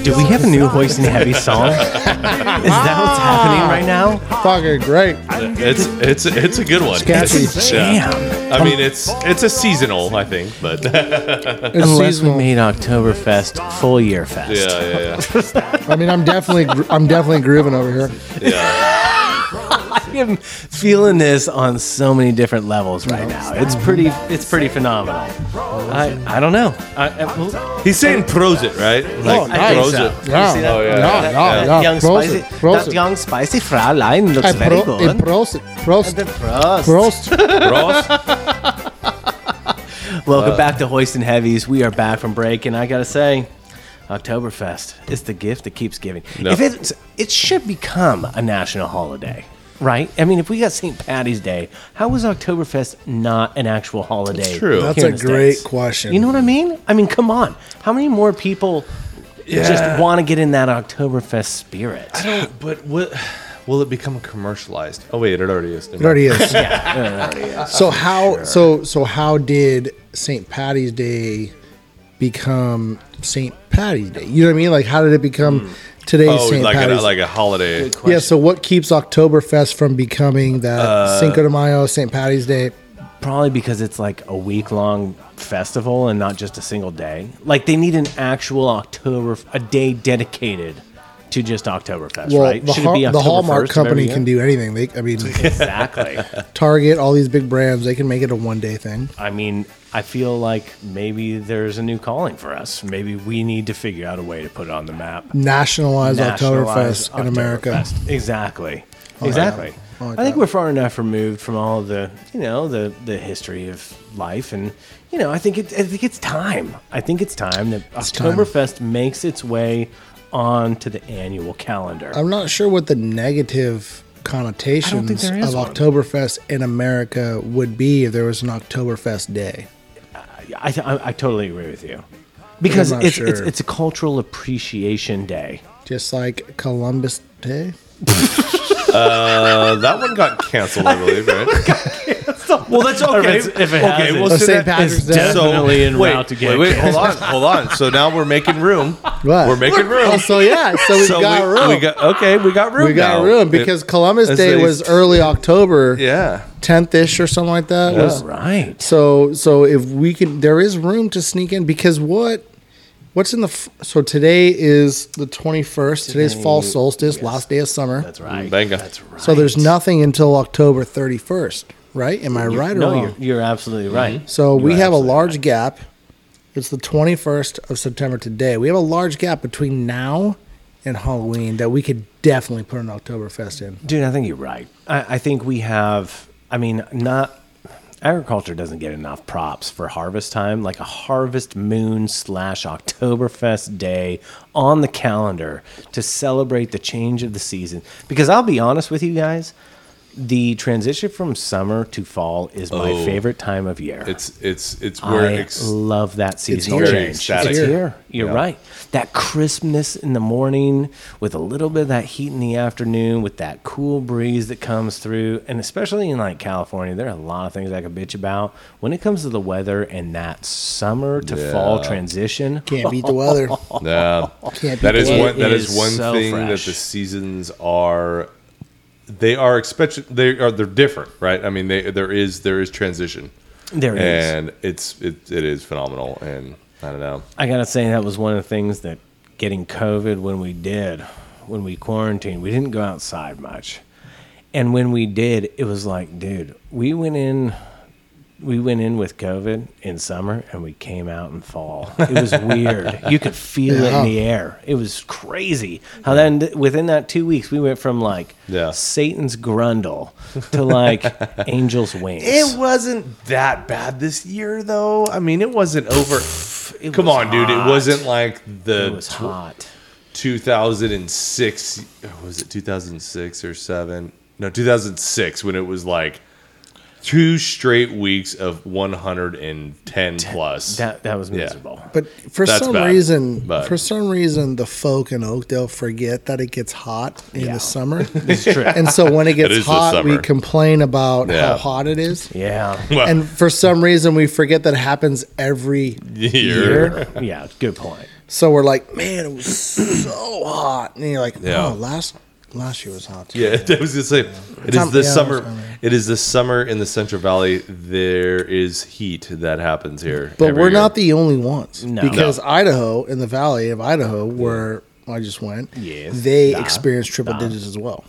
Do we have a new Hoist and Heavy song? Is that what's happening right now?
Fucking great.
Uh,
It's it's it's a good one.
catchy.
It's- yeah. I mean, it's it's a seasonal, I think, but yeah,
It's
Unless we
seasonal.
made Oktoberfest full year fest.
yeah, yeah.
I mean, I'm definitely, gro- I'm definitely grooving over here.
yeah.
am feeling this on so many different levels right now. It's pretty. It's pretty phenomenal. I I don't know. I, I, well,
He's saying Prosit, right?
Oh, nice.
I think
Prosit.
so.
Yeah.
You see that?
Oh, yeah.
That-
Yeah,
that-
yeah,
that
yeah.
young
Prosit,
spicy,
prosit.
that young spicy Fraulein looks
I
very
pro, I
good.
prost, prost,
The prost.
prost.
Prost.
Welcome back to Hoist and Heavies. We are back from break, and I gotta say, Oktoberfest is the gift that keeps giving.
No.
If it's, it should become a national holiday, right? I mean, if we got St. Patty's Day, how is Oktoberfest not an actual holiday? It's
true.
That's a great question.
You know what I mean? I mean, come on. How many more people just want to get in that Oktoberfest spirit?
but will, will it become commercialized? Oh wait, it already is.
It already is. So how so so how did St. Patty's Day become St. Patty's Day? You know what I mean? Like how did it become today's
Oh,
St.
like a,
Patty's?
like a holiday.
yeah. So what keeps Oktoberfest from becoming that
Uh,
Cinco de Mayo, St. Patty's Day?
Probably because it's like a week long festival and not just a single day. Like they need an actual October, a day dedicated to just Oktoberfest,
Well,
right?
the,
Should it
Hall-
be
the
October
Hallmark
1st of every
company
year?
can do anything. They, I mean,
exactly.
Target, all these big brands, they can make it a one day thing.
I mean, I feel like maybe there's a new calling for us. Maybe we need to figure out a way to put it on the map.
Nationalize,
Nationalize
Oktoberfest in America. Oh,
Oktoberfest. Exactly. exactly.
I like
I think
that.
we're far enough removed from all the, you know, the the history of life, and you know, I think it, I think it's time. I think it's time that
time.
Oktoberfest makes its way onto the annual calendar.
I'm not sure what the
I don't
negative
think
connotations of
there is one.
Oktoberfest in America would be if there was an Oktoberfest day.
I, I, I totally agree with you because
not
it's, it's
sure.
it's a cultural appreciation day.
Just like Columbus Day.
Uh, that one got canceled, I believe, right?
Well, that's okay. If, it's- if it
Okay,
hasn't.
well,
Oh,
So
St.
that
Patrick's
is
Day.
definitely- en
wait,
route to get
wait, wait, hold
canceled.
on, hold on. So now we're making room.
What?
We're making room.
Oh, so yeah, so we
So
got
we,
room.
we got okay. We got room.
We got
now.
room because Columbus
It's
Day
these-
was early October,
Yeah.
tenth ish or something like that. Was-
right.
so so if we can, there is room to sneak in because what what's in the f- so today is the twenty first. Today's fall solstice, last day of summer.
That's right.
Bingo.
That's right.
So there's nothing until October 31st, right? Am I right or
no,
wrong? Mm-hmm.
you're, you're absolutely right.
so we
You're
have a
absolutely
large gap. It's the 21st of September today. We have a large gap between now and Halloween that we could definitely put an Oktoberfest in.
Dude, I think you're right. I, I think we have, I mean, not agriculture doesn't get enough props for harvest time. Like a harvest moon slash Oktoberfest day on the calendar to celebrate the change of the season. Because I'll be honest with you guys, the transition from summer to fall is my
Oh.
favorite time of year.
It's it's it's where
I
ex-
love that seasonal
here.
change.
It's here.
It's here. You're
Yeah.
right. That crispness in the morning with a little bit of that heat in the afternoon with that cool breeze that comes through. And especially in like California, there are a lot of things I could bitch about when it comes to the weather and that summer to fall
Yeah.
transition.
Can't beat the weather.
Yeah.
Can't
That
beat
is
the
one. That
It
is
is
one
so
thing
fresh.
that the seasons are. They are expect. They are. They're different, right? I mean, they there is there is transition,
There it is.
and it's it, it is phenomenal. And I don't know.
I gotta say that was one of the things that getting COVID when we did, when we quarantined, we didn't go outside much. And when we did, it was like, dude, we went in we went in with COVID in summer and we came out in fall. It was weird. you could feel it
Yeah.
in the air. It was crazy. How then within that two weeks we went from like
Yeah.
Satan's grundle to like angel's wings.
It wasn't that bad this year, though. I mean, it wasn't over. Come
was
on, dude. It
hot.
wasn't like the
It was
tw-
hot.
2006. Was it 2006 or seven? No, 2006 when it was like two straight weeks of 110 plus.
That that was
Yeah.
miserable.
But for
That's
some
bad,
reason,
but-
for some reason, the folk in Oakdale forget that it gets hot in
Yeah.
the summer.
It's true.
and so when it
It
gets
is the
hot, we
summer.
complain about how
Yeah.
hot it is.
yeah.
well,
And for some reason, we forget that happens every
year.
Here? yeah, good point.
So we're like, man, it was so hot, and you're like,
Yeah.
oh, last last year was hot. too."
Yeah, I was gonna say it
Tom-
is the
yeah, that's
summer.
what I mean.
It is the summer in the Central Valley. There is heat that happens here,
but
every
we're
year.
not the only ones
No.
because Idaho in the Valley of Idaho, where I just went,
Yes.
they
Da.
experienced triple digits as well.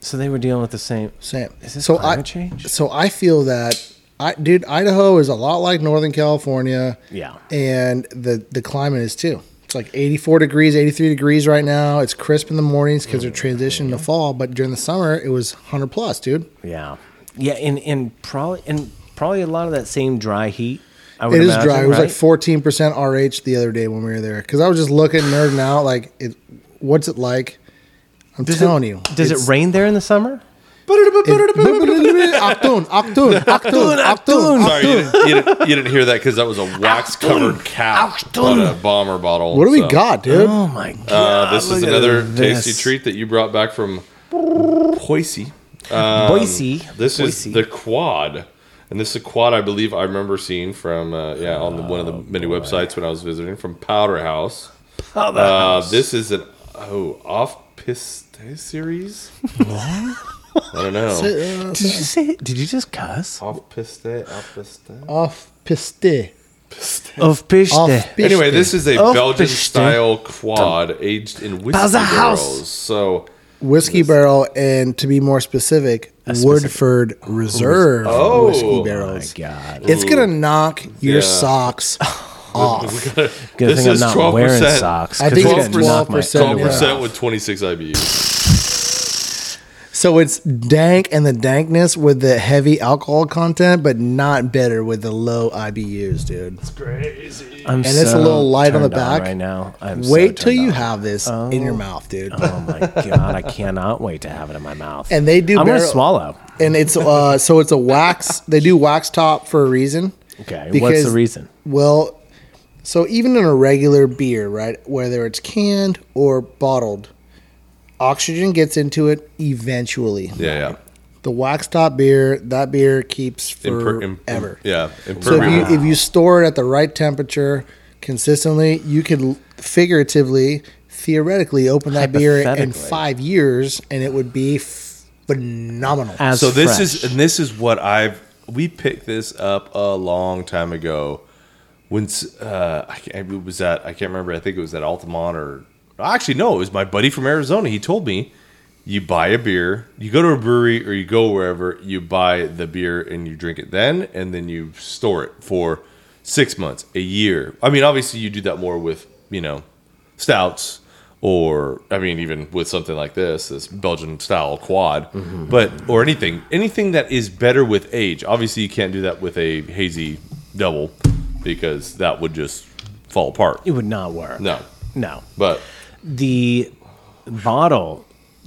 So they were dealing with the same.
Same.
Is this
so
climate
I,
change?
So I feel that I dude, Idaho is a lot like Northern California.
Yeah.
And the the climate is too. It's like 84 degrees, 83 degrees right now. It's crisp in the mornings because they're
Mm-hmm.
transitioning to fall, but during the summer it was 100 plus, dude.
Yeah, yeah, and and probably and probably a lot of that same dry heat. I would
It is
imagine,
dry. It was like
right?
14% RH the other day when we were there because I was just looking nerding out like it, what's it like? I'm
Does
telling
it,
you.
Does
it's-
it rain there in the summer?
Actun, actun, actun, actun.
Sorry, you didn't, you didn't, you didn't hear that because that was a wax covered cap on a bomber bottle.
What do we
so,
got, dude?
Oh my god!
Uh, this is
look at
another
this.
tasty treat that you brought back from Boise.
Um,
Boise.
This
Boise.
is the quad, and this is a quad I believe I remember seeing from uh, yeah on the, one of the
Oh,
many websites when I was visiting from Powder House.
Powder
uh, This is an oh off piste series. I don't know.
Uh,
Did you say? Did you just cuss?
Off piste, off piste.
Off piste.
Of piste.
Off piste.
Anyway, this is a
Off
Belgian
piste.
style quad aged in whiskey
Powder House.
barrels. So
whiskey barrel, and to be more specific, Woodford Reserve
Oh.
whiskey
Oh
barrels.
God.
It's gonna knock your
Yeah.
socks off.
Good
This
thing I'm
is
not wearing
12%.
socks.
I
'cause
think
it's
it's
gonna knock my
12%,
underwear
12%
off.
with 26 IBUs.
so it's dank and the dankness with the heavy alcohol content, but not better with the low IBUs, dude.
I'm
and it's a little light on the
turned
back.
right now. I'm so
Wait till
turned
you
on.
have this in your mouth, dude.
Oh my god! I cannot wait to have it in my mouth.
And they do
I'm gonna
barrel-
swallow.
and it's uh, so it's a wax. They do wax top for a reason.
Okay, what's the reason?
Well, so even in a regular beer, right, whether it's canned or bottled, oxygen gets into it eventually.
Yeah, yeah.
The wax top beer, that beer keeps
Imper-
forever.
im- yeah,
So if
impermeable.
you, if you store it at the right temperature consistently, you could l- figuratively, theoretically, open that beer in
Hypothetically.
five years, and it would be phenomenal.
As
so this
fresh.
is and this is what I've we picked this up a long time ago when s- uh, I can't, it was at I can't remember I think it was at Altamont or actually no it was my buddy from Arizona he told me you buy a beer you go to a brewery or you go wherever you buy the beer and you drink it then and then you store it for six months a year I mean obviously you do that more with you know stouts or I mean even with something like this, this Belgian style quad, but or anything, anything that is better with age. Obviously, you can't do that with a hazy double because that would just fall apart.
it would not work.
No,
no.
but
the bottle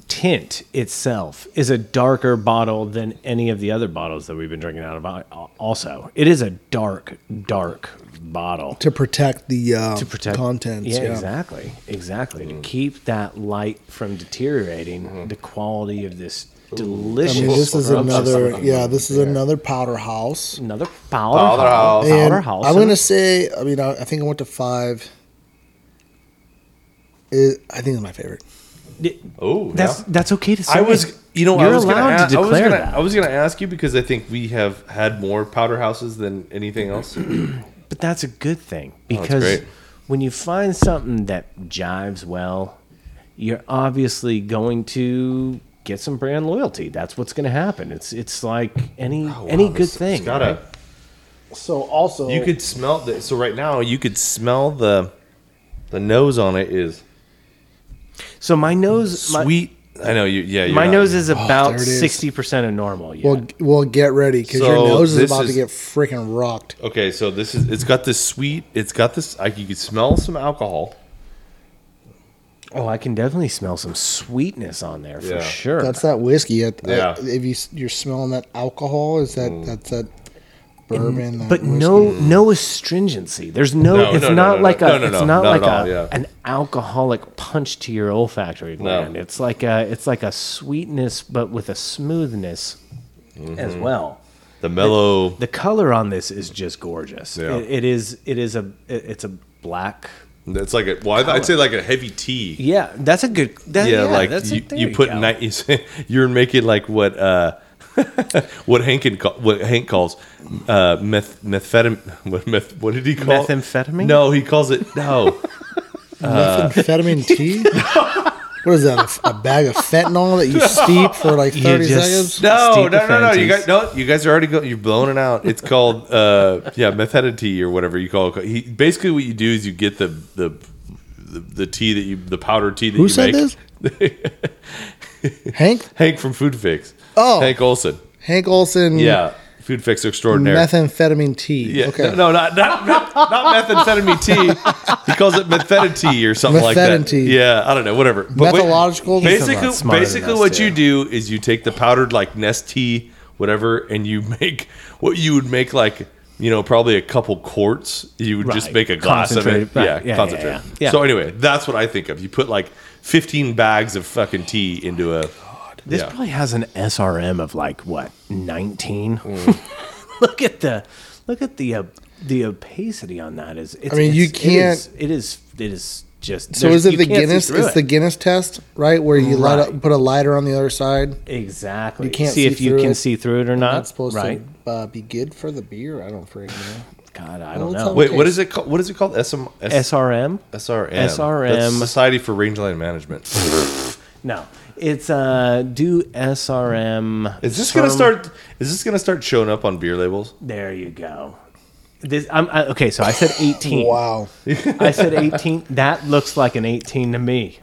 tint itself is a darker bottle than any of the other bottles that we've been drinking out of. al- Also, it is a dark, dark bottle
to protect the uh,
to protect
contents.
Yeah, exactly, exactly.
Mm.
To keep that light from deteriorating,
Mm-hmm.
the quality of this
I
delicious.
mean, this is
scrumptious
another.
looking-
Yeah, this is another powder house.
another powder,
Powder
house.
house.
And
Powder house.
I'm gonna say. I mean, I, I think I went to five. It, I think it's my favorite.
oh,
That's
yeah.
that's okay to say.
I was, you know,
You're
I was gonna
allowed
a-
to
I was
declare
gonna-
that.
I was going to ask you because I think we have had more powder houses than anything else.
But that's a good thing because
great.
when you find something that jives well, you're obviously going to get some brand loyalty. That's what's going to happen. It's it's like any any good thing.
It's gotta-
right?
So also,
You could smell the so right now you could smell the the nose on it is
So my nose, my,
sweet. I know you. Yeah, you're
my
not-
nose is about
there it is.
sixty percent of normal. Yeah.
Well, g- well, get ready because your
So
nose is
this
about to
is-
get freaking rocked.
Okay, so this is it's got this sweet. It's got this. I you can smell some alcohol.
oh, I can definitely smell some sweetness on there for
Yeah.
sure.
That's that whiskey. At,
Yeah.
if you s- you're smelling that alcohol, is that that's that bourbon? that
but
whiskey.
no no astringency there's no,
No,
it's
no, no,
not
no, no.
like a
No, no,
it's
no,
not
not
like
at
a,
all, yeah.
an alcoholic punch to your olfactory gland it's like a it's like a sweetness but with a smoothness
Mm-hmm.
as well
The mellow.
the color on this is just gorgeous
Yeah.
It- it is it is a it- it's a black
it's like a well, I'd- I'd say like a heavy tea.
yeah that's a good that,
Yeah,
yeah,
like
that's
you,
a, there
you put
go.
night. You're making like what uh, what Hank and call, what Hank calls uh, meth methamphetamine. What, meth, what did he call it?
Methamphetamine?
No, he calls it no.
methamphetamine tea. What is that? A, f- a bag of fentanyl that you steep for like
You
thirty
just-
seconds?
No,
Steep
no, no, no. You
offenses.
guys, no, you guys are already go, you're blowing it out. It's called uh, yeah, methadone tea or whatever you call it. He, basically, what you do is you get the the the, the tea that you the powdered tea that
Who
you
said
make.
Hank
Hank from Food Fix.
Oh.
Hank Olson.
Hank Olson.
Yeah, Food Fix extraordinaire.
Methamphetamine tea.
yeah,
Okay.
no, no, not not, not, not methamphetamine tea. He calls it methadone tea or something like that.
Methadone tea.
Yeah, I don't know, whatever. But wait-
Methodological? He's
a lot
Basically,
smarter than
basically,
us,
what
too.
you do is you take the powdered like Nest tea, whatever, and you make what you would make like you know probably a couple quarts. You would just
Right.
make a glass of it.
Concentrate, right. Yeah,
Yeah,
yeah,
concentrate.
yeah, yeah.
So anyway, that's what I think of. You put like fifteen bags of fucking tea into a.
This
Yeah.
probably has an SRM of like what nineteen.
Mm.
look at the look at the uh, the opacity on that is. It's,
I mean,
it's-
you
It is.
can't-
It is, it is just.
So
there's-
is it
you
the
can't see
Guinness?
through
It's
it.
the Guinness test, right? Where you light
Right.
up, put a lighter on the other side.
exactly.
You can't
see,
see
if you
through
can
it.
see through it or not.
That's supposed
right?
to uh, be good for the beer. I don't freaking know.
God, I don't
it's
know.
all-
Wait, what
Okay.
is it called? What is it called? SM, S-
SRM?
SRM.
SRM.
That's Society for Rangeland Management.
No, it's uh do SRM.
Is this gonna
firm-
start? Is this gonna start showing up on beer labels?
There you go. This I'm I, okay. So I said eighteen.
Wow.
I said 18. That looks like an 18 to me.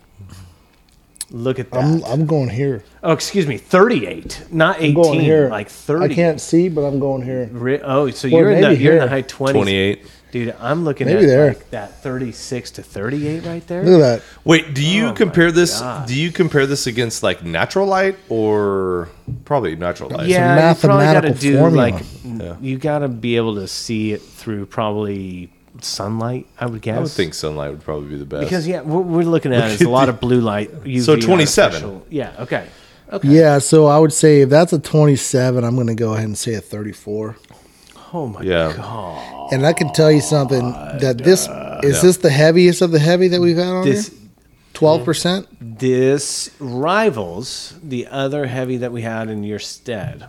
Look at that.
I'm I'm going here.
oh, excuse me. 38, not 18.
I'm going here.
Like 30.
I can't see, but I'm going here.
Re- oh, so
Well,
you're in the
maybe
you're in the high
here.
20s.
28.
Dude, I'm looking
Maybe
at
there.
like that 36 to 38 right there.
Look at that.
Wait, do you
Oh my
compare this?
gosh.
Do you compare this against like Natural Light or probably Natural Light?
Yeah, you probably got to
mathematical
do
formula.
like you got to be able to see it through probably sunlight. I would guess.
I would think sunlight would probably be the best.
because yeah, what we're looking at is
at
a lot
the-
of blue light. UV
So 27.
artificial- Yeah. Okay. Okay.
Yeah, so I would say if that's a 27, I'm going to go ahead and say a 34.
Oh my
Yeah.
god.
And I can tell you something that this is
Yeah.
this the heaviest of the heavy that we've had on
This
here? 12%?
This rivals the other heavy that we had in your stead.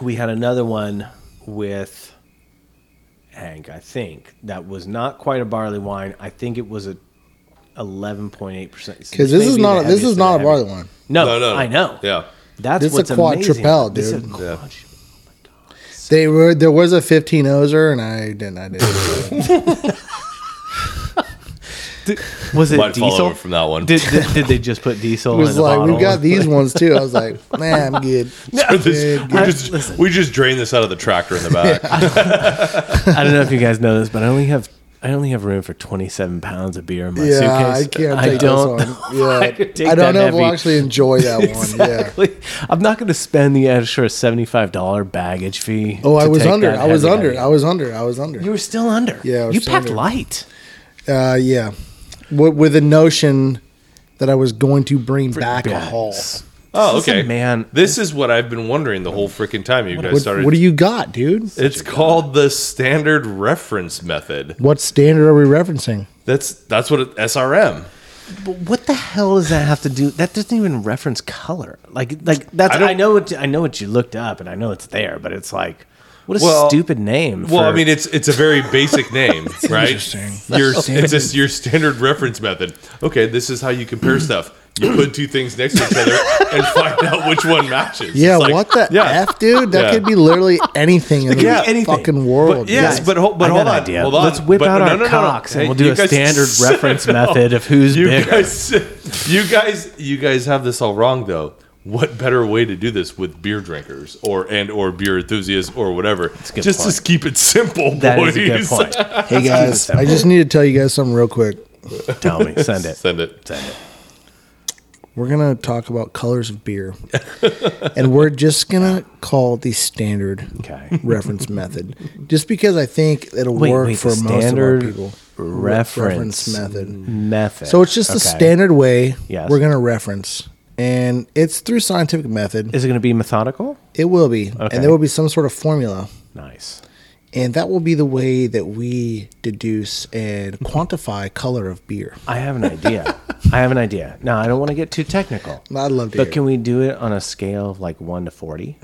We had another one with Hank, I think, that was not quite a barley wine. I think it was a 11.8 percent.
Cuz this is not a, this is not a barley wine.
No,
No, no, no.
I know.
Yeah.
that's
This is a
what's
quadrupel,
amazing. This is a
dude.
quadru-
They were there was a 15 ozer and I didn't I didn't.
Was it
Might fall
diesel
over from that one.
Did, did, did they just put diesel?
It was
in
like
the
we've
bottle?
got these ones too. I was like, man, I'm good.
So this-
Good,
we
good.
just we just drain this out of the tractor in the back.
I don't know if you guys know this, but I only have I only have room for 27 pounds of beer in my
Yeah, I
suitcase.
can't take
don't
this
know
one.
if
Yeah.
I, could take
I don't
that
know if we'll
heavy.
actually enjoy that one. Yeah.
Exactly. I'm not going to spend the extra $75 baggage fee.
Oh, I
to
was
take
under.
that
I was
heavy
under.
heavy.
I was under. I was under.
You were still under.
Yeah, I was
you
still
packed
under.
light.
Uh, yeah, with, with the notion that I was going to bring back a haul.
Yes.
oh,
This is a
okay,
man.
This is what I've been wondering the whole freaking time you guys
What,
started.
what do you got, dude?
it's called the standard reference method.
What standard are we referencing?
That's that's what it, SRM.
But what the hell does that have to do? That doesn't even reference color. Like, like that's.
I
I,
don't-
know what I know what you looked up, and I know it's there, but it's like, what a
Well-
stupid name.
Well, I
for-
mean, it's it's a very basic name, right?
interesting.
Your it's just your standard reference method. Okay, this is how you compare stuff. You put two things next to each other and find out which one matches.
Yeah,
It's like-
what the
yeah.
f, dude? That
Yeah.
could be literally anything in the
Yeah.
anything.
fucking world.
Yes,
dude.
but ho- but
I got
hold
an
on,
idea.
hold on.
Let's whip
But-
out
no,
our
no, no, no.
cocks and
Hey,
we'll do
you
a
guys-
standard reference method of who's
You
bigger.
guys, you guys, you guys have this all wrong though. What better way to do this with beer drinkers or and or beer enthusiasts or whatever?
good
Just
point.
to keep it simple,
That
boys.
is a good point.
hey guys,
simple.
I just need to tell you guys something real quick.
Tell me, send it.
Send it.
Send it.
We're gonna talk about colors of beer, and we're just gonna call it the standard
Okay.
reference method, just because I think it'll
Wait,
work
wait,
for
the
most of our
standard
people.
Reference,
reference method.
Method.
So it's just the
Okay.
standard way
Yes.
we're going to reference. And it's through scientific method.
Is it going to be methodical?
It will be.
Okay.
And there will be some sort of formula.
Nice.
And that will be the way that we deduce and quantify color of beer.
I have an idea. I have an idea. Now, I don't want to get too technical.
I'd love to hear
But
it.
can we do it on a scale of like 1 to 40?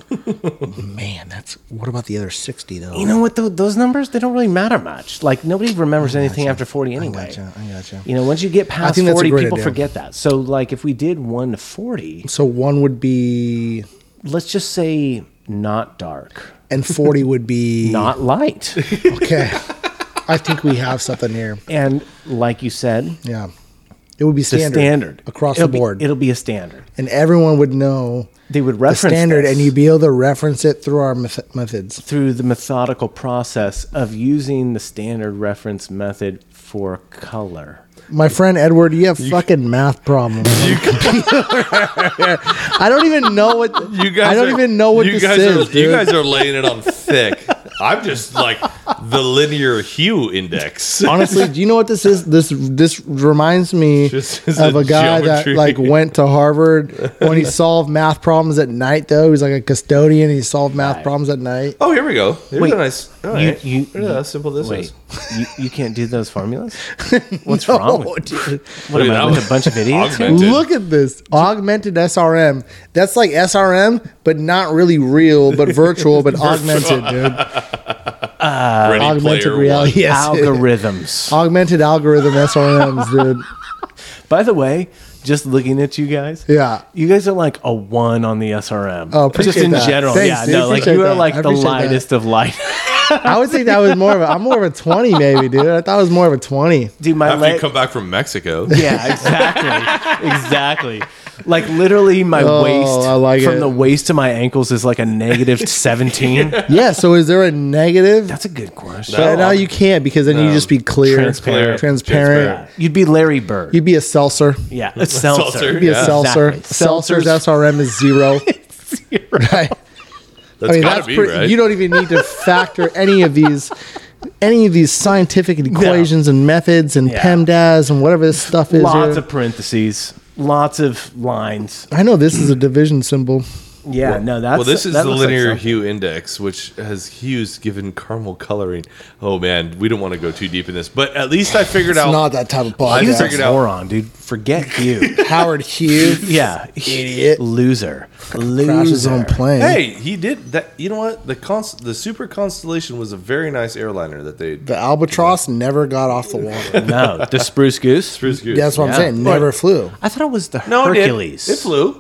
Man, that's what about the other sixty though?
You know what? Though, those numbers, they don't really matter much. Like, nobody remembers anything after 40 anyway.
gotcha, I gotcha.
You know, once you get past
think that's a
40,
great
people
idea.
forget that. So, like, if we did 1 to 40,
so one would be
let's just say not dark,
and forty would be
not light.
okay. I think we have something here.
and like you said,
Yeah, it would be
the
standard,
standard,
across
It'll
the
be-
board,
it'll be a standard.
and everyone would know
They would
the
reference
standard,
this
and you'd be able to reference it through our meth- methods.
through the methodical process of using the standard reference method for color.
My friend Edward, you have fucking math problems. I don't even know what
You guys
I don't
are-
even know what
you
this
guys
is.
Are,
dude.
You guys are laying it on thick. I'm just like the linear hue index.
Honestly, do you know what this is? This this reminds me
Just as
of
a
a guy
geometry.
that like went to Harvard when he solved math problems at night. Though he's like a custodian, he solved math problems at night.
Oh, here we go. Here's
Wait,
a nice. all
you-
right.
you-
Look at how simple this
Wait,
is.
you, you can't do those formulas? What's wrong with you?
Oh, dude.
What
Look
am
at
I
that
with
one.
a bunch of idiots? here?
Augmented.
Look at this augmented SRM. That's like SRM, but not really real, but virtual, but augmented, dude.
Ready
Uh, Augmented
Player
reality.
One.
Yes.
Algorithms.
augmented algorithm SRMs, dude.
By the way, just looking at you guys,
Yeah.
you guys are like a one on the SRM.
Oh,
just
appreciate
in
that.
general,
Thanks,
yeah,
dude.
no, like
Appreciate
you are
that. I
like the
appreciate that.
lightest of light.
I would think that was more of a. I'm more of a twenty, maybe, dude. I thought it was more of a twenty.
Dude, my
After you
leg.
come back from Mexico,
Yeah, exactly. exactly. Like literally my
Oh,
waist
I like
from
it.
the waist to my ankles is like a negative 17.
Yeah. So is there a negative?
That's a good question.
But now you can't because then you just be clear,
Transparent.
transparent.
Transparent.
You'd be Larry Bird.
You'd be a seltzer. You'd
yeah, a seltzer.
Seltzer.
be
Yeah.
a seltzer.
Exactly.
Seltzer's
Seltzer's-
SRM is zero. Right.
that's
I mean,
gotta
that's
be
pretty,
right.
you don't even need to factor any of these, any of these scientific equations and methods and
Yeah.
PEMDAS and whatever this stuff is.
Lots
dude.
of parentheses, lots of lines.
I know this is a division symbol.
Yeah, no, that's
well, this is
that
the
looks like
linear
something.
hue index, which has hues given caramel coloring. Oh man, we don't want to go too deep in this, but at least I figured out.
Not that type of
I
He's
podcast.
figured
a
out-
moron, dude. Forget you.
Howard Hughes
yeah,
Idiot.
loser,
crashed his
loser.
own plane.
Hey, he did that. You know what? The cons- the Super Constellation was a very nice airliner that they.
The albatross never got off the water.
No, the spruce goose.
That's what I'm
Yeah.
saying. Never flew.
I thought it was the
No, it did.
Hercules.
It flew.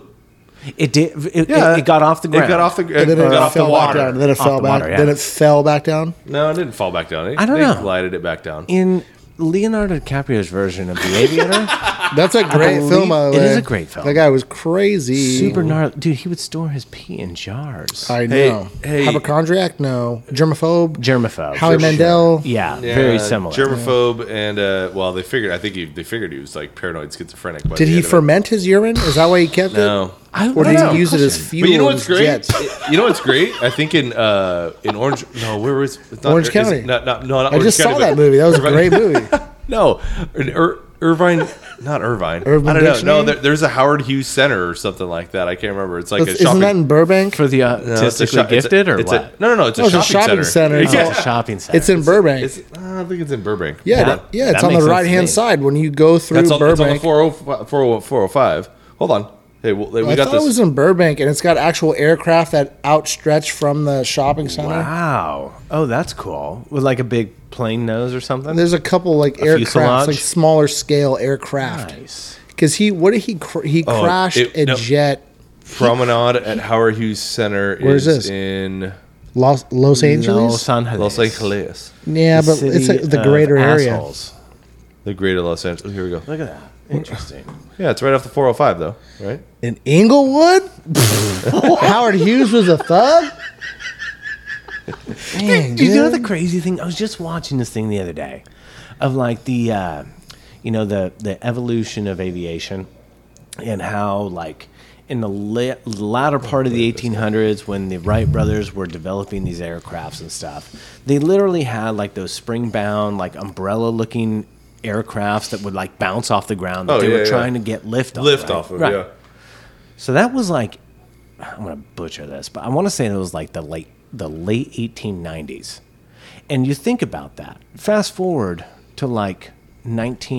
It did. It, it-
Yeah.
it, got off the ground.
It got off the. It
And then it
got off the
fell back
water.
down. Then it
Off
fell
the
back.
water, yeah.
Then it fell back down.
No, it didn't fall back down. It,
I don't
they
know.
Glided it back down.
In Leonardo DiCaprio's version of The Aviator,
That's a great
believe-
film. by the
it
way.
is a great film.
That guy was crazy.
super gnarly. Dude, he would store his pee in jars.
I
Hey,
know.
hey.
Hypochondriac? No. Germaphobe?
Germaphobe.
Howie Mandel?
Yeah,
Yeah,
very similar.
Germaphobe and uh, well, they figured. I think he, they figured he was like paranoid schizophrenic. by
Did
the
he
end of it.
ferment his urine? Is that why he kept
No.
I,
it? Or
I
did
don't
he use it as
question.
fuel?
But you know
in
what's
his
great?
jets?
You know what's great? I think in uh, in Orange. No, where was it's not-
Orange
is-
County.
Not, not, no, not
I
Orange
just
County,
saw
but-
that movie. That was a great movie.
No, in Ir- Irvine, not Irvine.
Urban
I don't know. No,
Dictionary?
there, there's a Howard Hughes Center or something like that. I can't remember. It's like a
Isn't
shopping.
that in Burbank?
for the
no, it's a
autistically
shop- it's a-
gifted or
it's
what?
A, no, no, no. It's a
No, it's
shopping, center.
It's,
Oh, it's a shopping center.
it's in Burbank.
It's, uh, I think it's in Burbank.
yeah,
Yeah,
that- yeah,
that
it's on
makes sense
the
to
right hand
me.
side when you go through
that's on, that's on the
Burbank.
405, 405. Hold on. Hey, well, we
I
got
thought
this.
it was in Burbank, and it's got actual aircraft that outstretch from the shopping center.
wow. Oh, that's cool. With like a big plane nose or
And
something.
there's a couple like
fuselage?
aircraft, like smaller scale aircraft.
Nice.
Because he, what did he? Cr- he
Oh,
crashed
it-
a
no.
jet,
Promenade at Howard Hughes Center.
Where is this?
in
Los, Los Angeles.
Los Angeles.
Los Angeles,
yeah,
The
but it's a,
city
the
of
greater area.
assholes.
the greater Los Angeles. Here we go.
Look at that. Interesting.
Yeah, it's right off the 405 though, right?
In Inglewood, Howard Hughes was a thug. Man,
Do you know
dude.
the crazy thing? I was just watching this thing the other day of like the, uh, you know, the the evolution of aviation and how like in the la- latter part of the 1800s when the Wright brothers were developing these aircrafts and stuff, they literally had like those spring-bound like umbrella-looking aircrafts that would like bounce off the ground that
Oh,
they
yeah,
were
yeah.
trying to get lift off.
Lift
right?
off of
Right.
yeah.
So that was like I'm gonna butcher this, but I want to say it was like the late the late 1890s, And you think about that. Fast forward to like 1930s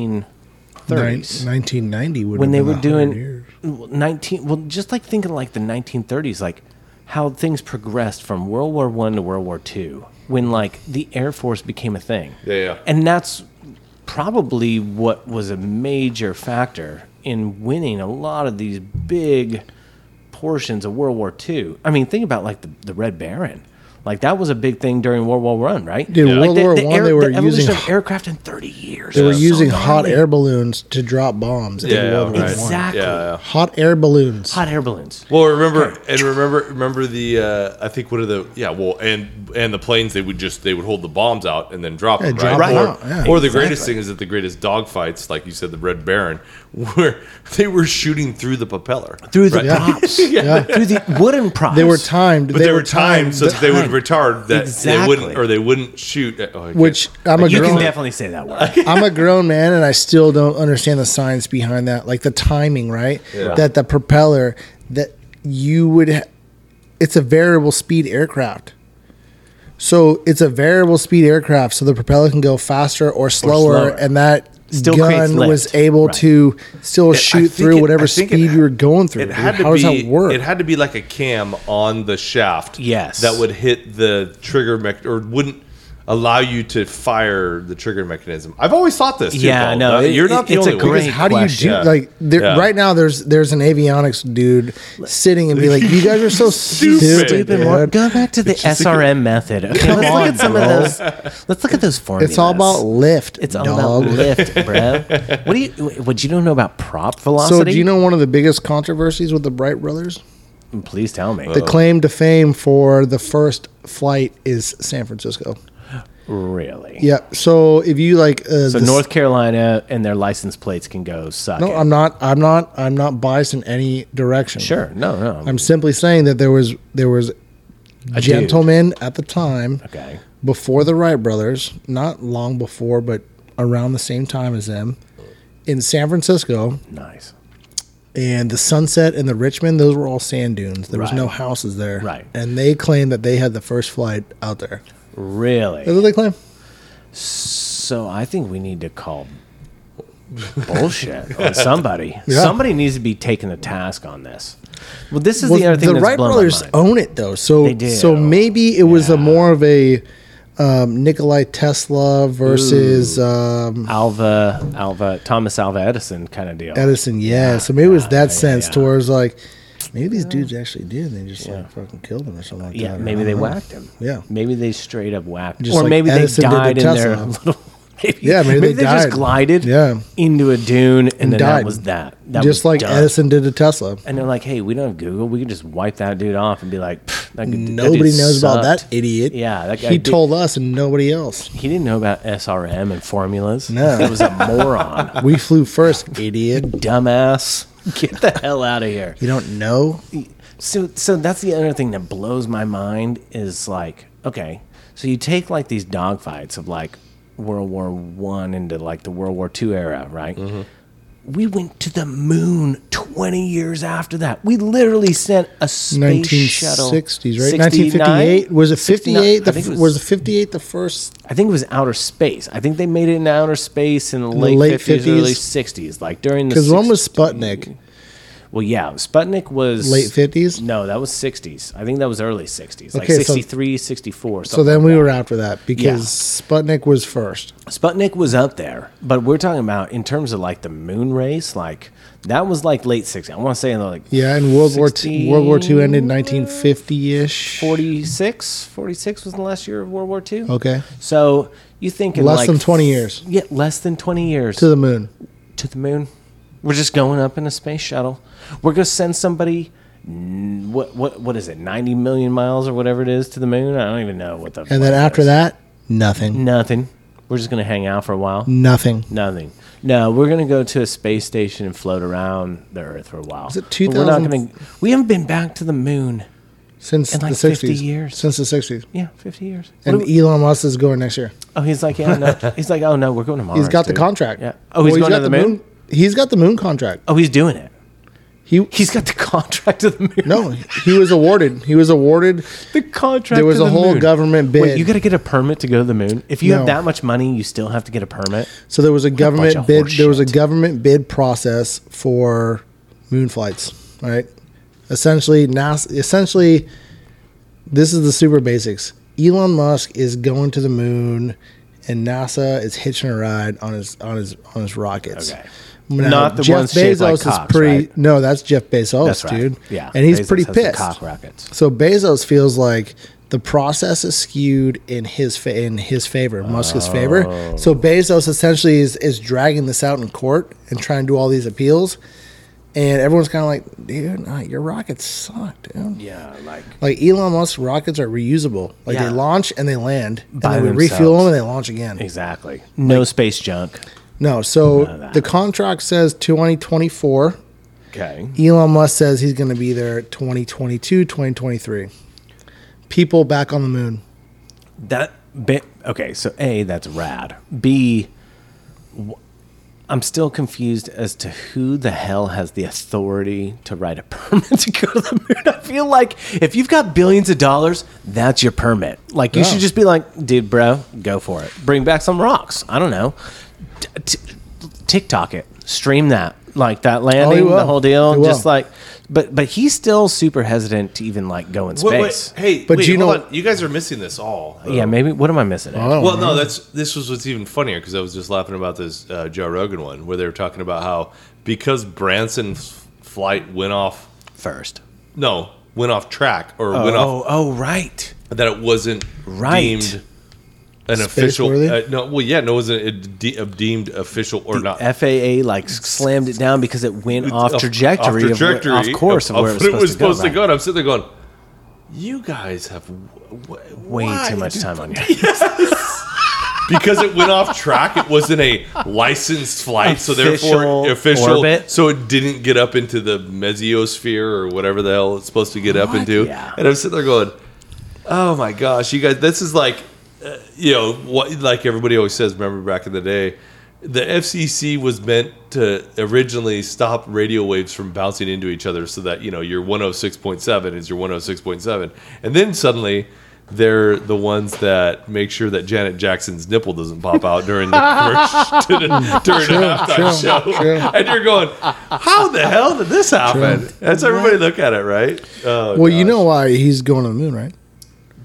Nin- 1990 would
when
have
they
been
were
100
doing
years.
well, 19 well just like thinking like the 1930s like how things progressed from world war one to world war two when like the air force became a thing
Yeah, yeah.
and that's probably what was a major factor in winning a lot of these big portions of world war ii i mean think about like the, the red baron like that was a big thing during World War One, right?
Dude,
Like,
World
the-
War
the
One, they were
the evolution
using-
of aircraft in thirty years.
They were
was so
using hot
gnarly.
air balloons to drop bombs.
Yeah,
in World War
right.
One.
Exactly.
Yeah.
Hot air balloons.
Hot air balloons.
Well, remember and remember remember the uh, I think what are the yeah well and and the planes they would just they would hold the bombs out and then drop
Yeah,
them
drop
right
them
or,
out, yeah.
or the greatest thing is that the greatest dogfights like you said the Red Baron were they were shooting through the propeller
through the
Right.
props, through the wooden props.
They were timed.
but they, were timed so that they
Timed.
would retard that they
Exactly.
wouldn't or they wouldn't shoot at, oh, I
Which
can't-
I'm a
You can
grown.
definitely say that word.
I'm a grown man, and I still don't understand the science behind that, like the timing, right? That the propeller that you would, ha- it's a variable speed aircraft. So it's a variable speed aircraft, so the propeller can go faster or
slower.
slower, and that
Still creates
gun
lift.
was able
Right.
to still
I
shoot
think
through
it-
whatever
I think
speed
it-
you were going through.
It had to
How
be,
does that work?
It had to be like a cam on the shaft.
Yes.
that would hit the trigger mech or wouldn't allow you to fire the trigger mechanism. I've always thought this. Too,
Yeah,
Paul.
no,
Uh,
it-
you're not the
it's a
only one.
great-
how do you do
question.
Yeah.
like there,
Yeah.
right now there's there's an avionics dude sitting and be like you guys are so
Stupid.
stupid,
Stupid,
dude."
Mark, Go back to the SRM method. Okay, let's look at some of those. Let's look at those formulas.
it's all about lift
It's all
dog.
about lift, bro. What do you? What you don't know about prop velocity?
so do you know one of the biggest controversies with the bright brothers
Please tell me.
the claim to fame for the first flight is san francisco
really?
yeah so if you like uh,
So
the-
North Carolina and their license plates can go suck.
no
it.
i'm not i'm not i'm not biased in any direction
sure. No, no.
i'm simply saying that there was there was gentlemen at the time
okay.
before the Wright brothers, not long before, but around the same time as them, in San Francisco,
Nice.
and the Sunset and the Richmond, those were all sand dunes. There was
Right.
no houses there.
Right.
And they claimed that they had the first flight out there. That's
Really?
what they claim.
So I think we need to call bullshit on somebody. Somebody needs to be taking the task on this. Well, this is the other thing that's
Wright
blown my
brothers
mind.
own it though. So
They do.
so maybe it was a more of a um, Nikolai Tesla versus um,
Alva, Alva, Thomas Alva Edison kind of deal.
Edison. Yeah. So maybe it was that sense
yeah.
towards like maybe these dudes actually did. and They just like fucking killed them or something like
yeah,
that. or
maybe
I
they
don't know.
whacked him.
Uh-huh. Yeah.
maybe they straight up whacked, him.
Just
or
like
maybe
Edison
they
did to
died in their
Tesla.
little. Maybe,
Yeah, maybe they
just
died.
glided
Yeah.
into a dune, and, then that
died.
was that. that
just
was
like
done.
Edison did to Tesla.
And they're like, "Hey, we don't have Google. We can just wipe that dude off and be like, "Pfft, that dude- that dude
Nobody knows about
sucked."
that idiot.
Yeah, that guy
he
did-
told us and nobody else.
He didn't know about SRM and formulas.
No.
He was a moron.
We flew first, idiot.
Dumbass. Get the hell out of here.
You don't know.
So so that's the other thing that blows my mind is like, okay, so you take like these dogfights of like World War One into like the World War Two era, right?
Mm-hmm.
We went to the moon twenty years after that. We literally sent a space shuttle.
1960s,
69?
right? 1958 was it
69?
58? The,
I think it
was,
was,
was it 58 the first?
I think it was outer space. I think they made it in outer space in the, late,
late
50s,
50s?
early 60s, like during the
Because one
60s.
was Sputnik,
Well, yeah, Sputnik was
late 50s.
No, that was 60s. I think that was early 60s, like
Okay, so-
63, 64.
So then we were after that because Sputnik was first.
Sputnik was up there, but we're talking about in terms of like the moon race, like that was like late 60s. I want to say in the, like
Yeah, and World War II,
16
World War II ended 1950 ish.
46, 46 was the last year of World War II.
Okay,
So you think in
Less
like
than 20 years.
Yeah, less than 20 years.
to the moon.
to the moon. We're just going up in a space shuttle. We're going to send somebody. n- What what what is it? Ninety million miles or whatever it is to the moon. I don't even know what the.
And then after that, nothing,
nothing. We're just gonna hang out for a while.
nothing.
Nothing. No, we're gonna go to a space station and float around the Earth for a while. Is
it
We're not
2000?
gonna. We haven't been back to the moon.
since
In, like,
the 60s
50 years.
since the 60s
Yeah, fifty years. What
and
do we-
elon musk is going next year
oh, he's like, yeah, no. He's like, oh no, we're going to Mars.
He's got the
dude.
contract
Yeah. Oh, he's going to the moon?
he's got the moon contract
Oh, he's doing it.
He
He's got the contract to the moon.
no, he was awarded. He was awarded.
the contract.
There was
to
a
the
whole
moon.
government bid.
Wait, you got to get a permit to go to the moon. If you
No.
have that much money, you still have to get a permit.
So there was a
bunch of
government bid.
horse
There was a
shit.
government bid process for moon flights. Right. Essentially, NASA. Essentially, this is the super basics. Elon Musk is going to the moon, and NASA is hitching a ride on his on his on his rockets.
Okay.
Now,
Not the ones shaped like cocks,
pretty.
right?
No, that's Jeff Bezos,
That's right.
dude.
Yeah,
and he's
Bezos
pretty
has the
pissed.
Cock rockets.
So Bezos feels like the process is skewed in his fa- in his favor, Musk's
Oh.
favor. So Bezos essentially is is dragging this out in court and trying to do all these appeals, and everyone's kind of like, dude, nah, your rockets suck, dude.
Yeah, like
Like Elon Musk's rockets are reusable. Like
Yeah.
they launch and they land, and
By
then we refuel
themselves.
them and they launch again.
exactly. No space junk.
No, so
of that.
the contract says 2024.
Okay.
Elon Musk says he's going to be there 2022, 2023. People back on the moon.
That bit. Okay, so a that's rad. B, wh- I'm still confused as to who the hell has the authority to write a permit to go to the moon. I feel like if you've got billions of dollars, that's your permit. Like you should just be like, dude, bro, go for it. Bring back some rocks. I don't know. T- t- TikTok it. Stream that. Like that landing, the
will.
whole deal.
He will.
Just like, but but he's still super hesitant to even like go in space.
Wait, wait, hey,
But
wait,
you
hold
know-
on. you guys are missing this all. though.
Yeah, maybe. What am I missing?
Oh,
Ed?
Well, no, that's this was what's even funnier because I was just laughing about this uh, Joe Rogan one where they were talking about how because Branson's flight went off,
First.
no, went off track or went off
Oh, oh, right.
that it wasn't
Right.
deemed an official.
worthy?
Uh, no, well, yeah, no, it wasn't a de- a deemed official or not.
FAA like slammed it down because it went off
off-
trajectory,
off, trajectory
of, where- off course, of, where it was supposed, to, go,
And I'm sitting there going, "You guys have w- w-
Way
why
too much
did-
time on you.
because it went off track. It wasn't a licensed flight, so
Official
therefore official.
orbit.
So it didn't get up into the mesosphere or whatever the hell it's supposed to get up into.
Yeah.
And I'm sitting there going, "Oh my gosh, you guys, this is like, uh, you know, what like everybody always says. Remember back in the day." The FCC was meant to originally stop radio waves from bouncing into each other, so that you know your 106.7 is your 106.7, and then suddenly they're the ones that make sure that Janet Jackson's nipple doesn't pop out during the commercial, during the halftime show. And you're going, how the hell did this happen? That's everybody look at it, right? Oh,
Well, you know why he's going to the moon, right?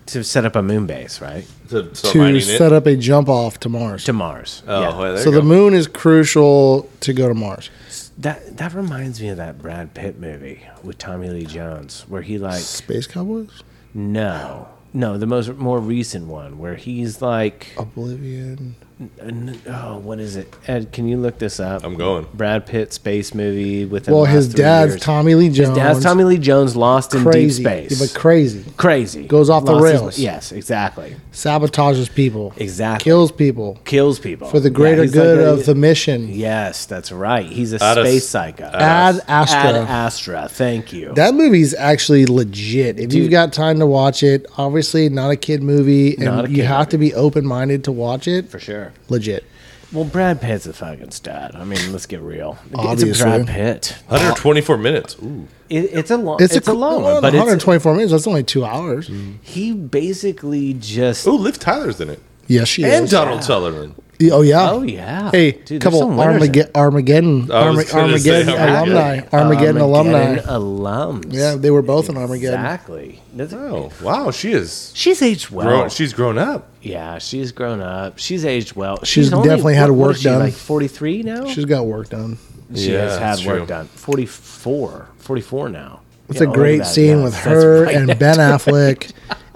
to set up a moon base, right?
to, start
To
mining
set up a jump off to Mars.
To Mars.
Oh,
yeah.
well, there
so
you
the
go.
moon is crucial to go to Mars.
That that reminds me of that Brad Pitt movie with Tommy Lee Jones where he like
Space Cowboys,
no. No, the most more recent one where he's like,
Oblivion.
n- oh, what is it? Ed, can you look this up?
I'm going.
Brad Pitt space movie with
Well, his dad's Tommy Lee Jones.
His dad's Tommy Lee Jones lost in
Crazy,
deep space.
but crazy.
crazy
Goes off the
Lost his-
rails.
yes, exactly,
Sabotages people.
Exactly.
Kills people
kills people
for the
Yeah,
greater
he's like
good
a-
of the mission.
Yes, that's right. He's a
Ad Ast-
space psycho.
Ad Astra.
Ad Astra. Thank you.
That movie's actually legit. If
Dude.
you've got time to watch it, obviously not a kid movie, and
Not a
you
kid
have to be open minded to watch it.
for sure.
Legit.
Well, Brad Pitt's a fucking stud. I mean, let's get real. It's a
Obviously.
Brad Pitt.
124 minutes. Ooh.
It, it's a long. It's,
It's,
a,
a,
long
well,
one, but it's,
124 minutes. That's only two hours.
he basically just.
Oh, Liv Tyler's in it.
Yes, she
And
is.
Donald Sutherland.
Oh yeah.
Oh yeah.
Hey,
Dude, there's
couple
some winners
Armaged- Armageddon,
I
Arma-
was gonna say
Armageddon
Armageddon.
alumni, Armageddon,
in-
alumni.
alums.
Yeah, they were both in Armageddon.
Exactly. That's-
Oh, wow. She is.
She's aged well.
Grown, she's grown up.
Yeah, she's grown up. She's aged well.
She's definitely had
what- what
work
is
done.
Like 43 now?
She's got work done.
she
Yeah,
has had
that's
work
true.
done. 44. 44 now.
It's
Yeah,
a
look at
great
that.
scene
Yeah,
with
that's
her
right.
and Ben Affleck,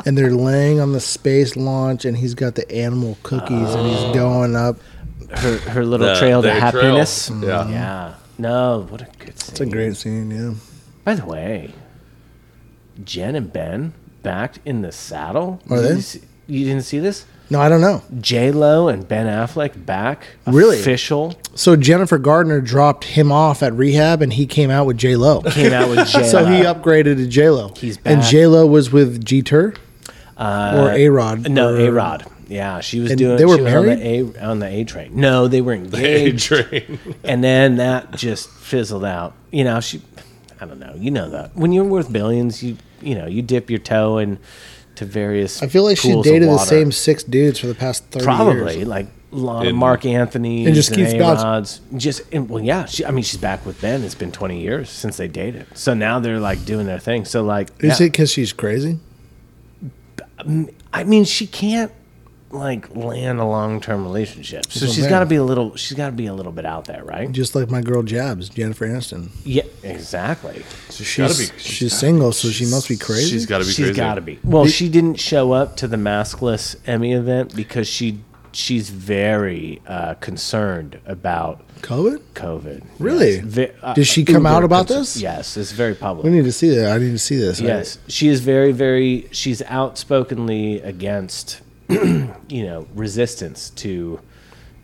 and they're laying on the space launch, and he's got the animal cookies, and
Oh.
he's going up.
her, her little
The-
trail to
their trail.
happiness. Mm,
Yeah.
Yeah. No, what a good scene.
Mm. It's a great scene, yeah.
By the way, Jen and Ben back in the saddle.
Are
Did
they?
You, see- you didn't see this?
No, I don't know.
J Lo and Ben Affleck back.
Really?
Official.
So Jennifer Gardner dropped him off at rehab, and he came out with J Lo.
Came out with J Lo.
So he upgraded to J Lo.
Uh, He's
And
back. Uh,
J Lo was with Jeter or A Rod.
No, A Rod. Yeah, she was
And
doing.
they were
she was on the
married?
A on the A train. No, they were engaged.
Train.
and then that just fizzled out. You know, she. I don't know. You know that when you're worth billions, you you know you dip your toe in to various.
I feel like she
pools of
dated the
water.
same six dudes for the past thirty
Probably
years.
like a lot of Mark Anthony
And just keeps bouncing.
Just and, well, yeah. She, I mean, she's back with Ben. It's been 20 years since they dated, so now they're like doing their thing. So like,
Is
yeah.
it because she's crazy?
I mean, she can't like land a long term relationship. So
Well,
she's
there.
got to be a little. She's got to be a little bit out there, right?
Just like my girl Jabs, Jennifer Aniston.
Yeah, exactly.
She's
be-
she's, single, so she must be crazy.
She's got to be
She's
crazy.
got to be. Well, she didn't show up to the maskless Emmy event because she she's very uh, concerned about
COVID.
COVID.
Really?
Yes. Ve- uh,
Did she come
uber
out about
concern-
this?
Yes, it's very public.
We need to see that. I need to see this.
Yes, she is very, very. She's outspokenly against, you know, resistance to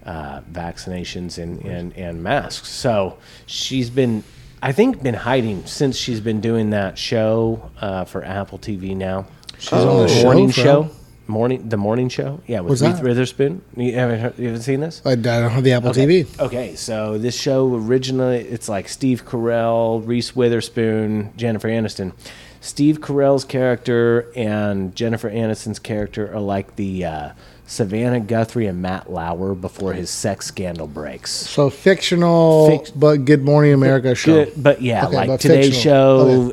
uh, vaccinations and, and and masks. So she's been, I think, been hiding since she's been doing that show uh, for Apple TV now. She's
on the show
morning
for
show.
Apple?
Morning, the morning show, yeah, with
What's
Reese
that?
Witherspoon. You haven't, heard, you haven't seen this?
I, I don't have the Apple
okay.
TV.
Okay, so this show originally it's like Steve Carell, Reese Witherspoon, Jennifer Aniston. Steve Carell's character and Jennifer Aniston's character are like the uh, Savannah Guthrie and Matt Lauer before his sex scandal breaks.
So fictional,
Fic-
but Good Morning America show.
Good, but yeah,
Okay,
like
but
today's
fictional.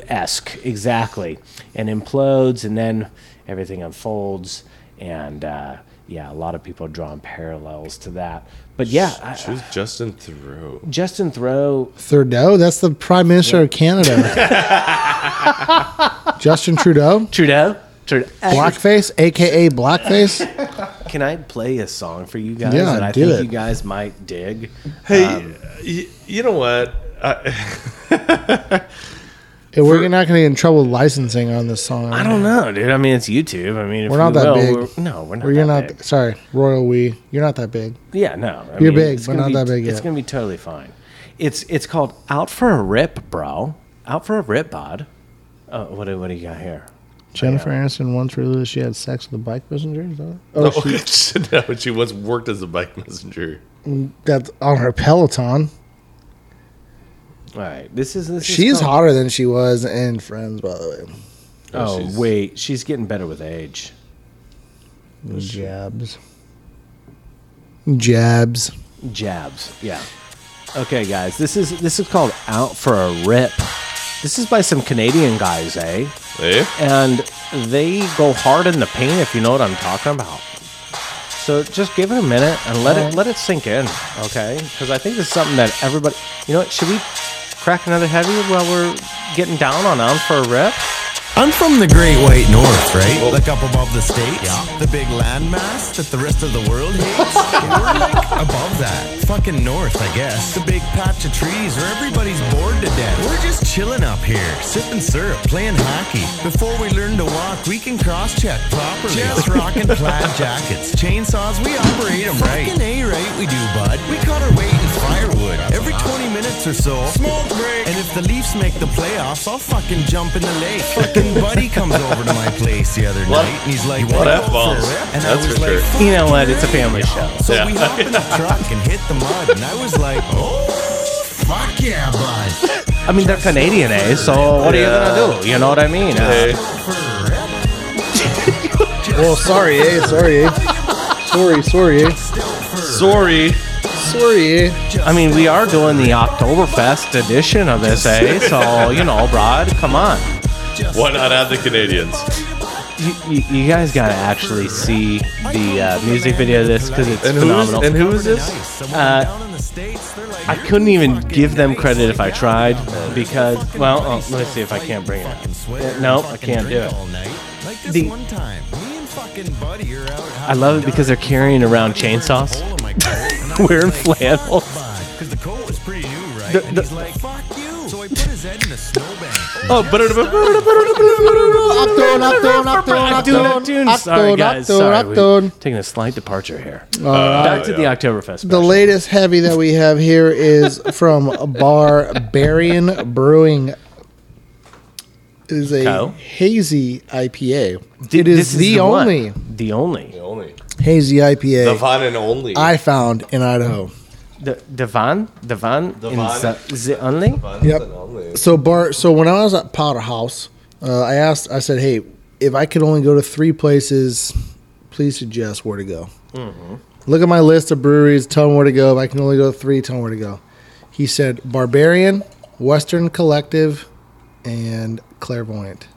show esque, exactly, and implodes, and then everything unfolds, and uh, yeah, a lot of people are drawing parallels to that. But yeah, I,
Who's Justin Thoreau?
Justin Thoreau
Trudeau, that's the Prime Minister of Canada. Justin Trudeau,
Trudeau. Trudeau.
blackface, aka blackface.
Can I play a song for you guys
Yeah,
that I
do
think
it.
you guys might dig?
Hey, y- you know what? I,
Hey, we're not going to get in trouble with licensing on this song.
I don't know, dude. I mean, it's YouTube. I mean, if
We're not
you
that
will,
big.
we're- no, we're not.
Or you're
that
not.
big.
Sorry, royal we. You're not that big.
Yeah, no. I
You're big,
it's
but
gonna
not
be-
that big
It's
yet.
gonna be totally fine. It's it's called Out for a Rip, bro. Out for a Rip, bod. Oh, what do what do you got here?
Jennifer Aniston once realized she had sex with a bike messenger. Is that it? Oh, she,
no, she once worked as a bike messenger.
that's on her Peloton.
All right, this is this.
She's
is called-
hotter than she was in Friends, by the
Oh
She's-
wait, she's getting better with age.
way. Jabs. Jabs.
jabs. Yeah. Okay, guys, this is this is called "Out for a Rip." This is by some Canadian guys, eh?
Eh?
And they go hard in the paint, if you know what I'm talking about. So just give it a minute and let it let it sink in, okay? Because I think it's something that everybody. You know what? Should we crack another heavy while we're getting down on "Out for a Rip"?
I'm from the Great White North, right? Like up above the states, the big landmass that the rest of the world hates. We're like above that, fucking north, I guess. The big patch of trees where everybody's bored to death. We're just chilling up here, sipping syrup, playing hockey. Before we learn to walk, we can cross-check properly. Just rocking plaid jackets, chainsaws, we operate 'em right. Fucking a right, we do, bud. We caught our weight in firewood every 20 minutes or so. Smoke break. And if the Leafs make the playoffs, I'll fucking jump in the lake. Fucking buddy comes over to my place the other night and he's like, "What
F bombs.
And
That's
I was
for
like,
sure.
"Fuck
You know what? It's a family show.
so we hop in the truck and hit the mud, and I was like, oh, fuck yeah, bud.
I mean, they're Canadian, eh? So what are you gonna do? You know what I mean? Uh,
Well, sorry, eh? Sorry, eh? Sorry, sorry, eh?
Sorry.
Sorry, eh?
I mean, we are doing the Oktoberfest edition of this, eh? So, you know, Brad, come on.
Why not add the Canadians?
You, you, you guys got to actually see the uh, music video of this because it's
And who is
phenomenal.
and who is this?
Nice. Someone
Uh,
down in the States, they're like,
I
"You're
couldn't even
fucking
give them
nice."
credit if I
Yeah,
tried
bud.
because,
Fucking
well,
buddy
oh, let me
said,
see if I can't bring it up.
fucking sweater,
Yeah, nope, I
fucking
can't do
drink
it.
all night. Like this
The-
one time, me and fucking buddy are out.
I love it because they're carrying around chainsaws, wearing flannels.
Because the coat was pretty new, right?
The-
and
the-
he's like, fuck you. So I put his head in a snowbank.
Oh,
Upton, upton, upton,
Octone,
upton,
Octone. Oh, Sorry,
upton,
guys.
upton,
Sorry, we're
upton.
taking a slight departure here.
Uh,
Back to the Oktoberfest.
The
special.
latest heavy that we have here is from Barbarian Brewing. It is a
Co.
hazy IPA.
Th-
it is,
this
the,
one.
only
The only.
Only
hazy
the
IPA
one and only.
I found in Idaho.
The, the van? The van? in
van.
the, the only?
Yep.
Only.
So Bart, so when I was at Powder House, uh, I asked, I said, "Hey, if I could only go to three places, please suggest where to go." Look at my list of breweries. Tell them where to go. If I can only go to three, tell them where to go. He said, "Barbarian, Western Collective, and Clairvoyant."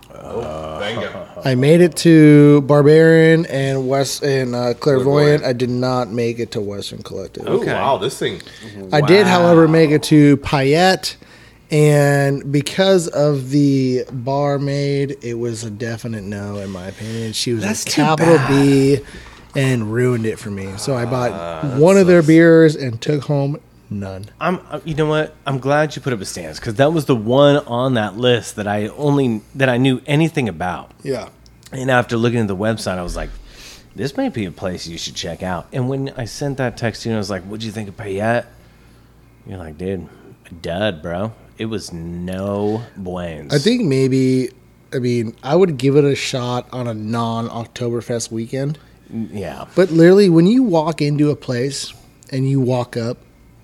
I made it to Barbarian and West and uh, Clairvoyant. I did not make it to Western Collective.
Ooh, Wow, this thing.
Mm-hmm.
I did, however, make it to Payette, and because of the barmaid, it was a definite no in my opinion. She was a capital B, and ruined it for me. So I bought one of their beers and took home none.
I'm, uh, you know what? I'm glad you put up a stance because that was the one on that list that I only that I knew anything about.
Yeah,
And after looking at the website, I was like, this may be a place you should check out. And when I sent that text to you, and I was like, what'd you think of Payette? You're like, dude, a dud, bro. It was no buenos.
I think maybe. I mean, I would give it a shot on a non Oktoberfest weekend.
Yeah.
But literally, when you walk into a place and you walk up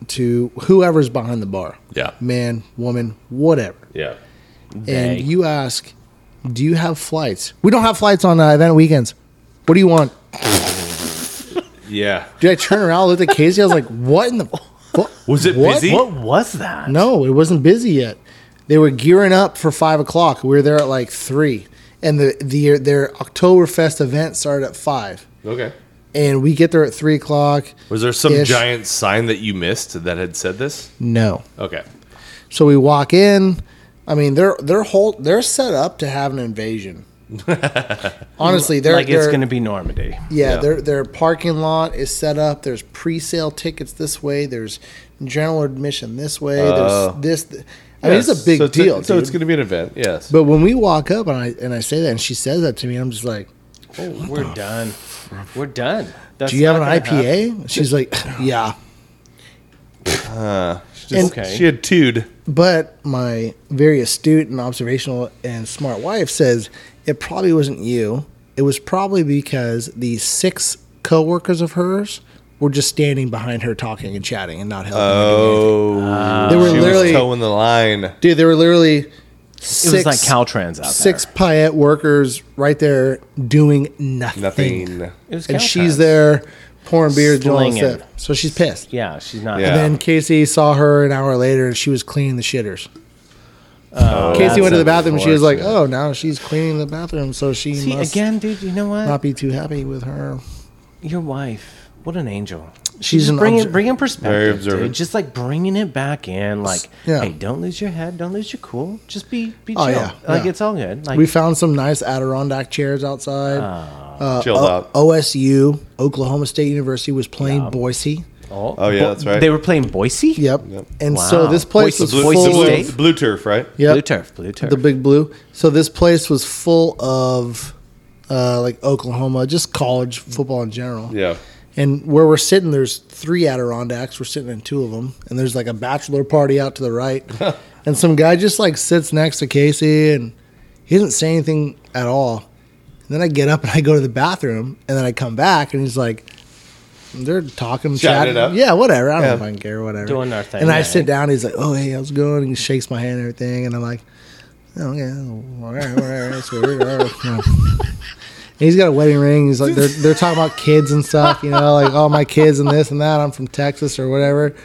to whoever's behind the bar,
Yeah.
man, woman, whatever,
Yeah.
They.
and you ask, "Do you have flights? We don't have flights on uh, event weekends. What do you want?"
Yeah.
Did I turn around, look at Casey? I was like, "What in the? What?
Was it
What?
busy?
What was that?
No, it wasn't busy yet. They were gearing up for five o'clock. We were there at like three, and the the their Oktoberfest event started at five,
Okay.
and we get there at three o'clock.
Was there some
Ish.
giant sign that you missed that had said this?
No,
Okay.
So we walk in. I mean, they're they're whole they're set up to have an invasion. Honestly, they're,
like it's
they're-
going to be Normandy.
yeah, Their their parking lot is set up. There's pre-sale tickets this way. There's general admission this way. there's this. I mean, it's a big
Uh, so it's
deal.
so it's
dude.
going to be an event. Yes.
but when we walk up and I and I say that and she says that to me, I'm just like,
Oh, We're done. We're done. That's
"Do you have an
not gonna happen.
IPA?" She's like, "Yeah."
Just- okay.
She had two'd.
But my very astute and observational and smart wife says it probably wasn't you. It was probably because the six coworkers of hers were just standing behind her talking and chatting and not helping. her
Oh.
do anything. they were
she was
literally,
towing the line.
dude. They were literally
It was
six,
like Caltrans out
six
there.
Payette workers right there doing nothing.
Nothing.
It was
And she's
Caltrans.
there pouring beer, doing all this
Slinging.
stuff. So she's pissed.
Yeah, she's not.
Yeah.
Then Casey saw her an hour later, and she was cleaning the shitters.
Oh,
Casey went to the bathroom. and She was like, "Oh, now she's cleaning the bathroom, so she
See,
must
again, dude, you know what?
not be too happy with her."
Your wife, what an angel.
She's
Just
an
bring
obser-
it, bring in perspective,
observant.
dude. Just like bringing it back in, like,
Yeah.
hey, don't lose your head, don't lose your cool, just be be chill.
Oh, yeah,
Like
yeah.
it's all good. Like Uh.
We found some nice Adirondack chairs outside. Uh,
Chilled out.
OSU, Oklahoma State University, was playing Boise.
Oh, yeah, that's right.
They were playing Boise.
Yep. And so
Wow.
this place
Boise
was
Blue,
Full
the blue,
state?
full.
the blue turf, right?
Yep.
Blue turf, blue turf.
the big blue. So this place was full of uh, like Oklahoma, just college football in general.
Yeah.
And where we're sitting, there's three Adirondacks. We're sitting in two of them, and there's like a bachelor party out to the right, and some guy just like sits next to Casey, and he doesn't say anything at all. And then I get up and I go to the bathroom, and then I come back, and he's like, "They're talking,
Chatting
chatting,
it up.
yeah, whatever. I don't fucking care, whatever."
Doing their thing,
And I
yeah.
sit down. He's like, "Oh, hey, how's it going?" And he shakes my hand and everything, and I'm like, "Oh yeah, all right, all right, that's weird." all right." Yeah. And he's got a wedding ring. He's like, they're, they're talking about kids and stuff, you know, like, oh, my kids and this and that. I'm from Texas or whatever.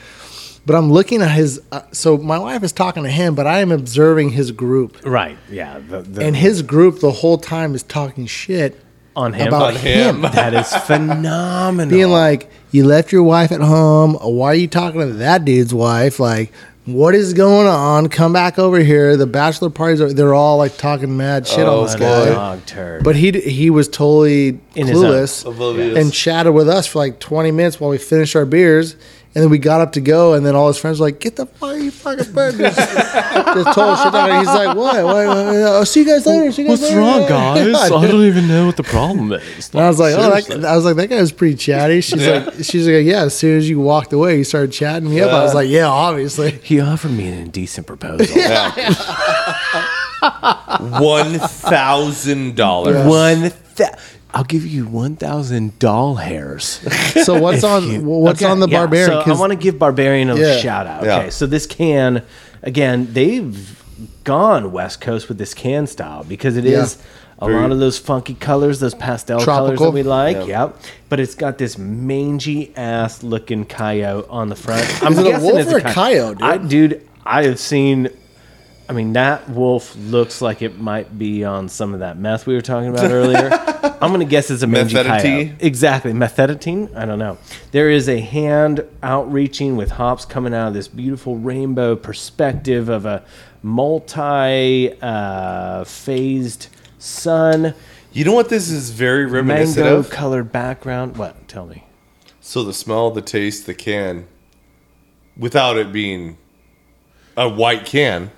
But I'm looking at his. Uh, so my wife is talking to him, but I am observing his group.
right. Yeah. The, the,
And his group the whole time is talking shit,
on him.
about On him. him.
that is phenomenal.
being like, you left your wife at home. Why are you talking to that dude's wife? Like, what is going on? Come back over here. The bachelor parties are, they're all like talking mad shit on this
What
guy.
a dog turd.
But he d- he was totally
In his
clueless
Oblivious.
and chatted with us for like 20 minutes while we finished our beers. And then we got up to go, and then all his friends were like, "Get the fuck, you fucking bird!" Just, just total shit. Down. And he's like, "What? What? what? I'll see you guys later. See you guys
What's
later."
wrong, guys?
Yeah,
I
dude.
don't even know what the problem is.
And I was like, "Oh, that, I was like, that guy was pretty chatty." She's like, "She's like, yeah." As soon as you walked away, you started chatting me up. I was like, "Yeah, obviously."
he offered me an indecent proposal.
One thousand dollars.
One thou- I'll give you one thousand doll hairs.
So what's on
Cute.
what's
Okay,
on the
yeah,
barbarian?
So I
'Cause
want to give Barbarian a
Yeah.
shout out.
Yeah.
Okay, so this can again they've gone West Coast with this can style because it is
Yeah.
a lot of those funky colors, those pastel colors
Tropical.
that we like. Yep. But it's got this mangy ass looking coyote on the front. I'm
Is it a
guessing
wolf
it's
or a coyote, dude?
I, dude, I have seen. I mean, that wolf looks like it might be on some of that meth we were talking about earlier. I'm gonna guess it's a mangy
Methadone.
coyote. Exactly, methadone. I don't know. There is a hand outreaching with hops coming out of this beautiful rainbow perspective of a multi-phased sun,
You know what this is very reminiscent of?
mango-colored background. What? Tell me.
So the smell, the taste, the can, without it being a white can,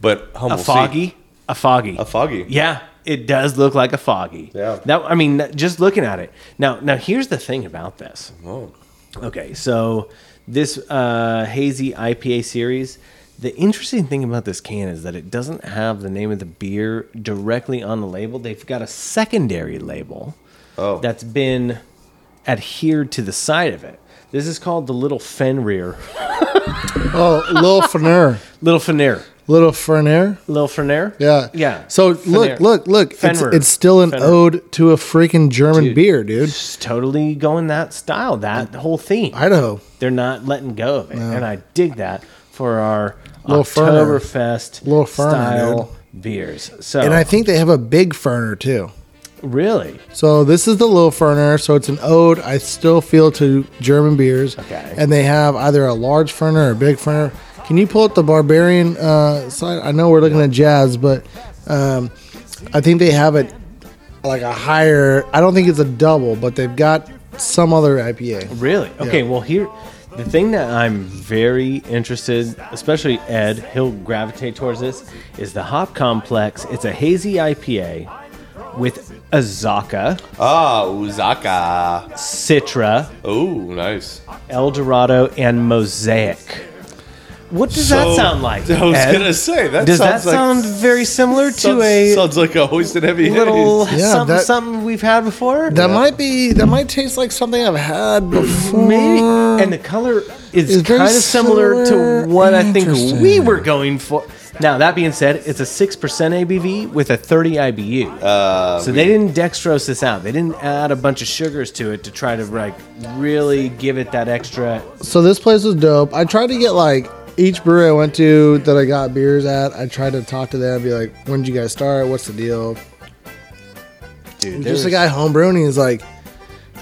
but humble
A foggy. A foggy.
a foggy.
Yeah, it does look like a foggy.
Yeah.
That I mean, that- just looking at it. Now, now here's the thing about this. Okay, so this uh, hazy IPA series. The interesting thing about this can is that it doesn't have the name of the beer directly on the label. They've got a secondary label
Oh.
that's been adhered to the side of it. This is called the Little Fenrir,
Oh, Lil Ferner.
Little Fenrir,
Little Ferner?
Little Fenrir.
Yeah.
yeah.
So
Fenrir.
look, look, look. It's,
Fenrir.
it's still an
Fenrir.
ode to a freaking German
Dude.
beer, dude.
It's totally going that style, that whole theme.
Idaho.
They're not letting go of it, and I dig that for our
Little Ferner.
Oktoberfest
Little Ferner,
style beers. So,
And I think they have a big Ferner, too.
really,
So this is the Lil Ferner. So it's an ode, I still feel, to German beers.
Okay.
And they have either a large Ferner or a big Ferner. Can you pull up the Barbarian uh, side? I know we're looking at jazz, but um, I think they have it like a higher. I don't think it's a double, but they've got some other IPA.
really, okay. Well, here, the thing that I'm very interested, especially Ed, he'll gravitate towards this, is the Hop Complex. It's a hazy IPA with Azaka,
Ah, Uzaka.
Citra,
Oh, nice.
El Dorado, and Mosaic. What does that
So-
sound like?
I was
Ed?
gonna say that.
Does that
sounds like,
sound very similar
sounds,
to a
sounds like a hoisted heavy
little
Yeah,
something,
that-
something we've had before?
That might be. That might taste like something I've had before.
Maybe. And the color is
It's very
kind of similar,
similar.
to what I think
Interesting.
we were going for. Now, that being said, it's a 6% ABV with a 30 IBU. so they didn't dextrose this out. They didn't add a bunch of sugars to it to try to like really give it that extra.
So this place was dope. I tried to get like each brewery I went to that I got beers at. I tried to talk to them, be like, "When did you guys start? What's the deal?"
Dude,
There's just a
there's-
guy homebrewing. and He's like,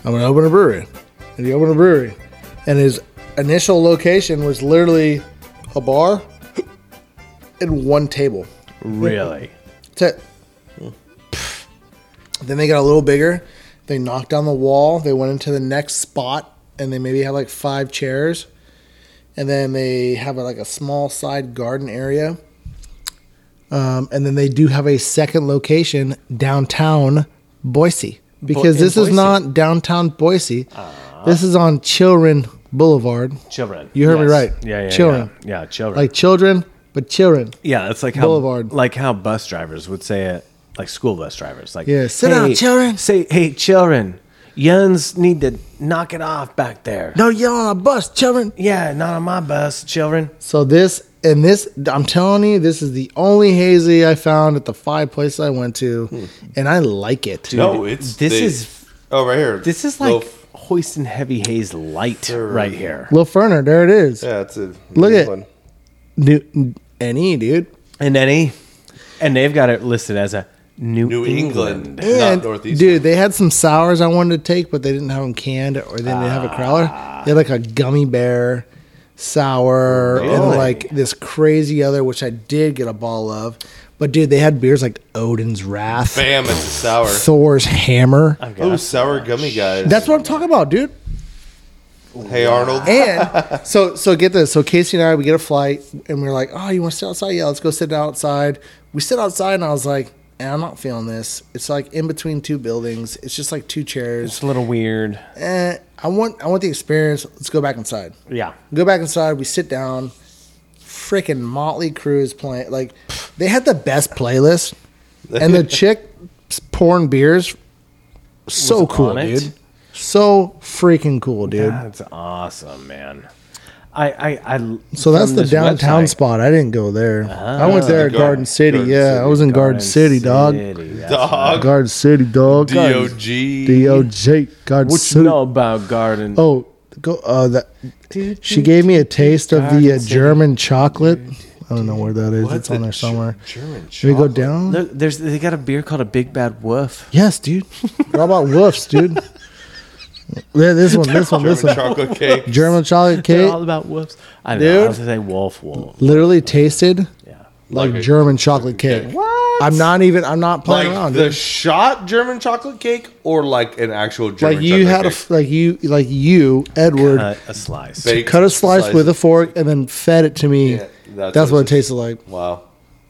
"I'm gonna open a brewery," and he opened a brewery, and his initial location was literally a bar and one table.
Really?
That's it. Then they got a little bigger. They knocked down the wall. They went into the next spot, and they maybe have like five chairs. And then they have like a small side garden area. Um, and then they do have a second location downtown Boise Ah. because
in
this is
Boise.
not downtown Boise. This is on Children Boulevard.
Children.
You heard me right.
Yeah, yeah.
Children.
Yeah, yeah children.
Like children, but children.
Yeah, it's like how
Boulevard.
like how bus drivers would say it, like school bus drivers, like
Yeah, sit down, children."
Say, hey, children, yuns need to knock it off back there.
No yell on a bus, children.
Yeah, not on my bus, children.
So this and this, I'm telling you, this is the only hazy I found at the five places I went to, and I like it.
Hmm. No, it's
this
the-
is
Oh, right here.
this is like
Little-
hoist and heavy haze light right here,
Lil Ferner, there it is.
yeah, it's a
Look at-
one.
New, NE, dude.
and any, and they've got it listed as a New,
New
England.
England,
And,
not Northeast.
Dude, they had some sours I wanted to take, but they didn't have them canned, or they didn't have a crowler.
Ah.
They had like a gummy bear sour and
Really?
like this crazy other, which I did get a ball of. But dude, they had beers like Odin's Wrath,
Bam! It's a sour.
Thor's Hammer.
Oh, sour gummy guys.
That's what I'm talking about, dude.
hey Arnold.
And so, so get this. So Casey and I, we get a flight, and we are like, "Oh, you want to sit outside? Yeah, let's go sit outside." We sit outside, and I was like, eh, "I'm not feeling this. It's like in between two buildings. It's just like two chairs.
It's a little weird.
Eh, I want, I want the experience. Let's go back inside.
Yeah,
Go back inside. We sit down. Freaking Motley Crue is playing. Like, they had the best playlist, and the chick pouring beers. So
Was
cool,
on it?
dude. So freaking cool, dude.
that's awesome, man. I, I, I
So that's
from
the
this
downtown
website-
spot. I didn't go there. I went there at Garden City.
Garden
yeah, I was in Garden, City, dog.
City, that's
Dog.
Garden City, dog.
DOG.
D O J. Garden
What you
City.
know about Garden?
Oh, go. Uh, that she gave me a taste of the uh, German chocolate. I don't know where that is. It's on there somewhere.
German
Should we go down?
Look, there's they got a beer called a Big Bad Wolf.
Yes, dude. How about woofs, dude? Yeah, this one, this one, this
German
one.
chocolate cake.
German chocolate
They're
cake
all about wolves. I don't know. I was gonna say wolf, wolf.
literally tasted
Yeah.
like, German chocolate cake. What? I'm not even. I'm not playing
Like
around.
the
dude.
shot German chocolate cake or like an actual German
Like you
chocolate
had a
cake?
f- like you like you Edward
Uh, a slice.
Baked
cut a slice with a fork and then fed it to me.
Yeah,
that's,
that's
what it
what it
tasted like.
Wow.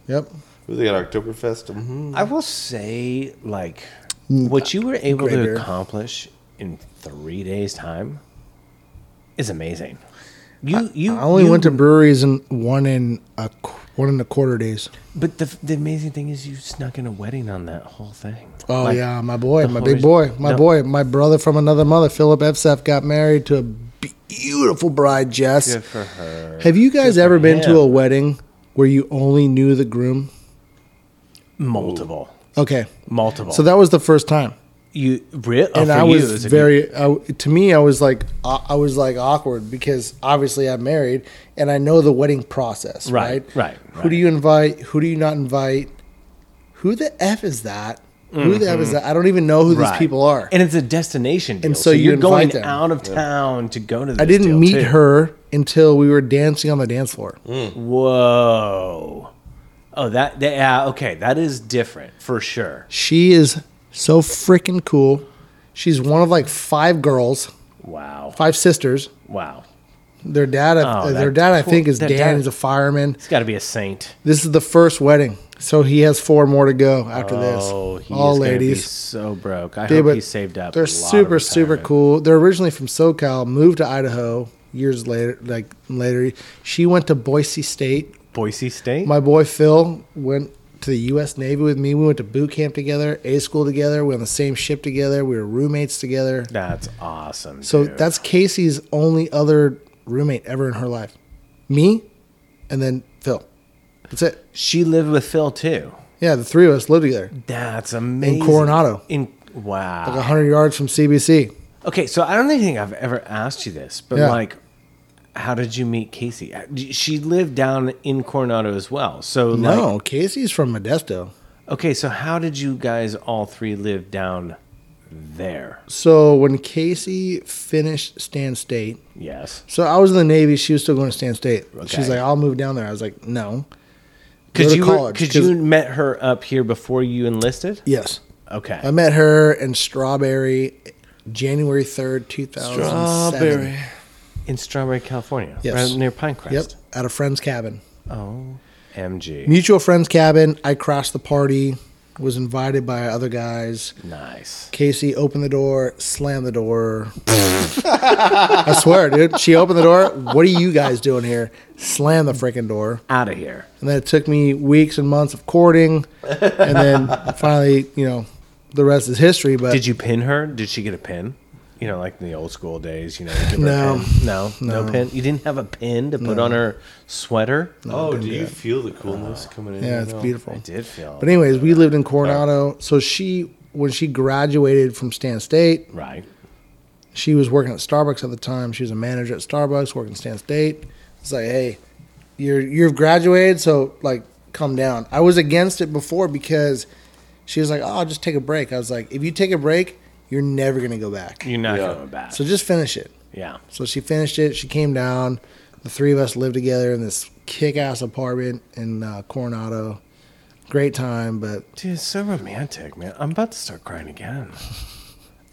Yep.
Was it at Oktoberfest? Mhm.
I will say, like, what you were able
Great
to
Mm. beer.
accomplish in three days' time is amazing. You, you,
I only
you-
went to breweries in one in a qu- one and a quarter days.
But the, the amazing thing is, you snuck in a wedding on that whole thing.
Oh
Like,
yeah, my boy,
the
my
whole
big
reason-
boy, my
No.
boy, my brother from another mother, Philip Efsef, got married to a beautiful bride, Jess.
Good for her.
Have you guys ever been to
him.
a wedding where you only knew the groom?
Multiple,
Okay,
multiple.
so that was the first time.
you, re- oh,
and
for
I
you,
was,
it a good-
very. I, to me, I was like, I, I was like awkward because obviously I'm married and I know the wedding process, right?
Right, right,
Who
right.
do you invite? Who do you not invite? Who the f is that? Who the f is that? I don't even know who
Mm-hmm. Right.
these people are.
and it's a destination deal.
And so
so,
you
you're going
invite them.
out of town to go to. This
I didn't
deal,
meet
too.
her until we were dancing on the dance floor.
Whoa. Oh, that, that yeah, okay, that is different for sure.
She is so freaking cool. She's one of like five girls,
Wow.
five sisters.
Wow.
Their dad,
Oh,
their
that-
dad, I think, is
that
Dan.
dad-
He's a fireman.
It's got to be a saint.
This is the first wedding, so he has four more to go after this.
Oh, he
All
is gonna Be
ladies.
so broke. I
Dude,
hope
but
he saved up.
They're
a lot of
super, super
retirement.
cool. They're originally from SoCal, moved to Idaho years later. Like later, she went to Boise State.
Boise State.
My boy Phil went to the U.S. Navy with me. We went to boot camp together, A school together. We were on the same ship together. We were roommates together.
That's awesome.
So
dude.
that's Casey's only other roommate ever in her life. Me, and then Phil. That's it.
she lived with Phil too.
Yeah, the three of us lived together.
That's amazing.
Coronado.
In wow.
like 100 yards from CBC.
Okay, so I don't even think I've ever asked you this, but
Yeah.
like, how did you meet Casey? Uh, She lived down in Coronado as well. So
No,
like,
Casey's from Modesto.
okay, so how did you guys all three live down there?
So when Casey finished Stan State,
Yes,
so I was in the Navy. She was still going to Stan State. She's
Okay.
like, I'll move down there. I was like, no. Go
because
to
you were-
college,
'cause
'cause-
you met her up here before you enlisted.
Yes.
Okay,
I met her in Strawberry, January 3rd, 2007. Strawberry.
in Strawberry, California,
Yes.
right near Pinecrest.
Yep. At a friend's cabin.
Oh, MG,
Mutual friend's cabin. I crashed the party, was invited by other guys.
nice.
Casey opened the door, slammed the door. I swear, dude. She opened the door. What are you guys doing here? Slammed the freaking door.
Out of here.
And then it took me weeks and months of courting. And then finally, you know, the rest is history. But
Did you pin her? Did she get a pin? You know, like in the old school days, you know, you give
No.
her a pin. No, no, pin. You didn't have a pin to put on her sweater.
Oh, do you feel the coolness coming in?
yeah, it's beautiful.
I did feel.
But anyways, we lived in Coronado. So she, when she graduated from Stan State,
right.
she was working at Starbucks at the time. She was a manager at Starbucks, working Stan State. It's like, hey, you're you've graduated, so like, come down. I was against it before because she was like, oh, I'll just take a break. I was like, if you take a break, you're never gonna go back.
You're not going back.
So just finish it.
yeah.
So she finished it. She came down. The three of us lived together in this kick-ass apartment in uh, Coronado. Great time, but
Dude, it's so romantic, man. I'm about to start crying again.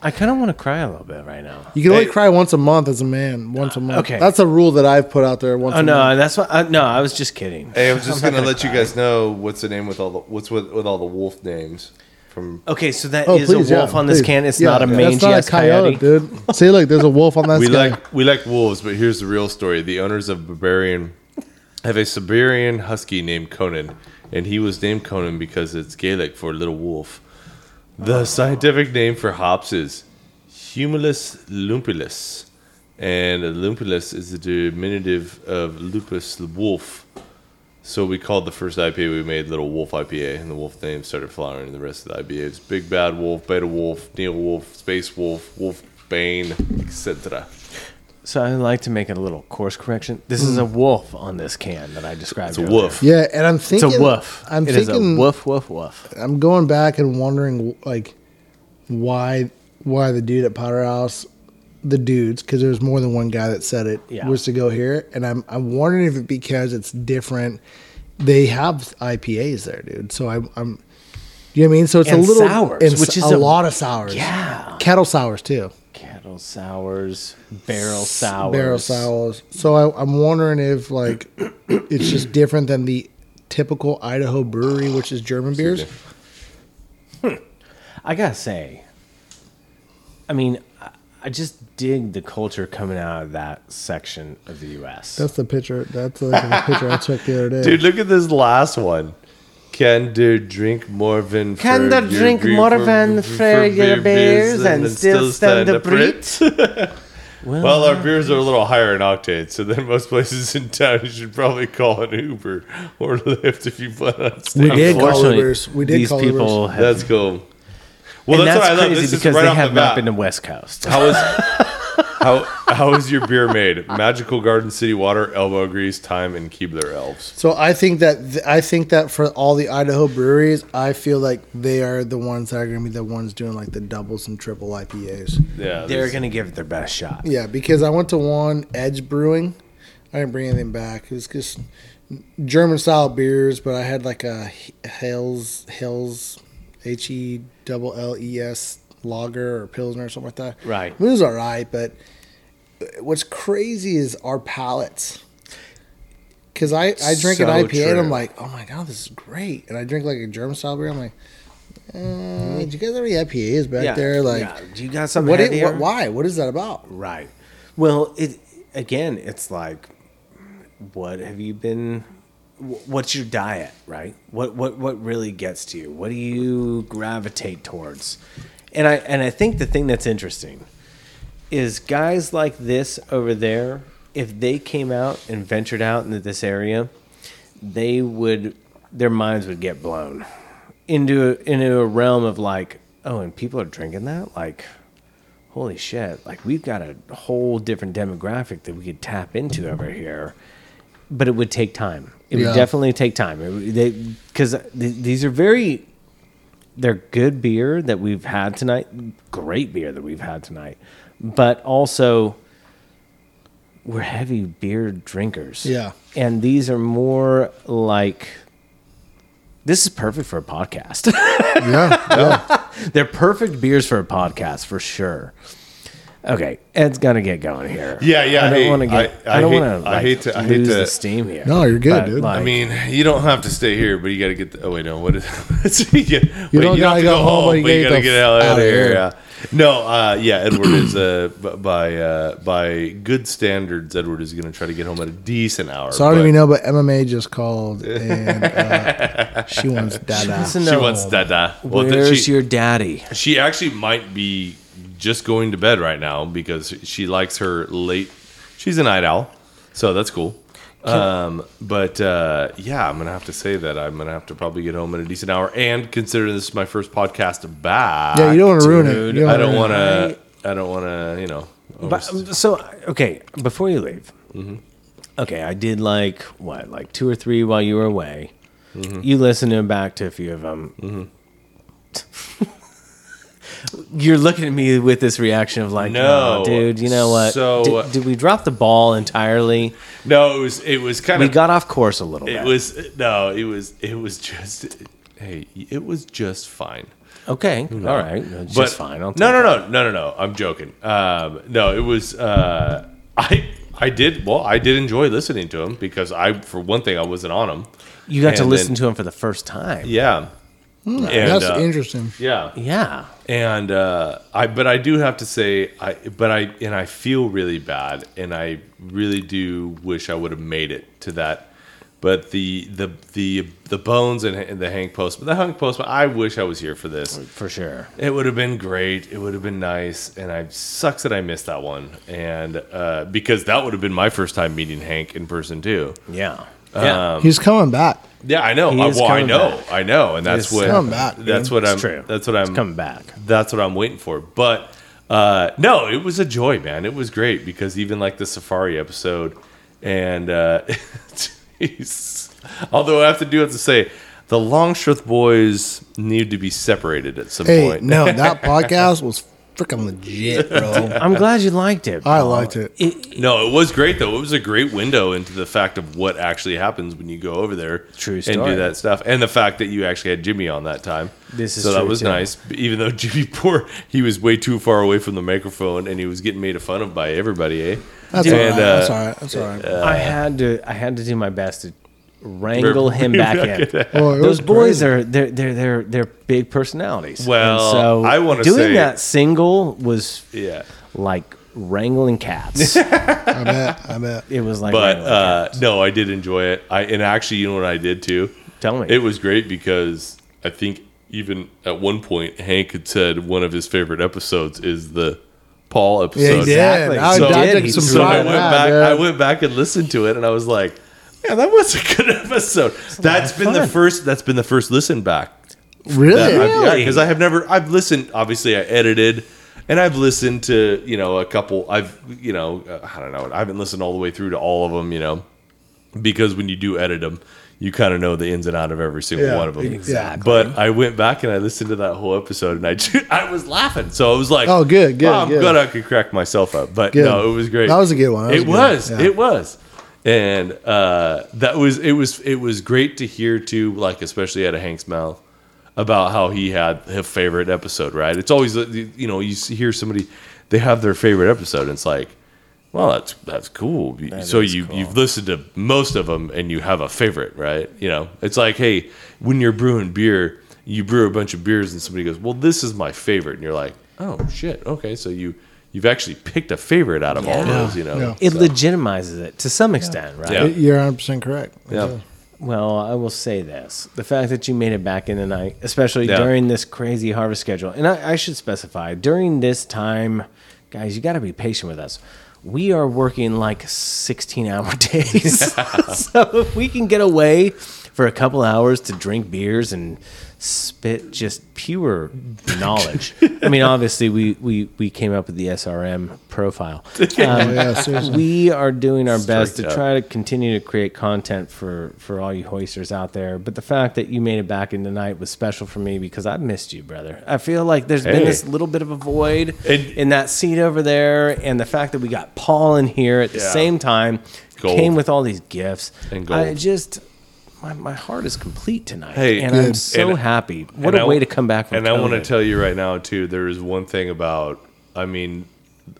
I kind of want to cry a little bit right now.
you can only cry once a month as a man. Once a month.
Ah, okay.
That's a rule that I've put out there. Once.
Oh
a month.
no, that's what. I, no, I was just kidding.
Hey, I was just gonna let you guys know what's the name with all the what's with with all the wolf names from
Okay, so that is
Oh, please,
a wolf
yeah,
on this
please.
can. It's
Yeah,
not a
that's
mangy
not a
ass coyote.
coyote, dude. See, look, there's a wolf on that
we
sky.
like we like wolves, but here's the real story. The owners of Barbarian have a Siberian husky named Conan, and he was named Conan because it's Gaelic for little wolf. The scientific name for hops is Humulus lumpulus, and lupulus is the diminutive of lupus, the wolf. So we called the first IPA we made Little Wolf IPA, and the wolf name started flowering in the rest of the IPAs. Big Bad Wolf, Beta Wolf, Neil Wolf, Space Wolf, Wolf Bane, etc.
So I'd like to make a little course correction. This is a
Hmm.
wolf on this can that I described.
It's a
earlier.
wolf.
Yeah, and I'm
It's a
thinking
woof.
I'm
It is
thinking
a woof, woof, woof.
I'm going back and wondering like why why the dude at Powder House, the dudes, because there's more than one guy that said it
Yeah.
was to go here, and I'm I'm wondering if it because it's different. They have IPAs there, dude. So I'm I'm. You know what I mean? So it's
And
a little
sours,
and
which
s-
is a-
a, lot of sours.
Yeah.
cattle sours too.
Cattle sours, barrel sours,
Barrel sours. So I, I'm wondering if like it's just different than the typical Idaho brewery, which is German beers.
I gotta say, I mean, I- I just dig the culture coming out of that section of the U.S.
That's the picture. That's like the picture I took the other day.
Dude, look at this last one. Can they drink more than
Can they
for your
drink
beer-
more
for-
than
for-
for your beers and
then
still stand upright?
upright? well,
uh,
our beers are a little higher in octane, so then most places in town you should probably call an Uber or Lyft if you plan on
We
staying.
did call
Unfortunately,
Ubers. We did
these
call Ubers.
people have,
That's cool. Well,
and that's,
what I love.
crazy
This is
because
right
they
off
have
the
not
bat.
been to West Coast.
How is how how is your beer made? Magical Garden City water, elbow grease, thyme, and Keebler elves.
So I think that th- I think that for all the Idaho breweries, I feel like they are the ones that are going to be the ones doing like the doubles and triple IPAs.
Yeah,
They're
there's-
gonna give it their best shot.
Yeah, because I went to one Edge Brewing. I didn't bring anything back. It was just German style beers, but I had like a Hales Hales H E double L E S lager or pilsner or something like that.
Right.
It was all right, but what's crazy is our palates. Because I, I drink
So
an IPA and I'm
true.
like, oh my god, this is great. And I drink like a German style beer. I'm like, uh, did you guys have any IPAs back
Mm-hmm. Yeah,
there? Like,
yeah. do you got something?
what, it,
headier?
what? Why? What is that about?
Right. Well, it again, it's like, what have you been? wh- What's your diet, right? What what what really gets to you? What do you gravitate towards? And I and I think the thing that's interesting is guys like this over there. If they came out and ventured out into this area, they would their minds would get blown into a, into a realm of like, oh, and people are drinking that like holy shit, like we've got a whole different demographic that we could tap into over here. But it would take time. It
Yeah.
would definitely take time. It would- they Because th- these are very, they're good beer that we've had tonight, great beer that we've had tonight, but also we're heavy beer drinkers.
Yeah.
And these are more like, this is perfect for a podcast.
Yeah,
They're perfect beers for a podcast for sure. Okay, Ed's gotta get going here.
Yeah, yeah,
I don't
hey,
want to get.
I-
I,
I
don't
hate-
want
I hate to- I hate
lose
to-
the steam here.
No, you're good, dude. I
I mean, you don't have to stay here, but you got to get. The, oh wait, no. What is? you, get, wait,
don't gotta go home, but you
but you
gotta
got to
get the
get out,
f-
of
outta
here.
here.
Yeah. No, uh, yeah. Edward is uh, b- by uh, by good standards. Edward is going to try to get home at a decent hour.
so I don't
but
even know, but MMA just called and uh, she wants dada.
Listen,
She
no.
wants dada. Well, th-
Where's
she,
your daddy?
she actually might be just going to bed right now because she likes her late. She's a night owl, so that's cool. Um, but uh, yeah, I'm gonna have to say that I'm gonna have to probably get home in a decent hour. And considering this is my first podcast back,
Yeah, you don't want to ruin it.
Dude,
You
I
wanna
don't
ruin
want to. I don't want to. You know.
But, um, so okay, before you leave,
Mm-hmm.
okay, I did like what, like two or three while you were away.
Mm-hmm.
You listened to 'em back to a few of them. You're looking at me with this reaction of like,
Mm-hmm. No.
no, dude, you know what?
So-
did, did we drop the ball entirely?
No, it was. It was kind
We
of.
got off course a little bit.
It was no. It was. It was just. Hey, it was just fine.
Okay. All right. It's just fine. I'll
Mm-hmm. no,
take
no,
it.
no, no, no, no. I'm joking. Um, no, it was. Uh, I I did well. I did enjoy listening to him because I, for one thing, I wasn't on him.
You got to
And
listen
then-
to him for the first time. Yeah.
Yeah, and,
it. That's
uh,
interesting.
Yeah, and uh, I but I do have to say I but I and I feel really bad and I really do wish I would have made it to that But the the the the bones and, and the Hank Postman, the Hank Postman. I wish I was here for this.
for sure.
It would have been great. It would have been nice. And I sucks that I missed that one. And uh, because that would have been my first time meeting Hank in person too. Um,
Yeah. Yeah.
He's coming back.
Yeah, I know.
He
I,
is
well, I
coming
know.
back.
I know. And that's
is
what
coming back, dude.
that's what I'm
It's true.
that's what I'm
It's coming back.
That's what I'm waiting for. But uh, no, it was a joy, man. It was great because even like the safari episode and uh jeez. although I have to do have to say the Longstreth boys need to be separated at some
Hey,
point.
no, that podcast was freaking legit, bro.
I'm glad you liked it.
I
Paul.
liked it.
No, it was great though. It was a great window into the fact of what actually happens when you go over there,
True
and
story.
do that stuff, and the fact that you actually had Jimmy on that time.
This is
so that
true,
was
too.
nice. Even though Jimmy poor, he was way too far away from the microphone, and he was getting made fun of by everybody. Eh?
That's
Dude,
all right.
uh,
That's all right. That's all right.
I had to. I had to do my best to wrangle him back in.
Well, Oh, it
Those
was
boys
crazy.
are they're they're they're they're big personalities.
Well,
And so
I wanna
doing
say-
that single was
Yeah,
like wrangling cats.
I bet. I bet.
it was like,
but
wrangling cats.
uh, no, I did enjoy it. I and actually, you know what I did too.
Tell me.
it was great because I think even at one point Hank had said one of his favorite episodes is the Paul episode.
Yeah, he did.
Exactly.
I,
So-
I
He
took some
did.
So I
pride in
went
that,
back.
dude.
I went back and listened to it, and I was like, "Yeah, that was a good episode." That's been the
fun.
first. That's been the first listen back.
Really?
Because I have never. I've listened. Obviously, I edited, and I've listened to you know a couple. I've you know uh, I don't know. I haven't listened all the way through to all of them. You know, because when you do edit them, you kind of know the ins and out of every single
Yeah,
one of them.
exactly.
But I went back and I listened to that whole episode, and I ju- I was laughing. So I was like,
Oh, good, good,
I'm
good.
glad I could crack myself up. But
Good.
no, it was great.
That was a good one. That was a
It
good one.
was.
Yeah.
It was. And uh, that was it was it was great to hear too, like especially out of Hank's mouth about how he had his favorite episode. Right? It's always uh, you you know you s- hear somebody they have their favorite episode. and It's like, well, that's that's cool. You- so you you've listened to most of them and you have a favorite, right? You know, it's like hey, when you're brewing beer, you brew a bunch of beers and somebody goes, well, this is my favorite, and you're like, oh shit, okay, so you. You've actually picked a favorite out of all those, you know.
Yeah.
it legitimizes it to some extent, right?
Yeah.
You're 100 percent correct.
Yeah.
Well, I will say this: the fact that you made it back in the night, especially
Yeah.
during this crazy harvest schedule, and I, I should specify during this time, guys, you got to be patient with us. We are working like sixteen-hour days, so if we can get away for a couple hours to drink beers and spit just pure knowledge. I mean, obviously, we we we came up with the SRM profile. Um,
Oh, yeah, seriously.
We are doing our best to
up.
try to continue to create content for for all you hoisters out there. But the fact that you made it back in tonight was special for me because I missed you, brother. I feel like there's
Hey.
been this little bit of a void
And-
in that seat over there, and the fact that we got Paul in here at the
Yeah.
same time
Gold.
came with all these gifts.
And
I
gold.
just. My, my heart is complete tonight,
Hey,
and I'm
Good.
so
and-
happy. What
And
a
I-
way to come back from
And I want to
COVID.
tell you right now too. There is one thing about. I mean,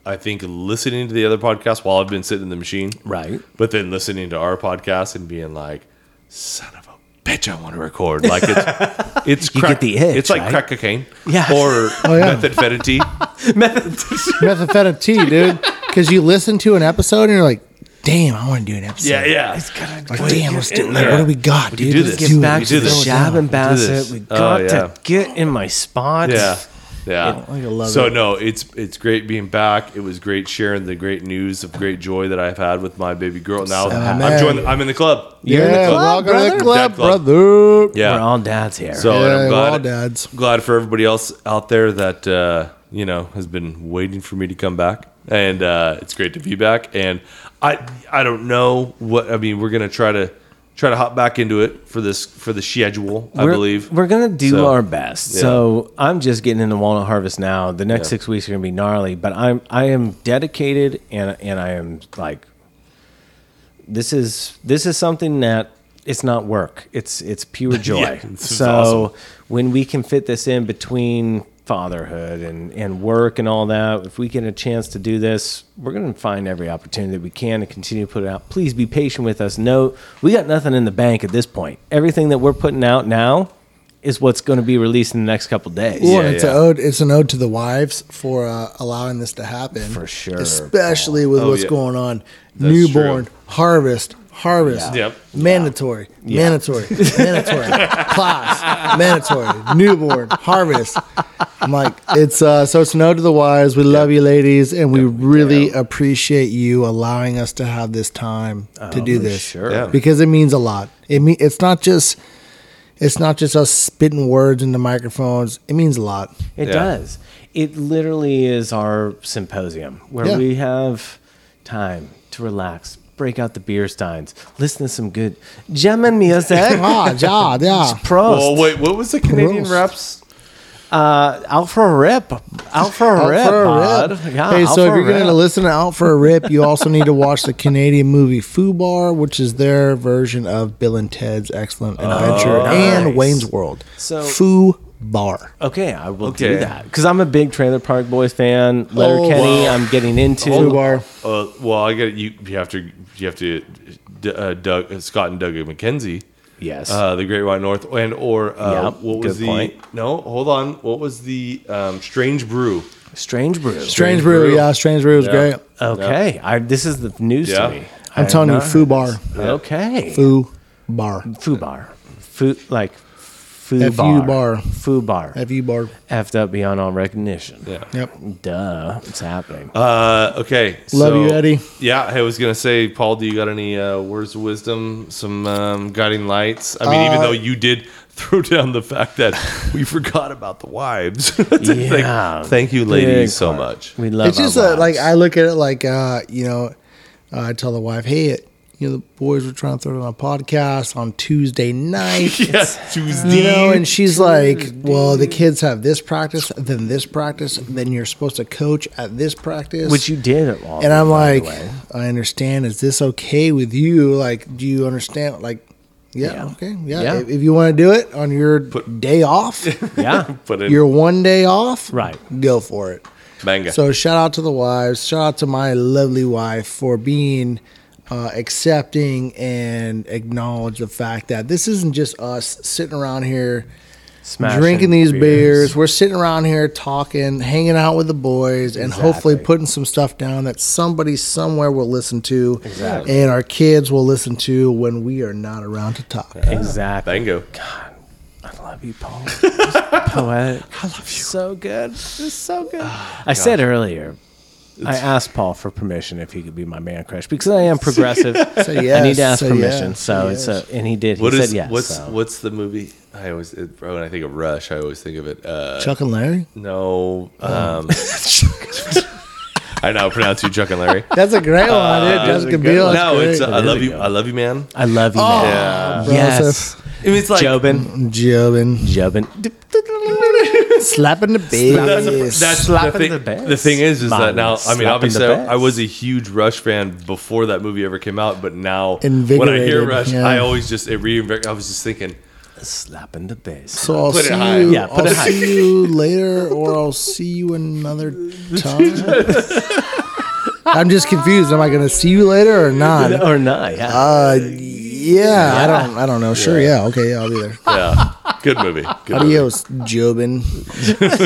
I think listening to the other podcast while I've been sitting in the machine,
Right.
But then listening to our podcast and being like, "Son of a bitch, I want to record." Like it's it's
You get
crack,
the itch,
It's like
right?
crack cocaine,
Yeah.
or
yeah.
methamphetamine.
Methamphetamine tea, dude. Because you listen to an episode and you're like, damn, I want to do an episode.
yeah, yeah.
Like, damn, let's do it. What do we got, dude?
do
Let's
this.
do
get
it.
back
We
to
do
the
this.
jab and
We do this.
basset. We
Oh,
got
yeah.
to get in my spot.
Yeah. Yeah.
Oh,
I love
so
it.
no, it's it's great being back. It was great sharing the great news of great joy that I've had with my baby girl. Now I'm
man.
joined I'm in the club.
Yeah,
in the club,
welcome to
brother.
the club,
Dad club.
brother.
Yeah.
We're all dads here.
so and
Yeah,
I'm
we're
glad,
all dads.
glad for everybody else out there that uh, you know has been waiting for me to come back. And uh, it's great to be back. And I I don't know what I mean, we're gonna try to try to hop back into it for this for the schedule, I
we're,
believe.
we're gonna do
So,
our best. So I'm just getting into walnut harvest now. The next
Yeah.
six weeks are gonna be gnarly, but I'm I am dedicated and and I am like this is this is something that it's not work. It's it's pure joy.
this is
so
awesome.
when we can fit this in between fatherhood and and work and all that, if we get a chance to do this, we're gonna find every opportunity that we can to continue to put it out. Please be patient with us. No, we got nothing in the bank at this point. Everything that we're putting out now is what's going to be released in the next couple days.
Well,
Yeah,
and it's
yeah.
an ode. It's an ode to the wives for uh, allowing this to happen.
For sure,
especially with
Oh,
what's
yeah.
going on.
That's
Newborn
true.
harvest,
harvest.
Yep.
Mandatory, mandatory, mandatory, class, mandatory, newborn, harvest. I'm like, it's uh, so it's no to the wise. We love you, ladies, and we really appreciate you allowing us to have this time to do this.
Oh, sure.
Yeah.
because it means a lot. It mean it's not just it's not just us spitting words into microphones. It means a lot.
It
Yeah.
does. It literally is our symposium where
Yeah.
we have time to relax, break out the beer steins, listen to some good German music.
Ah, ja, yeah.
Prost.
Oh wait, what was the Canadian
Roast.
reps?
out for a Uh, rip. Out for a rip,
Out for a
bud.
rip.
Yeah,
hey,
out
so if
for a
you're going to
rip.
listen to Out for a Rip, you also need to watch the Canadian movie Foo Bar, which is their version of Bill and Ted's Excellent Adventure
Oh, nice.
and Wayne's World.
So-
Foo Bar.
Okay, I will
Okay.
do that because I'm a big Trailer Park Boys fan. Letterkenny, I'm getting into.
Foo Oh, Bar.
Uh, well, I got you. You have to. You have to. d- Uh, Doug, uh, Scott and Doug McKenzie.
Yes.
Uh, the Great White North and or
Yep,
uh, what
good
was the
point.
no? Hold on. What was the um, Strange Brew?
Strange Brew.
Strange Brew.
Brew.
Yeah, Strange Brew was great.
okay, I, this is the news
Yeah.
to me.
I'm
I
telling you,
have not-
Foo Bar.
Okay.
Foo Bar.
Foo bar. Foo like foo
F U
bar.
bar.
Foo bar.
F U Bar.
Effed up beyond all recognition. Yeah.
Yep.
Duh. It's happening.
Uh, okay.
Love you, Eddie.
Yeah, I was gonna say, Paul, do you got any uh, words of wisdom, some um, guiding lights? I mean, even
Uh,
though you did throw down the fact that we forgot about the wives. Thank-
Yeah.
thank you,
Big
ladies, so
part.
much.
We love
it's just
our
uh, like
lives.
I look at it like uh, you know, uh, I tell the wife, hey, you know, the boys were trying to throw it on a podcast on Tuesday night.
Yes, Tuesday.
You know, and she's like, "Well, the kids have this practice, then this practice, then you're supposed to coach at this practice."
which you did it all.
and I'm
by the
like,
way.
"I understand. Is this okay with you? Like, do you understand? Like, yeah,
Yeah.
okay, yeah.
Yeah.
If, if you want to do it on your day off,
yeah.
Put in
your one day off,
Right.
Go for it."
manga.
So shout out to the wives. Shout out to my lovely wife for being uh, accepting and acknowledge the fact that this isn't just us sitting around here
Smashing
drinking these beers. We're sitting around here talking, hanging out with the boys, and hopefully putting some stuff down that somebody somewhere will listen to,
Exactly.
and our kids will listen to when we are not around to talk.
Exactly.
Bango.
I love you, Paul. Poetic. I love you. So good. It's so good.
Ah,
I said earlier, I asked Paul for permission if he could be my man crush because I am progressive.
So yes,
I need to ask
so
permission.
yes,
so it's
yes.
a, and he did. He
What
said
is
yes.
what's
so.
what's the movie? I always it, bro, when I think of Rush, I always think of it. Uh,
Chuck and Larry.
no,
Oh.
um, I know. I pronounce you Chuck and Larry.
That's a great one, dude. Jessica Biel.
no,
That's
it's uh,
great.
I love you. I love you, man.
I love
Oh,
you, man.
Yeah.
Yes.
I mean, it's like
Mm-hmm.
Jobin.
Jobin.
Jobin.
Slapping the
that's,
bass.
that's the
Slapping
thing.
the
The,
bass.
thing is, is
Mom,
that now I mean,
slapping
obviously,
the
I, I
bass.
was a huge Rush fan before that movie ever came out, but now when I hear
Invigorated,
Rush,
yeah.
I always just it reinvig- I was just thinking,
Slapping the bass.
So I'll
Put it
see
high.
you.
Yeah, put
I'll
it high.
see you later, or I'll see you another time. I'm just confused. Am I going to see you later or not?
or not? Yeah.
Uh, yeah, I don't. I don't know. Sure. Yeah. Okay. Yeah, I'll be there.
yeah, good movie. Good movie.
Adios, Jobin. Uh,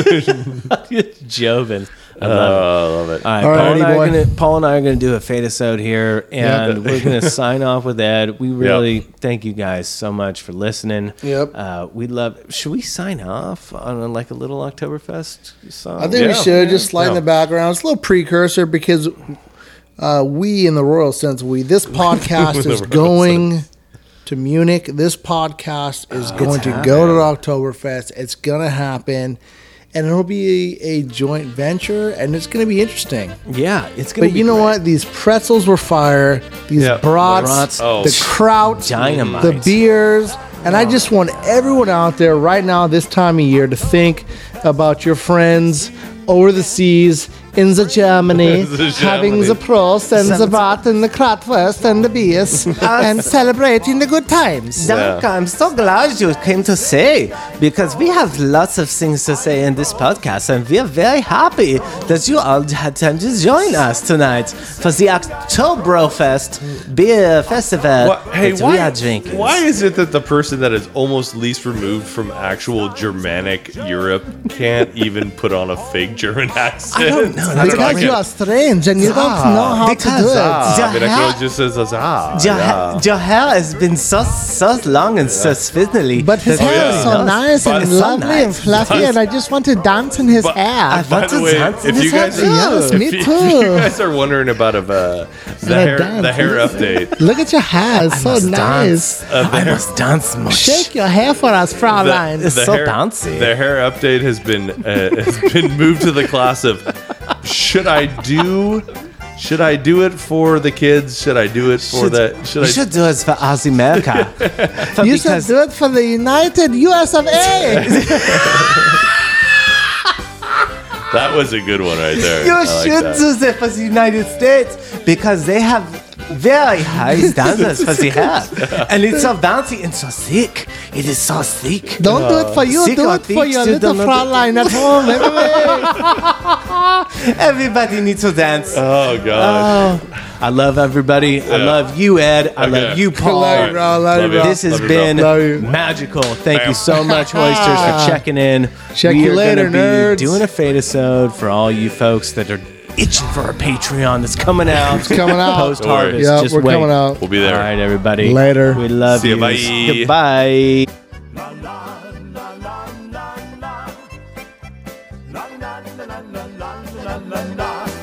Jobin. I
Uh,
love it. All right, Paul,
All righty,
and I are
boy.
gonna, Paul and I are going to do a fadisode here, and we're going to sign off with Ed. We really thank you guys so much for listening.
Yep.
Uh, we love. Should we sign off on a, like a little Oktoberfest song?
I think we
Yeah.
should just slide in
Yeah.
the background. It's a little precursor because uh, we, in the royal sense, we this podcast is going to Munich. This podcast is going to go to Oktoberfest. It's going to happen, and it'll be a, a joint venture, and it's going to be interesting.
yeah, it's going
But
to be.
you know
great.
what? These pretzels were fire. These
Yeah.
brats,
Brats.
Oh.
the kraut,
Dynamite.
the beers. And I just want everyone out there right now, this time of year, to think about your friends over the seas in the Germany,
The
having
Germany.
the prost and the brat and the krautwurst and the beers, and celebrating the good times.
Danke, I'm so glad you came to say because we have lots of things to say in this podcast, and we are very happy that you all had time to join us tonight for the Oktoberfest beer festival
Why- hey,
that
why,
we are drinking.
why is it that the person that is almost least removed from actual Germanic Europe can't even put on a fake German accent?
I don't know.
I don't
because
like
you
it.
are strange and you don't know how to do
because,
it.
ah,
The
I mean, I
hair-
could just says ah,
Your,
yeah.
ha- your hair has been so so long and so spindly.
but his
that-
hair is so
Oh, Yeah.
nice
But
and
so
lovely and
nice.
fluffy, and I just want to dance in his hair.
I want
uh, the
to
way,
dance in
if
his
you
hair
guys-
too.
yes, me
If you, if you
too.
guys are wondering about of, uh, the,
I
hair,
dance?
the hair update,
Look at your hair; it's so
must
nice.
Dance. Uh, I must dance much.
Shake your hair for us, Fraulein.
It's so bouncy.
The hair update has been uh, has been moved to the class of should I do should I do it for the kids? Should I do it for the should
you
I
should do it for Aussie America. For
you should
because
do it for the United U.S. of A.
That was a good one right there.
you
I like
should
that.
do that for the United States because they have very high standards for the hair, and it's so bouncy and so thick. It is so thick.
Don't do it for you.
Sick
do
of
it for
things
your
you
little
don't know.
Fraulein at home. Anyway.
Everybody needs to dance.
Oh god.
I love everybody. I love you, Ed. I love you, Paul.
Love you, bro. Love you,
Love you.
bro.
This has
you,
been
Love you.
magical. Thank you so much, Oysters, for checking in.
Check
we
you
are
later,
gonna
nerds.
be doing a fadisode for all you folks that are itching for a Patreon that's coming out. it's
coming out.
Post harvest.
Yeah,
Just
we're
wait.
coming out.
We'll be there.
All right, everybody.
Later.
We love
See ya,
you.
bye.
Goodbye.
la la la la la la la la la